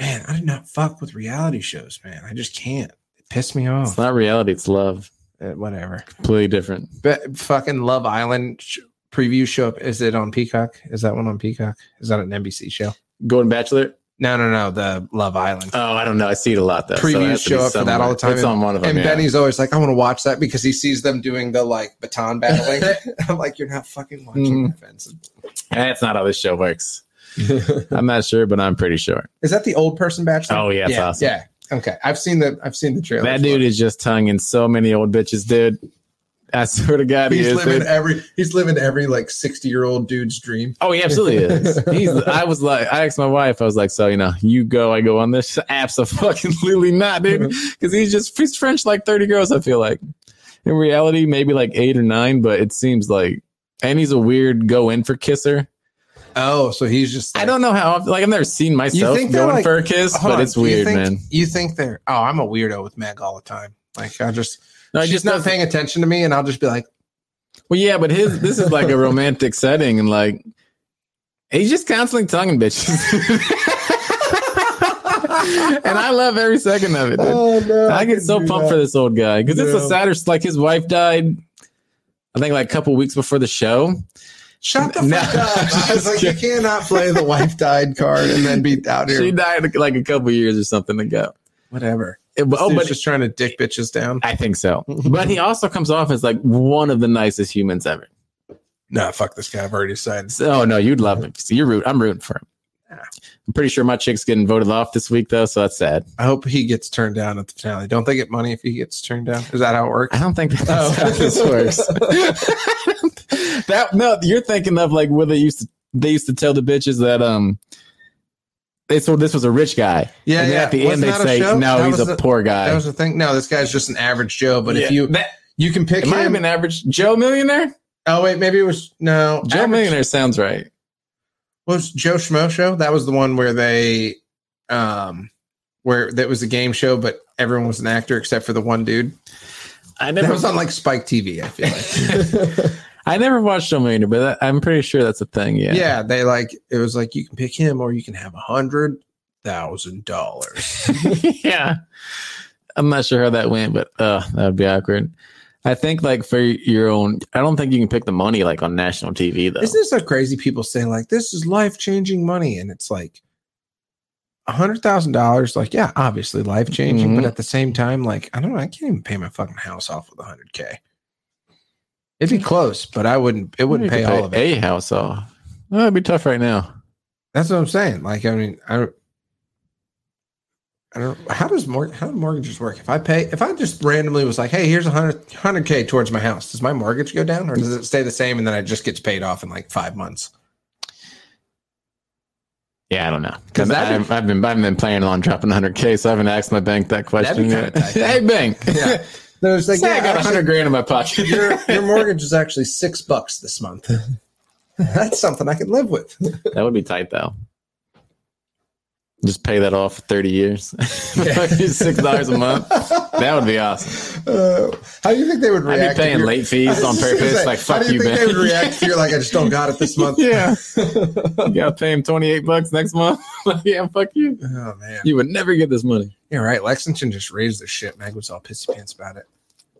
Speaker 3: man i do not fuck with reality shows man i just can't it pissed me off
Speaker 4: It's not reality, it's love.
Speaker 3: Uh, whatever
Speaker 4: Completely different.
Speaker 3: but fucking love island sh- preview show up is it on peacock is that one on peacock is that an nbc show
Speaker 4: Golden Bachelor?
Speaker 3: no no no the love island
Speaker 4: Oh, I don't know. I see it a lot though. it
Speaker 3: Previews
Speaker 4: has to be
Speaker 3: show up for that all the time,
Speaker 4: It's on one of them.
Speaker 3: and
Speaker 4: yeah.
Speaker 3: Benny's always like, I want to watch that because he sees them doing the like baton battling. I'm like, you're not fucking watching that, Vincent.
Speaker 4: That's Eh, not how this show works. I'm not sure, but I'm pretty sure.
Speaker 3: Is that the old person bachelor?
Speaker 4: Oh, yeah, it's
Speaker 3: yeah,
Speaker 4: awesome.
Speaker 3: yeah. Okay, I've seen the I've seen the trailer.
Speaker 4: That dude is just tonguing so many old bitches, dude. I swear to God, he
Speaker 5: He's
Speaker 4: is.
Speaker 5: living
Speaker 4: dude.
Speaker 5: every he's living every like sixty year old dude's dream.
Speaker 4: Oh, he absolutely is. He's. I was like, I asked my wife. I was like, so you know, you go, I go on this. Absolutely not, dude.
Speaker 3: Mm-hmm.
Speaker 4: Because he's just he's French like thirty girls. I feel like in reality maybe like eight or nine, but it seems like. And he's a weird go in for kisser.
Speaker 3: Oh, so he's just.
Speaker 4: I don't know how. Like I've never seen myself
Speaker 3: think they're
Speaker 4: going
Speaker 3: like-
Speaker 4: for a kiss,
Speaker 3: Hold
Speaker 4: but
Speaker 3: on,
Speaker 4: it's
Speaker 3: do you
Speaker 4: weird,
Speaker 3: think-
Speaker 4: man.
Speaker 3: You think they're? Oh, I'm a weirdo with Meg all the time. Like I just,
Speaker 4: No, it
Speaker 3: she's
Speaker 4: just
Speaker 3: not
Speaker 4: doesn't-
Speaker 3: paying attention to me, and I'll just be like,
Speaker 4: Well, yeah, but his this is like a romantic setting, and like he's just constantly tonguing bitches. and I love every second of it. dude.
Speaker 3: Oh,
Speaker 5: no!
Speaker 4: I get so pumped for this old guy because it's a
Speaker 5: No.
Speaker 4: sadder. Like his wife died, I think, like a couple weeks before the show.
Speaker 3: "Shut the
Speaker 4: No.
Speaker 3: fuck up!" I was like, "You
Speaker 4: Just
Speaker 3: cannot play
Speaker 5: Play
Speaker 3: the
Speaker 5: the wife died card and then be out here.
Speaker 4: She died like a couple years or something ago.
Speaker 3: whatever."
Speaker 4: It-
Speaker 3: Oh,
Speaker 4: oh,
Speaker 3: but
Speaker 4: but
Speaker 3: just trying to dick bitches down.
Speaker 4: I think so. But he also comes off as like one of the nicest humans ever.
Speaker 3: Nah, fuck this guy. I've already decided.
Speaker 4: So, oh no, you'd love him. See, you're root. I'm rooting for him. I'm pretty sure my chick's getting voted off this week though, so that's sad.
Speaker 3: I hope he gets turned down at the finale. Don't they get money if he gets turned down? Is that how it works?
Speaker 4: I don't think that's
Speaker 3: Oh.
Speaker 4: how this works. that no, you're thinking of like where they used to they used to tell the bitches that um they so this was a rich guy.
Speaker 3: Yeah,
Speaker 4: and then
Speaker 3: yeah.
Speaker 4: at the end
Speaker 3: Wasn't
Speaker 4: they
Speaker 3: that a
Speaker 4: say,
Speaker 3: show?
Speaker 4: No,
Speaker 3: That
Speaker 4: he's
Speaker 3: was
Speaker 4: a
Speaker 3: the-
Speaker 4: poor guy.
Speaker 3: That was the thing. No, this guy's just an average Joe. But
Speaker 4: Yeah.
Speaker 3: if you
Speaker 4: That-
Speaker 3: you can pick
Speaker 4: it might have
Speaker 3: him.
Speaker 4: been average Joe Millionaire?
Speaker 3: oh wait, maybe it was no
Speaker 4: Joe
Speaker 3: average-
Speaker 4: Millionaire sounds right.
Speaker 3: was Joe Schmo show. That was the one where they, um, where that was a game show, but everyone was an actor except for the one dude.
Speaker 4: I
Speaker 3: That
Speaker 4: never
Speaker 3: was on like Spike TV. I feel like.
Speaker 4: I never watched Joe Millionaire, but that, I'm pretty sure that's a thing, yeah.
Speaker 3: yeah. they like it was like you can pick him or you can have a hundred thousand dollars.
Speaker 4: yeah. I'm not sure how that went, but uh, that would be awkward. I think like for your own, I don't think you can pick the money like on national TV though.
Speaker 3: Isn't this so crazy? People say like this is life changing money, and it's like a hundred thousand dollars. Like yeah, obviously life changing, but
Speaker 4: Mhm.
Speaker 3: at the same time, like I don't know, I can't even pay my fucking house off with a hundred k. It'd be close, but I wouldn't. It wouldn't
Speaker 4: You could
Speaker 3: pay all of it.
Speaker 4: A house off. Well, that'd be tough right now.
Speaker 3: That's what I'm saying. Like, I mean, I don't, I don't. How does mor- how do mortgages work? If I pay, if I just randomly was like, "Hey, here's a hundred hundred k towards my house," does my mortgage go down, or does it stay the same, and then it just gets paid off in like five months?
Speaker 4: Yeah, I don't know.
Speaker 3: 'Cause
Speaker 4: Because
Speaker 3: that'd
Speaker 4: I've, I've been I've been planning on dropping 100k, so I haven't asked my bank that question yet.
Speaker 3: That'd be kinda tight.
Speaker 4: hey, bank.
Speaker 3: Yeah. There's like,
Speaker 4: Say I got
Speaker 3: actually,
Speaker 4: 100 grand in my pocket.
Speaker 3: your your mortgage is actually six bucks this month. That's something I can live with.
Speaker 4: that would be tight though. Just pay that off for 30 years. Six dollars a month. That would be awesome.
Speaker 3: Uh, how do you think they would react?
Speaker 4: I'd
Speaker 3: if
Speaker 4: be paying
Speaker 3: you're-
Speaker 4: late
Speaker 3: I
Speaker 4: fees
Speaker 3: was
Speaker 4: on
Speaker 3: just gonna
Speaker 4: purpose.
Speaker 3: say,
Speaker 4: like,
Speaker 3: how
Speaker 4: fuck
Speaker 3: do you
Speaker 4: you,
Speaker 3: think
Speaker 4: man.
Speaker 3: they would react if you're like, I just don't got it this month?
Speaker 4: yeah. you gotta pay him 28 bucks next month. like, yeah, fuck you.
Speaker 3: Oh man.
Speaker 4: You would never get this money.
Speaker 3: Yeah, right. Lexington just raised their shit. Meg was all pissy pants about it.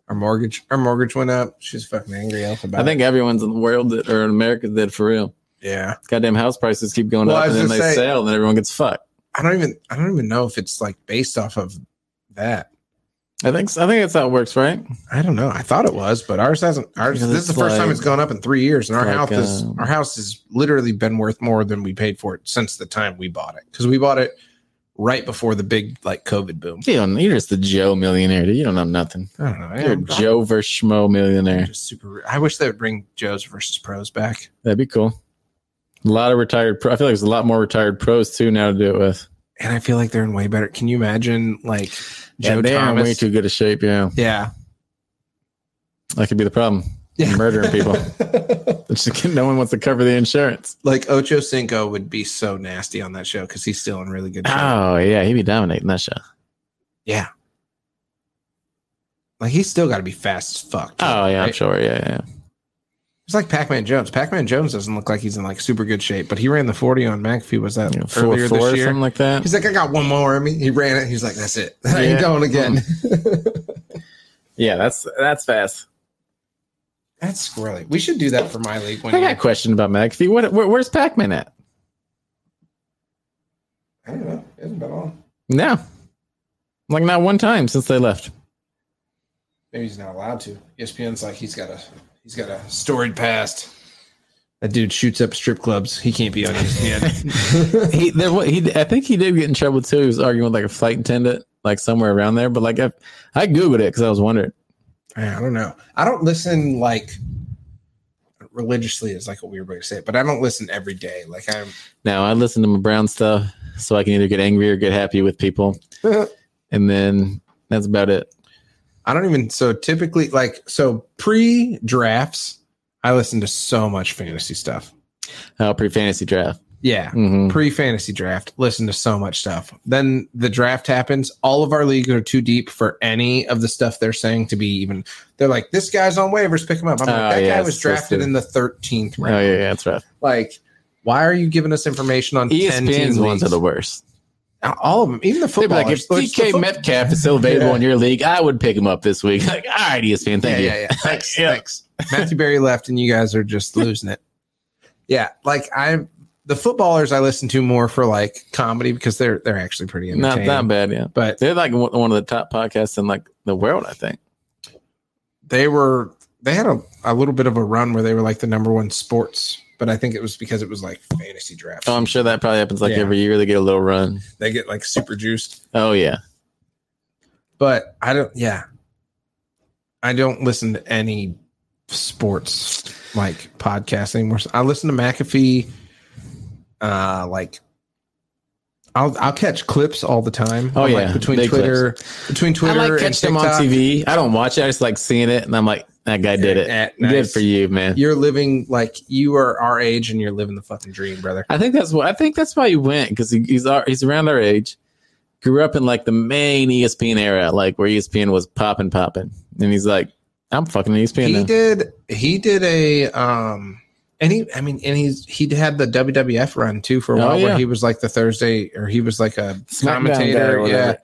Speaker 3: Our mortgage, our mortgage went up. She's fucking angry up about.
Speaker 4: I think everyone's in the world that, or in America that for real.
Speaker 3: it. yeah.
Speaker 4: Goddamn house prices keep going
Speaker 3: Well,
Speaker 4: up
Speaker 3: I
Speaker 4: and
Speaker 3: was
Speaker 4: then they
Speaker 3: gonna say-
Speaker 4: sell and then everyone gets fucked.
Speaker 3: I don't even, I don't even know if it's like based off of that.
Speaker 4: I think I think that's how it works, right?
Speaker 3: I don't know. I thought it was, but ours hasn't. Ours.
Speaker 4: Because
Speaker 3: This is the
Speaker 4: it's
Speaker 3: first time
Speaker 4: like-
Speaker 3: it's gone up in three years, and our
Speaker 4: like,
Speaker 3: house is
Speaker 4: um,
Speaker 3: our house has literally been worth more than we paid for it since the time we bought it because we bought it right before the big like COVID boom.
Speaker 4: You don't, you're just the Joe millionaire. dude. You don't know nothing.
Speaker 3: I don't know. I
Speaker 4: You're a
Speaker 3: am-
Speaker 4: Joe versus Schmo
Speaker 3: I'm
Speaker 4: millionaire.
Speaker 3: just super. I wish they would bring Joe's versus Pros back.
Speaker 4: That'd be cool. A lot of retired. Pro, I feel like there's a lot more retired pros too now to do it with.
Speaker 3: and I feel like they're in way better. Can you imagine like
Speaker 4: Yeah,
Speaker 3: Joe
Speaker 4: they are in way
Speaker 3: Thomas?
Speaker 4: too good a shape. Yeah,
Speaker 3: yeah,
Speaker 4: that could be the problem.
Speaker 3: Yeah.
Speaker 4: Murdering people. It's just- no one wants to cover the insurance.
Speaker 3: like Ocho Cinco would be so nasty on that show because he's still in really good shape.
Speaker 4: Oh yeah, he'd be dominating that show.
Speaker 3: Yeah, like he's still got to be fast as fuck. too,
Speaker 4: Oh yeah, I'm
Speaker 3: right?
Speaker 4: sure. Yeah, yeah.
Speaker 3: it's like Pac Man Jones. Pac Man Jones doesn't look like he's in like super good shape, but he ran the forty on McAfee. Was that
Speaker 4: You know, four
Speaker 3: earlier
Speaker 4: four
Speaker 3: this
Speaker 4: or
Speaker 3: year?
Speaker 4: something like that.
Speaker 3: He's like, I got one more in me. He ran it. He's like, that's it. I
Speaker 4: Yeah. Mm-hmm.
Speaker 3: ain't going again.
Speaker 4: Yeah, that's that's fast.
Speaker 3: that's squirrely. We should do that for my league one
Speaker 4: I got a
Speaker 3: year.
Speaker 4: question about McAfee. What, where, where's Pac-Man at?
Speaker 3: I don't know. It hasn't been on.
Speaker 4: No, like not one time since they left.
Speaker 3: Maybe he's not allowed to. E ESPN's like he's got a he's got a storied past. That dude shoots up strip clubs. He can't be on E ESPN.
Speaker 4: he there wa- he I think he did get in trouble too. He was arguing with like a flight attendant, like somewhere around there. But like I, I googled it because I was wondering.
Speaker 3: I don't know. I don't listen like religiously is like a weird way to say it, but I don't listen every day. Like I'm
Speaker 4: Now I listen to my Brown stuff so I can either get angry or get happy with people, and then that's about it.
Speaker 3: I don't even so typically like so pre drafts, I listen to so much fantasy stuff.
Speaker 4: Oh, pre fantasy draft.
Speaker 3: Yeah.
Speaker 4: hmm
Speaker 3: Pre fantasy draft, listen to so much stuff. Then the draft happens. All of our leagues are too deep for any of the stuff they're saying to be even. They're like, this guy's on waivers, pick him up. I'm
Speaker 4: Oh,
Speaker 3: like, that
Speaker 4: yeah,
Speaker 3: guy
Speaker 4: it's
Speaker 3: was
Speaker 4: supposed
Speaker 3: drafted
Speaker 4: to-
Speaker 3: in the 13th
Speaker 4: Oh
Speaker 3: round.
Speaker 4: yeah, yeah, that's right. E
Speaker 3: Like, why are you giving us information on 10
Speaker 4: ESPN's
Speaker 3: team
Speaker 4: ones
Speaker 3: leagues?
Speaker 4: are the worst.
Speaker 3: All of them, even the
Speaker 4: They'd be
Speaker 3: football.
Speaker 4: like, if DK Metcalf is still available
Speaker 3: Yeah.
Speaker 4: in your league, I would pick him up this week. Like, all right, E ESPN, thank
Speaker 3: yeah,
Speaker 4: you.
Speaker 3: yeah, yeah. Thanks,
Speaker 4: Yeah.
Speaker 3: thanks. Matthew Berry left, and you guys are just losing it. Yeah, like I'm the footballers I listen to more for like comedy because they're they're actually pretty
Speaker 4: Not
Speaker 3: entertaining.
Speaker 4: not bad, yeah.
Speaker 3: But
Speaker 4: They're like one one of the top podcasts in like the world, I think.
Speaker 3: they were they had a, a little bit of a run where they were like the number one sports, but I think it was because it was like fantasy drafts.
Speaker 4: Oh, I'm sure that probably happens like
Speaker 3: Yeah.
Speaker 4: every year. They get a little run.
Speaker 3: they get like super juiced.
Speaker 4: Oh yeah,
Speaker 3: But I don't yeah. I don't listen to any sports like podcasts anymore. I listen to McAfee uh like I'll I'll catch clips all the time.
Speaker 4: Oh,
Speaker 3: I'm,
Speaker 4: yeah,
Speaker 3: like between
Speaker 4: big
Speaker 3: Twitter between Twitter
Speaker 4: I like
Speaker 3: and
Speaker 4: catch them on
Speaker 3: TikTok.
Speaker 4: TV. I don't watch it. I just like seeing it, and I'm like, that guy did it.
Speaker 3: Eh,
Speaker 4: Good
Speaker 3: nice.
Speaker 4: for you, man.
Speaker 3: You're living like you are our age and you're living the fucking dream, brother.
Speaker 4: I think that's what I think that's why he went because he, he's our, he's around our age. Grew up in like the main E ESPN era, like where E ESPN was popping, popping, and he's like, I'm fucking E ESPN.
Speaker 3: he
Speaker 4: now.
Speaker 3: did he did a um and he i mean and he's he had the wwf run too for a
Speaker 4: Oh,
Speaker 3: while
Speaker 4: yeah.
Speaker 3: where he was like the thursday or he was like a
Speaker 4: SmackDown guy or
Speaker 3: commentator yeah
Speaker 4: whatever.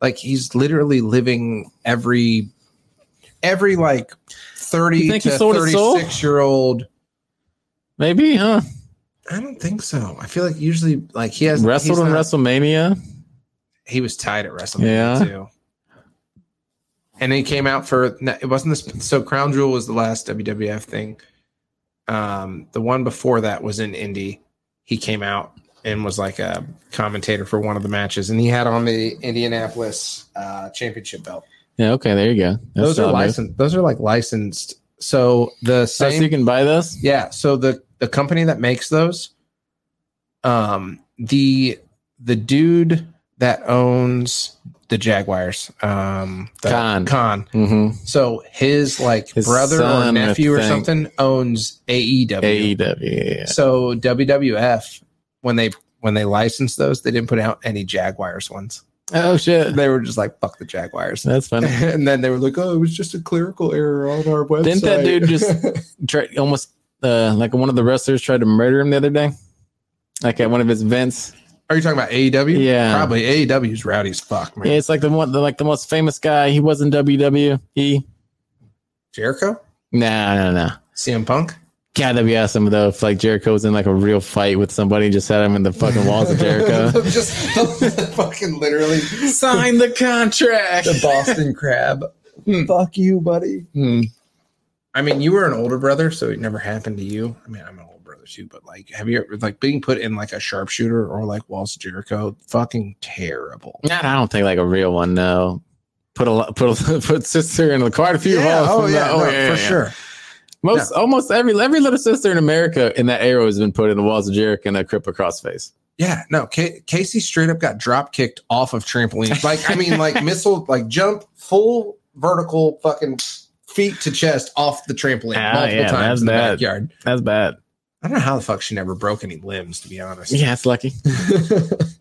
Speaker 3: like he's literally living every every like 30
Speaker 4: You think
Speaker 3: to
Speaker 4: he sold his soul?
Speaker 3: 36 year old
Speaker 4: Maybe, huh?
Speaker 3: i don't think so i feel like usually like he has
Speaker 4: Wrestled
Speaker 3: he's
Speaker 4: in
Speaker 3: not-
Speaker 4: WrestleMania.
Speaker 3: he was tied at wrestling
Speaker 4: Yeah.
Speaker 3: too and he came out for no, it wasn't this so crown jewel was the last wwf thing um the one before that was in indy he came out and was like a commentator for one of the matches and he had on the indianapolis uh championship belt
Speaker 4: Yeah, okay, there you go. That's
Speaker 3: those are
Speaker 4: solid, man.
Speaker 3: licensed those are like licensed so the
Speaker 4: Oh, so
Speaker 3: same
Speaker 4: you can buy this.
Speaker 3: yeah. So the the company that makes those, um, the the dude that owns the Jaguars, um, the
Speaker 4: Khan.
Speaker 3: Khan.
Speaker 4: Mm-hmm.
Speaker 3: So his like
Speaker 4: His
Speaker 3: brother or
Speaker 4: son, I
Speaker 3: nephew or
Speaker 4: think.
Speaker 3: something owns AEW.
Speaker 4: AEW. E Yeah.
Speaker 3: So WWF when they when they licensed those, they didn't put out any Jaguars ones.
Speaker 4: Oh shit,
Speaker 3: They were just like fuck the Jaguars.
Speaker 4: that's funny.
Speaker 3: And then they were like, "Oh, it was just a clerical error on our website."
Speaker 4: Didn't that dude just- Try, almost uh, like one of the wrestlers tried to murder him the other day, like at one of his events.
Speaker 3: Are you talking about AEW?
Speaker 4: Yeah.
Speaker 3: probably AEW's rowdy as fuck, man.
Speaker 4: Yeah, it's like the one, the, like the most famous guy. He was in WWE.
Speaker 3: Jericho,
Speaker 4: Nah, no, no.
Speaker 3: CM Punk.
Speaker 4: God, that'd be awesome though. If like Jericho was in like a real fight with somebody, and just had him in the fucking walls of Jericho.
Speaker 3: just fucking literally.
Speaker 4: Uh, Sign the contract.
Speaker 5: The Boston crab. Fuck you, buddy.
Speaker 4: Hmm.
Speaker 3: I mean, you were an older brother, so it never happened to you. I mean, I'm an older brother too, but like, have you ever like being put in like a sharpshooter or like Walls of Jericho? Fucking terrible.
Speaker 4: Nah, I don't think like a real one. No. Put a lot, put a, put sister in quite a few walls.
Speaker 3: oh
Speaker 4: No,
Speaker 3: yeah, no, for
Speaker 4: yeah.
Speaker 3: sure.
Speaker 4: Most almost every every little sister in America in that era has been put in the walls of Jericho and a cripple crossface.
Speaker 3: Yeah, no. Ca Casey straight up got drop kicked off of trampoline. Like, I mean, like missile, like jump full vertical, fucking feet to chest off the trampoline
Speaker 4: Ah,
Speaker 3: multiple
Speaker 4: yeah,
Speaker 3: times
Speaker 4: that's
Speaker 3: in the
Speaker 4: bad.
Speaker 3: backyard.
Speaker 4: That's bad.
Speaker 3: I don't know how the fuck she never broke any limbs, to be honest.
Speaker 4: Yeah, it's lucky.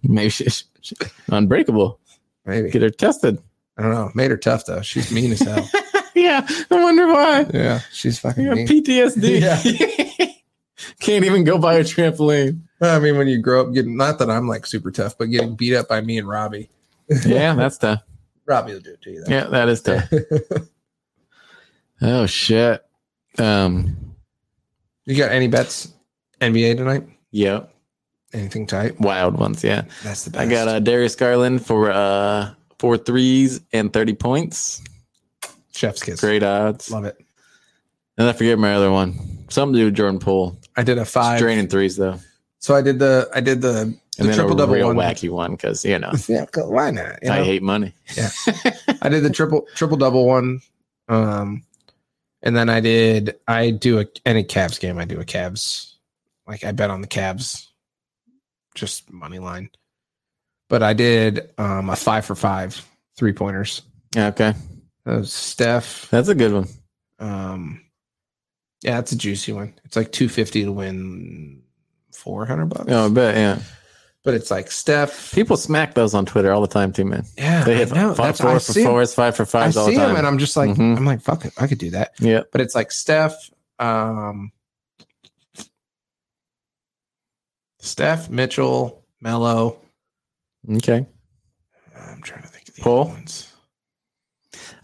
Speaker 4: Maybe she, she- unbreakable.
Speaker 3: Maybe
Speaker 4: Get her tested.
Speaker 3: I don't know. Made her tough though. She's mean as hell.
Speaker 4: Yeah, I wonder why.
Speaker 3: yeah, she's fucking
Speaker 4: You got
Speaker 3: mean.
Speaker 4: PTSD. Can't even go by a trampoline.
Speaker 3: I mean, when you grow up getting not that I'm like super tough, but getting beat up by me and Robbie.
Speaker 4: Yeah, that's tough.
Speaker 3: Robbie will do it to you. Though.
Speaker 4: Yeah, that is tough. oh shit. Um.
Speaker 3: You got any bets? NBA tonight?
Speaker 4: Yeah,
Speaker 3: Anything tight?
Speaker 4: wild ones. Yeah,
Speaker 3: That's the
Speaker 4: I
Speaker 3: best.
Speaker 4: got uh, Darius Garland for uh four threes and thirty points.
Speaker 3: chef's kiss.
Speaker 4: Great odds.
Speaker 3: Love it.
Speaker 4: And I forget my other one. Some dude Jordan Poole.
Speaker 3: I did a
Speaker 4: He's
Speaker 3: five.
Speaker 4: draining threes though,
Speaker 3: So I did the I did the,
Speaker 4: and
Speaker 3: the
Speaker 4: then a
Speaker 3: triple double
Speaker 4: real
Speaker 3: one.
Speaker 4: wacky one because you know
Speaker 3: Yeah, go- why not? you
Speaker 4: I
Speaker 3: know?
Speaker 4: hate money.
Speaker 3: I did the triple triple double one Um, and then I did. I do a any Cavs game. I do a Cavs. Like I bet on the Cavs, just money line. But I did um, a five for five three pointers.
Speaker 4: Okay,
Speaker 3: That was Steph.
Speaker 4: that's a good one.
Speaker 3: Um, yeah, it's a juicy one. It's like two fifty to win four hundred bucks.
Speaker 4: Oh, I bet. Yeah,
Speaker 3: but it's like Steph.
Speaker 4: people smack those on Twitter all the time too, man.
Speaker 3: yeah,
Speaker 4: They
Speaker 3: I
Speaker 4: hit
Speaker 3: know.
Speaker 4: five,
Speaker 3: That's- I
Speaker 4: four for
Speaker 3: see 'em.
Speaker 4: fours, five for
Speaker 3: I
Speaker 4: fives all
Speaker 3: see
Speaker 4: the
Speaker 3: him,
Speaker 4: time.
Speaker 3: and I'm just like,
Speaker 4: Mhm.
Speaker 3: I'm like, fuck it, I could do that.
Speaker 4: yeah,
Speaker 3: But it's like Steph, um, Steph Mitchell, Mello.
Speaker 4: okay.
Speaker 3: I'm trying to think of the
Speaker 4: Paul?
Speaker 3: other ones.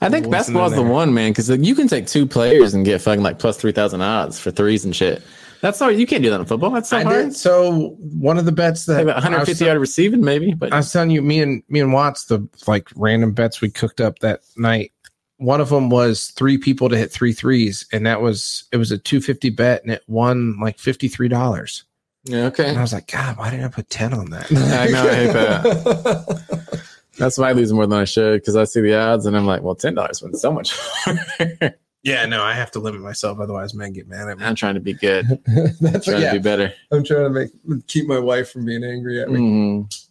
Speaker 4: I think
Speaker 3: Wasn't
Speaker 4: basketball's
Speaker 3: in
Speaker 4: the
Speaker 3: there.
Speaker 4: one, man, because you can take two players and get fucking like plus three thousand odds for threes and shit. That's all you can't do that in football. That's so
Speaker 3: I
Speaker 4: hard.
Speaker 3: did. So one of the bets that
Speaker 4: Have a
Speaker 3: I was
Speaker 4: 150 yard receiving, maybe, but
Speaker 3: I was telling you, me and me and Watts, the like random bets we cooked up that night. One of them was three people to hit three threes, and that was it was a two fifty bet, and it won like fifty three dollars.
Speaker 4: yeah, okay.
Speaker 3: And I was like, God, why didn't I put ten on that?
Speaker 4: I know, I hate that. That's why I lose more than I should because I see the odds and I'm like, well, ten dollars wins so much.
Speaker 3: yeah, no, I have to limit myself, otherwise men get mad at me.
Speaker 4: I'm trying to be good,
Speaker 5: That's
Speaker 4: trying
Speaker 5: yeah.
Speaker 4: to be better.
Speaker 5: I'm trying to make keep my wife from being angry at me.
Speaker 4: Mhm.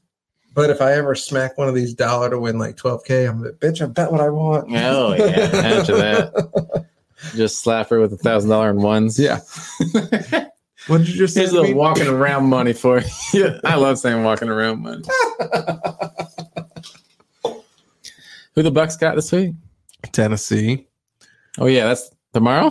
Speaker 5: But if I ever smack one of these dollar to win like 12k, I'm like, bitch, I bet what I want.
Speaker 4: Oh yeah. After that, just slap her with a thousand dollar in ones.
Speaker 5: Yeah. What did you just say?
Speaker 4: Here's
Speaker 5: to
Speaker 4: the
Speaker 5: me?
Speaker 4: walking around money for you. I love saying walking around money. Who the Bucks got this week?
Speaker 3: Tennessee.
Speaker 4: Oh yeah, that's tomorrow.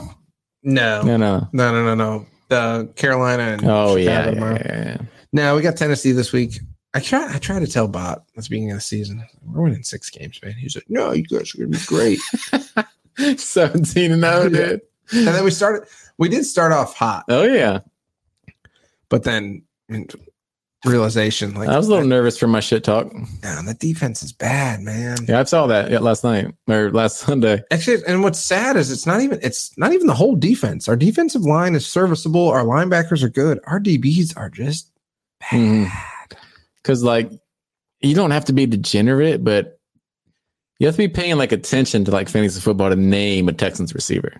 Speaker 3: No.
Speaker 4: No, no.
Speaker 3: No, no, no, no. The Carolina and
Speaker 4: Oh yeah,
Speaker 3: Chicago
Speaker 4: yeah,
Speaker 3: tomorrow.
Speaker 4: yeah,
Speaker 3: No, we got Tennessee this week. I try. I try to tell Bot at the beginning of the season we're winning six games, man. He's like, "No, you guys are gonna be great."
Speaker 4: yeah. Seventeen and zero, dude.
Speaker 3: and then we started. We did start off hot,
Speaker 4: Oh yeah.
Speaker 3: but then and realization like
Speaker 4: I was a little nervous for my shit talk.
Speaker 3: "Damn, the defense is bad, man.
Speaker 4: Yeah, I saw that yeah, last night or last Sunday.
Speaker 3: Actually, and what's sad is it's not even it's not even the whole defense. Our defensive line is serviceable. Our linebackers are good. Our DBs are just bad.
Speaker 4: Mhm. Cause like you don't have to be degenerate, but you have to be paying like attention to like fantasy football to name a Texans receiver.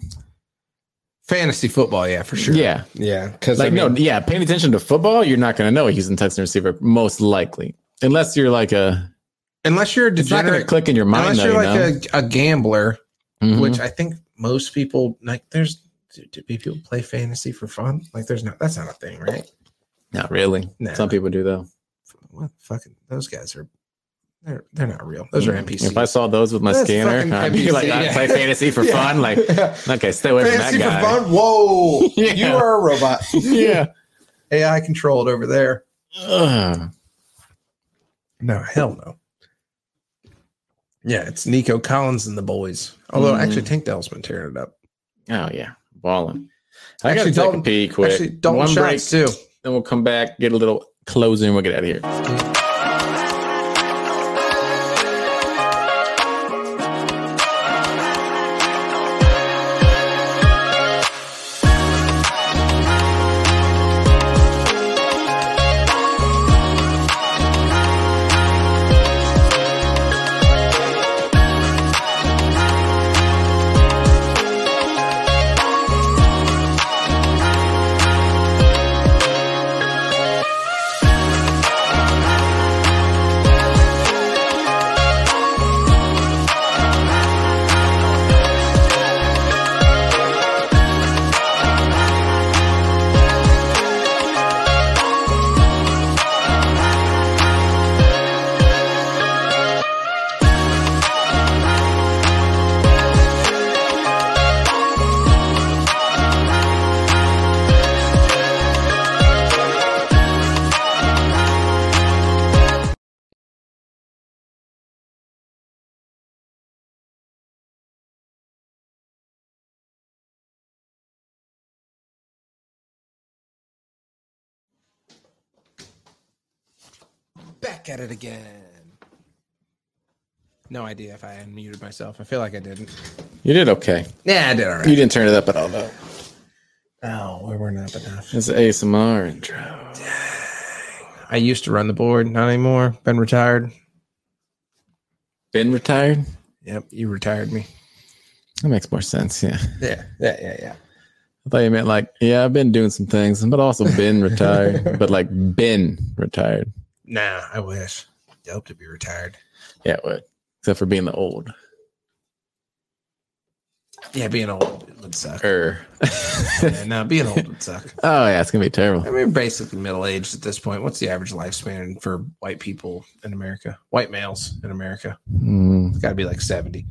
Speaker 3: Fantasy football, yeah, for sure.
Speaker 4: Yeah.
Speaker 3: yeah, because
Speaker 4: Like, no, yeah, paying attention to football, you're not going to know a Houston Texan receiver, most likely. Unless you're like a,
Speaker 3: unless you're a
Speaker 4: it's not going to
Speaker 3: degenerate,
Speaker 4: click in your mind,
Speaker 3: unless
Speaker 4: though.
Speaker 3: you're
Speaker 4: You
Speaker 3: like
Speaker 4: know?
Speaker 3: a, a gambler,
Speaker 4: Mhm.
Speaker 3: which I think most people like. There's do, do people play fantasy for fun? Like, there's not that's not a thing, right?
Speaker 4: not really.
Speaker 3: No.
Speaker 4: Some people do, though.
Speaker 3: What the fucking those guys are. They're they're not real. Those are NPCs.
Speaker 4: Mm-hmm. If I saw those with my
Speaker 3: That's
Speaker 4: scanner,
Speaker 3: fucking
Speaker 4: I'd be
Speaker 3: NPC,
Speaker 4: like, I
Speaker 3: yeah.
Speaker 4: play fantasy for
Speaker 3: Yeah.
Speaker 4: fun. Like, okay, stay away
Speaker 3: fantasy
Speaker 4: from
Speaker 3: for
Speaker 4: that guy.
Speaker 3: fun. Whoa,
Speaker 4: Yeah.
Speaker 3: you are a robot.
Speaker 4: yeah.
Speaker 3: AI controlled over there.
Speaker 4: Ugh.
Speaker 3: No, hell no. Yeah, it's Nico Collins and the boys. Although
Speaker 4: Mhm.
Speaker 3: actually, Tank Dell's been tearing it up.
Speaker 4: Oh, yeah. Balling. I
Speaker 3: Actually,
Speaker 4: actually got to take
Speaker 3: Dalton-
Speaker 4: a pee quick.
Speaker 3: Actually, Dalton
Speaker 4: One break,
Speaker 3: shots too.
Speaker 4: then we'll come back, get a little closing, we'll get out of here.
Speaker 3: Back at it again. No idea if I unmuted myself. I feel like I didn't.
Speaker 4: You did okay.
Speaker 3: Yeah, I did all right.
Speaker 4: You didn't turn it up at all, though.
Speaker 3: Oh, we weren't up enough.
Speaker 4: It's ASMR intro.
Speaker 3: I used to run the board, not anymore. Been retired.
Speaker 4: Been retired?
Speaker 3: Yep, you retired me.
Speaker 4: That makes more sense. Yeah.
Speaker 3: Yeah, yeah, yeah, yeah.
Speaker 4: I thought you meant like, yeah, I've been doing some things, but also been retired, but like been retired.
Speaker 5: Nah, I wish. Dope to be retired.
Speaker 4: Yeah, it would. Except for being the old.
Speaker 3: Yeah, being old would suck.
Speaker 4: Er.
Speaker 3: Yeah, no, being old would suck.
Speaker 4: Oh yeah, it's gonna be
Speaker 3: I
Speaker 4: terrible.
Speaker 3: mean, basically middle aged at this point. What's the average lifespan for white people in America? White males in America.
Speaker 4: Mm,
Speaker 3: It's got to be like 70.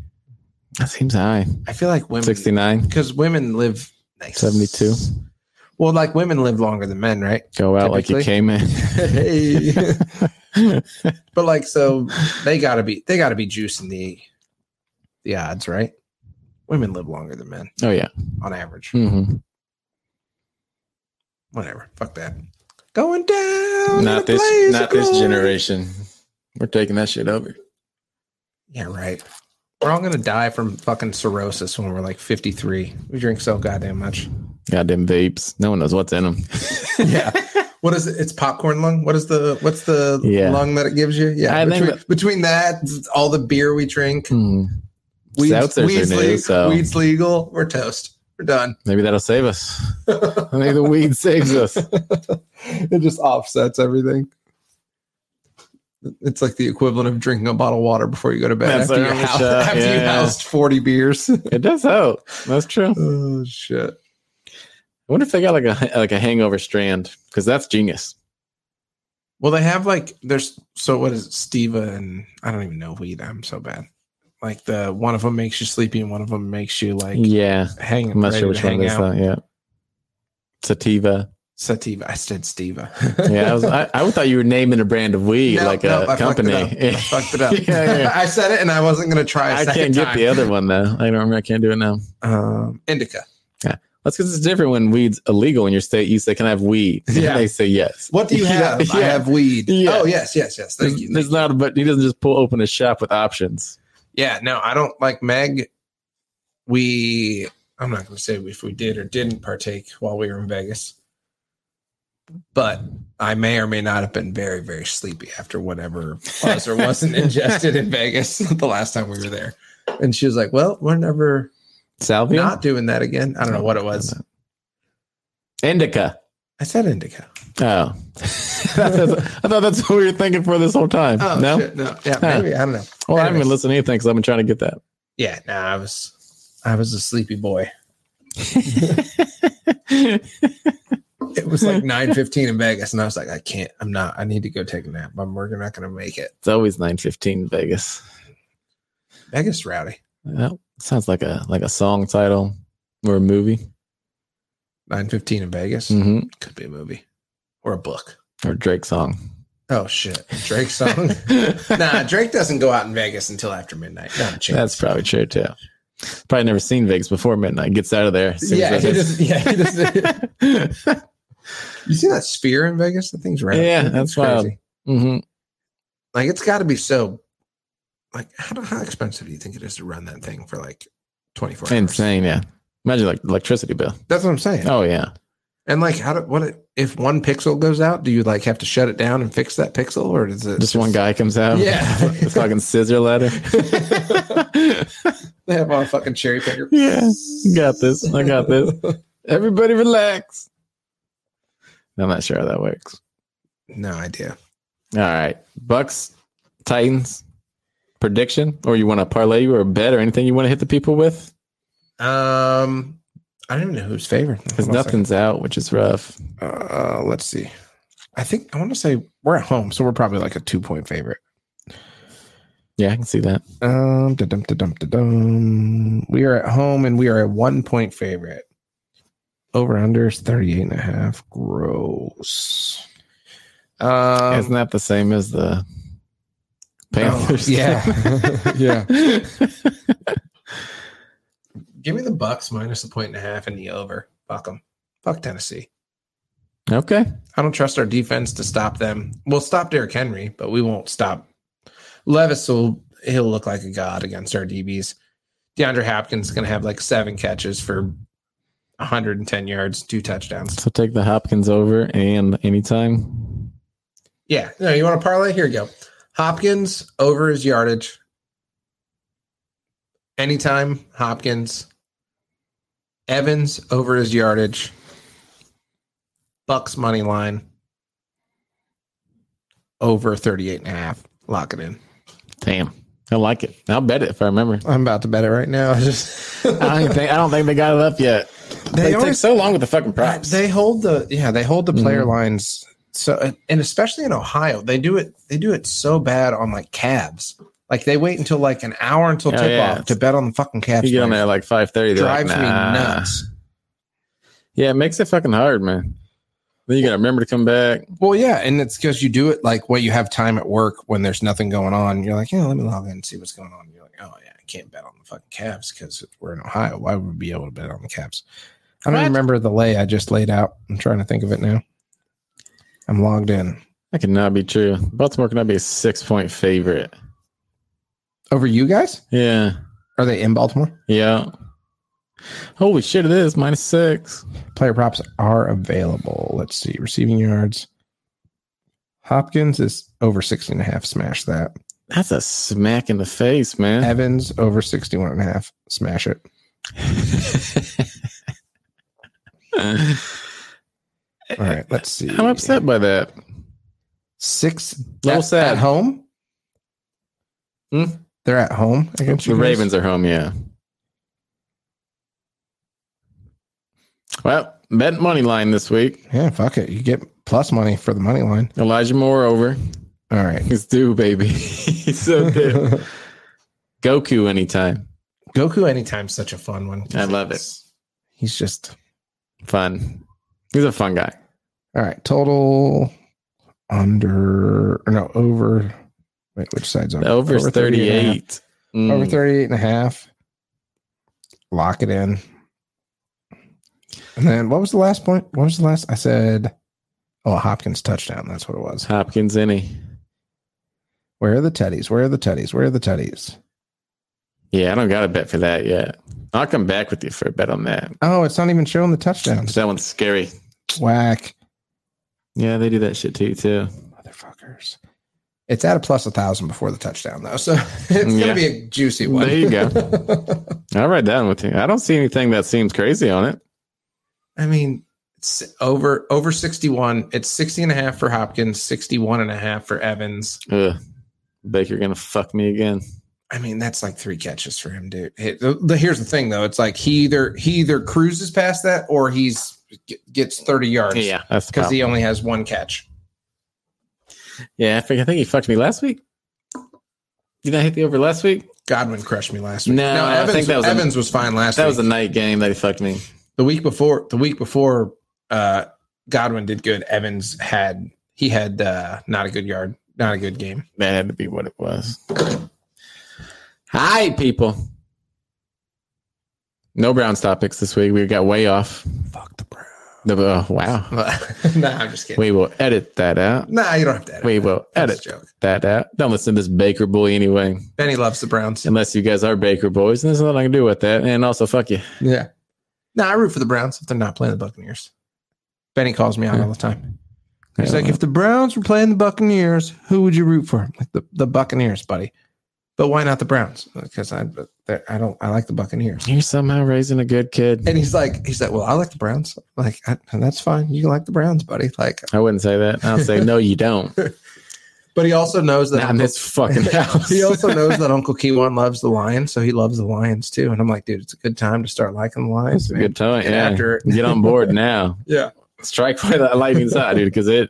Speaker 4: that seems high.
Speaker 3: I feel like women.
Speaker 4: Sixty nine.
Speaker 3: Because women live nice.
Speaker 4: 72.
Speaker 3: Well, like women live longer than men, right?
Speaker 4: Go out like you
Speaker 3: Typically.
Speaker 4: came in.
Speaker 3: Hey. but like, so they gotta be they gotta be juicing the the odds, right? Women live longer than men
Speaker 4: oh yeah.
Speaker 3: on average.
Speaker 4: hmm
Speaker 3: Whatever. Fuck that. Going down. in a
Speaker 4: Not this.
Speaker 3: blaze of
Speaker 4: Not this
Speaker 3: glory.
Speaker 4: generation. We're taking that shit over.
Speaker 3: Yeah, right. We're all gonna die from fucking cirrhosis when we're like 53. We drink so goddamn much.
Speaker 4: Goddamn vapes. No one knows what's in them.
Speaker 5: Yeah. what is it? It's popcorn lung. What is the what's the
Speaker 4: Yeah.
Speaker 5: lung that it gives you? Yeah.
Speaker 4: I think
Speaker 5: between, between that, all the beer we drink, weeds,
Speaker 4: Seltzers are
Speaker 5: weeds,
Speaker 4: new,
Speaker 5: le-
Speaker 4: so-
Speaker 5: weeds legal, we're toast. We're done.
Speaker 4: Maybe that'll save us. Maybe the weed saves us.
Speaker 5: it just offsets everything. It's like the equivalent of drinking a bottle of water before you go to bed
Speaker 4: That's
Speaker 5: after, you
Speaker 4: our
Speaker 5: house,
Speaker 4: shot,
Speaker 5: after you
Speaker 4: yeah.
Speaker 5: housed 40 beers.
Speaker 4: It does help. That's true.
Speaker 5: oh, shit.
Speaker 4: I wonder if they got like a like a hangover strand because that's genius.
Speaker 3: Well, they have like there's so what is it, Steva and I don't even know weed. I'm so bad. Like the one of them makes you sleepy and one of them makes you like
Speaker 4: yeah,
Speaker 3: hang.
Speaker 4: I'm not
Speaker 3: ready
Speaker 4: sure
Speaker 3: to
Speaker 4: which one
Speaker 3: hang
Speaker 4: it is though.
Speaker 3: out.
Speaker 4: Yeah, sativa.
Speaker 3: Sativa. I said Steva.
Speaker 4: Yeah, I, was, I, I thought you were naming a brand of weed
Speaker 5: Nope,
Speaker 4: like
Speaker 5: nope,
Speaker 4: a
Speaker 5: I fucked it
Speaker 4: company.
Speaker 5: up. I fucked it up.
Speaker 4: yeah, yeah.
Speaker 5: I said it and I wasn't going to try I
Speaker 4: I can't get the other one though. I don't remember. I can't do it now.
Speaker 3: Um,
Speaker 5: Indica.
Speaker 4: That's because it's different when weed's illegal in your state. You say, "Can I have weed?" And
Speaker 5: Yeah.
Speaker 4: they say yes.
Speaker 5: What do you have? I
Speaker 4: Yeah.
Speaker 5: have weed.
Speaker 4: Yeah.
Speaker 5: Oh, yes, yes, yes. Thank
Speaker 4: There's,
Speaker 5: you.
Speaker 4: there's not, a, but he doesn't just pull open a shop with options.
Speaker 3: yeah, no, I don't like Meg. We I'm not gonna say if we did or didn't partake while we were in Vegas. But I may or may not have been very, very sleepy after whatever was or wasn't ingested in Vegas the last time we were there. And she was like, Well, we're never
Speaker 4: Salvia,
Speaker 3: not doing that again. I don't know what it was.
Speaker 4: indica.
Speaker 3: I said indica.
Speaker 4: Oh, I thought that's what we were thinking for this whole time.
Speaker 3: Oh
Speaker 4: no,
Speaker 3: shit, no. Yeah, maybe. I don't know.
Speaker 4: well, I haven't been
Speaker 3: Anyways.
Speaker 4: listening to anything because I've been trying to get that.
Speaker 3: Yeah, no, I was I was a sleepy boy. It was like 9:15 in Vegas and I was like I can't. I'm not. I need to go take a nap. I'm we're not going to make it.
Speaker 4: It's always nine fifteen Vegas.
Speaker 3: Vegas rowdy.
Speaker 4: That sounds like a like a song title or a movie
Speaker 3: 9:15 in Vegas
Speaker 4: hmm
Speaker 3: could be a movie or a book.
Speaker 4: or Drake song.
Speaker 3: Oh shit. Drake song. nah, Drake doesn't go out in Vegas until after midnight. Not a chance.
Speaker 4: That's probably true too. Probably never seen Vegas before midnight. Gets out of there. as soon as
Speaker 5: Yeah,
Speaker 4: it
Speaker 5: he
Speaker 4: hits.
Speaker 5: doesn't- yeah, he doesn't-
Speaker 3: you see that sphere in Vegas? The thing's round.
Speaker 4: Yeah,
Speaker 3: It's
Speaker 4: that's wild. Mhm.
Speaker 5: Mm-hmm.
Speaker 3: Like it's got to be so like how, how expensive do you think it is to run that thing for like 24 hours?
Speaker 4: Insane. Yeah. Imagine like electricity bill.
Speaker 3: That's what I'm saying.
Speaker 4: Oh yeah.
Speaker 3: And like, how do what it- if one pixel goes out? Do you like have to shut it down and fix that pixel, or is it
Speaker 4: Just one guy comes out.
Speaker 3: Yeah.
Speaker 4: It's fucking scissor ladder.
Speaker 3: They have on a fucking cherry picker.
Speaker 4: yeah. Got this. I got this. Everybody relax. I'm not sure how that works.
Speaker 3: No idea.
Speaker 4: All right. Bucks, Titans, prediction, or you want to parlay or bet or anything you want to hit the people with?
Speaker 3: Um, I don't even know who's favored.
Speaker 4: Because
Speaker 3: Hold on a second.
Speaker 4: nothing's out, which is rough.
Speaker 3: Uh, let's see. I think I want to say we're at home, so we're probably like a two point favorite.
Speaker 4: Yeah, I can see that.
Speaker 3: Um, da-dum, da-dum, da-dum. we are at home and we are a one point favorite. Over under is 38 and a half. Gross. Um,
Speaker 4: Isn't that the same as the Panthers?
Speaker 3: Oh, yeah. yeah. Give me the Bucks minus a point and a half and the over. Fuck them. Fuck Tennessee.
Speaker 4: okay.
Speaker 3: I don't trust our defense to stop them. We'll stop Derrick Henry, but we won't stop Levis. Will he'll look like a god against our DBs? DeAndre Hopkins is going to have like seven catches for 110 yards, two touchdowns.
Speaker 4: So take the Hopkins over and anytime.
Speaker 3: Yeah. No, you want to parlay? Here you go. Hopkins over his yardage anytime Hopkins, Evans over his yardage, Bucks money line over 38 and a half. Lock it in.
Speaker 4: Damn. I like it. I'll bet it if I remember.
Speaker 3: I'm about to bet it right now. I just
Speaker 4: I don't think I don't think they got it up yet. They,
Speaker 3: They
Speaker 4: take
Speaker 3: always-
Speaker 4: so long with the fucking props.
Speaker 3: they hold the yeah, they hold the
Speaker 4: Mm-hmm.
Speaker 3: player lines so and- and especially in Ohio, they do it they do it so bad on like cabs. Like they wait until like an hour until
Speaker 4: Oh,
Speaker 3: tip
Speaker 4: yeah.
Speaker 3: off to bet on the fucking cabs.
Speaker 4: you get on there at like five thirty.
Speaker 3: drives
Speaker 4: like,
Speaker 3: me
Speaker 4: nah.
Speaker 3: nuts.
Speaker 4: Yeah, it makes it fucking hard, man. Then you gotta remember to come back.
Speaker 3: Well, yeah, and it's because you do it like when you have time at work when there's nothing going on. You're like, yeah, let me log in and see what's going on. you're like, oh yeah, I can't bet on the fucking Cavs because we're in Ohio. Why would we be able to bet on the Cavs? I don't
Speaker 4: What?
Speaker 3: remember the lay I just laid out. I'm trying to think of it now. I'm logged in
Speaker 4: That could not be true. Baltimore cannot be a six point favorite.
Speaker 3: over you guys.
Speaker 4: Yeah.
Speaker 3: Are they in Baltimore?
Speaker 4: Yeah. Holy shit, it is minus six.
Speaker 3: Player props are available. Let's see, receiving yards. Hopkins is over 60 and a half. Smash that.
Speaker 4: That's a smack in the face, man.
Speaker 3: Evans over 61 and a half. Smash it. All right, let's see.
Speaker 4: I'm upset by that.
Speaker 3: Six.
Speaker 4: Little
Speaker 3: at,
Speaker 4: sad.
Speaker 3: at home.
Speaker 4: Hmm?
Speaker 3: They're at home against
Speaker 4: The
Speaker 3: you guys?
Speaker 4: Ravens are home, yeah. Well, bet money line this week.
Speaker 3: Yeah, fuck it. You get plus money for the money line.
Speaker 4: Elijah Moore over.
Speaker 3: All right.
Speaker 4: He's due, baby. He's so due.
Speaker 3: Goku
Speaker 4: Goku anytime.
Speaker 3: anytime's such a fun one.
Speaker 4: I love it.
Speaker 3: He's just
Speaker 4: Fun. He's a fun guy.
Speaker 3: all right. Total under or no over. Wait, which side's
Speaker 4: The
Speaker 3: over?
Speaker 4: over is
Speaker 3: 30 and a half.
Speaker 4: 38. Mm.
Speaker 3: Over 38 and a half. Lock it in. And then what was the last point? What was the last? I said, oh, a Hopkins touchdown. That's what it was.
Speaker 4: Hopkins any.
Speaker 3: Where are the teddies? Where are the teddies? Where are the teddies?
Speaker 4: Yeah, I don't got a bet for that yet. I'll come back with you for a bet on that.
Speaker 3: Oh, it's not even showing the touchdowns.
Speaker 4: That one's scary.
Speaker 3: Whack.
Speaker 4: Yeah, they do that shit to you too.
Speaker 3: Motherfuckers. It's at a plus a thousand before the touchdown, though. So it's going
Speaker 4: Yeah.
Speaker 3: to be a juicy one.
Speaker 4: There you I'll write down with you. I don't see anything that seems crazy on it.
Speaker 3: I mean, it's over over 61. It's 60 and a half for Hopkins, 61 and a half for Evans.
Speaker 4: Ugh. Baker gonna fuck me again.
Speaker 3: I mean, that's like three catches for him, dude. Hey, the- the- here's the thing, though. It's like he either he either cruises past that or he's g- gets 30 yards.
Speaker 4: that's the
Speaker 3: Because
Speaker 4: problem.
Speaker 3: he only has one catch.
Speaker 4: yeah, I think I think he fucked me last week. Did I hit the over last week?
Speaker 3: Godwin crushed me last week.
Speaker 4: No, I
Speaker 3: Evans,
Speaker 4: think that was a-
Speaker 3: Evans was fine last
Speaker 4: That
Speaker 3: week.
Speaker 4: was a night game that he fucked me.
Speaker 3: the week before the week before uh godwin did good evans had he had uh not a good yard not a good game
Speaker 4: That had to be what it was. Hi, people. No Browns topics this week. We got way off.
Speaker 3: fuck the browns
Speaker 4: The, oh, wow.
Speaker 3: nah i'm just kidding
Speaker 4: We will edit that out.
Speaker 3: nah you don't have to edit
Speaker 4: We will
Speaker 3: That
Speaker 4: edit
Speaker 3: was a joke
Speaker 4: that out. Don't listen to this Baker boy anyway.
Speaker 3: benny loves the browns
Speaker 4: Unless you guys are Baker boys, and there's nothing I can do with that. And also, fuck you.
Speaker 3: yeah no i root for the browns if they're not playing the buccaneers benny calls me out all the time he's like if the browns were playing the buccaneers who would you root for I'm like the, the buccaneers buddy but why not the browns because i they're- i don't i like the buccaneers
Speaker 4: you're somehow raising a good kid,
Speaker 3: And he's like, he's like, well, I like the Browns. I'm Like, I, and that's fine. You like the Browns, buddy. Like,
Speaker 4: I wouldn't say that. I'll say no, you don't.
Speaker 3: but he also knows that
Speaker 4: Not in this fucking house.
Speaker 3: he also knows that Uncle Kiwan loves the Lions, so he loves the Lions too. And I'm like, dude, it's a good time to start liking the Lions.
Speaker 4: It's a
Speaker 3: man.
Speaker 4: good time.
Speaker 3: Get
Speaker 4: yeah.
Speaker 3: after it.
Speaker 4: Get on board now.
Speaker 3: Yeah.
Speaker 4: Strike by the lightning side, dude, because it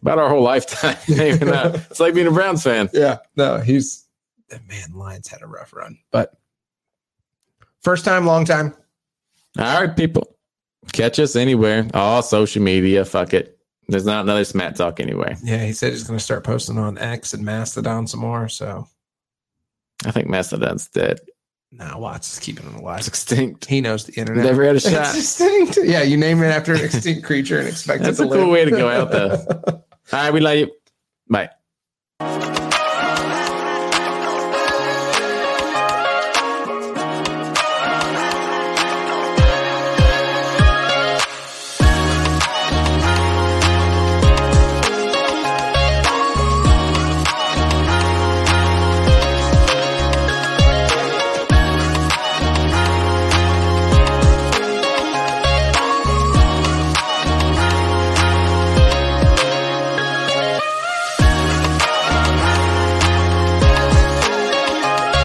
Speaker 4: about our whole lifetime. Maybe not. It's like being a Browns fan.
Speaker 3: Yeah, no, he's that man. Lions had a rough run, but first time, long time.
Speaker 4: All right, people. Catch us anywhere. All social media. Fuck it. There's not another smat talk anyway.
Speaker 3: Yeah, he said he's going to start posting on X and Mastodon some more. So
Speaker 4: I think Mastodon's dead.
Speaker 3: now nah, Watts is keeping him
Speaker 4: It's
Speaker 3: alive.
Speaker 4: extinct.
Speaker 3: He knows the internet.
Speaker 4: Never had a shot.
Speaker 3: It's extinct. Yeah, you name it after an extinct creature and expect
Speaker 4: That's
Speaker 3: it to
Speaker 4: a cool
Speaker 3: live.
Speaker 4: way to go out, though. All right, we love you. Bye.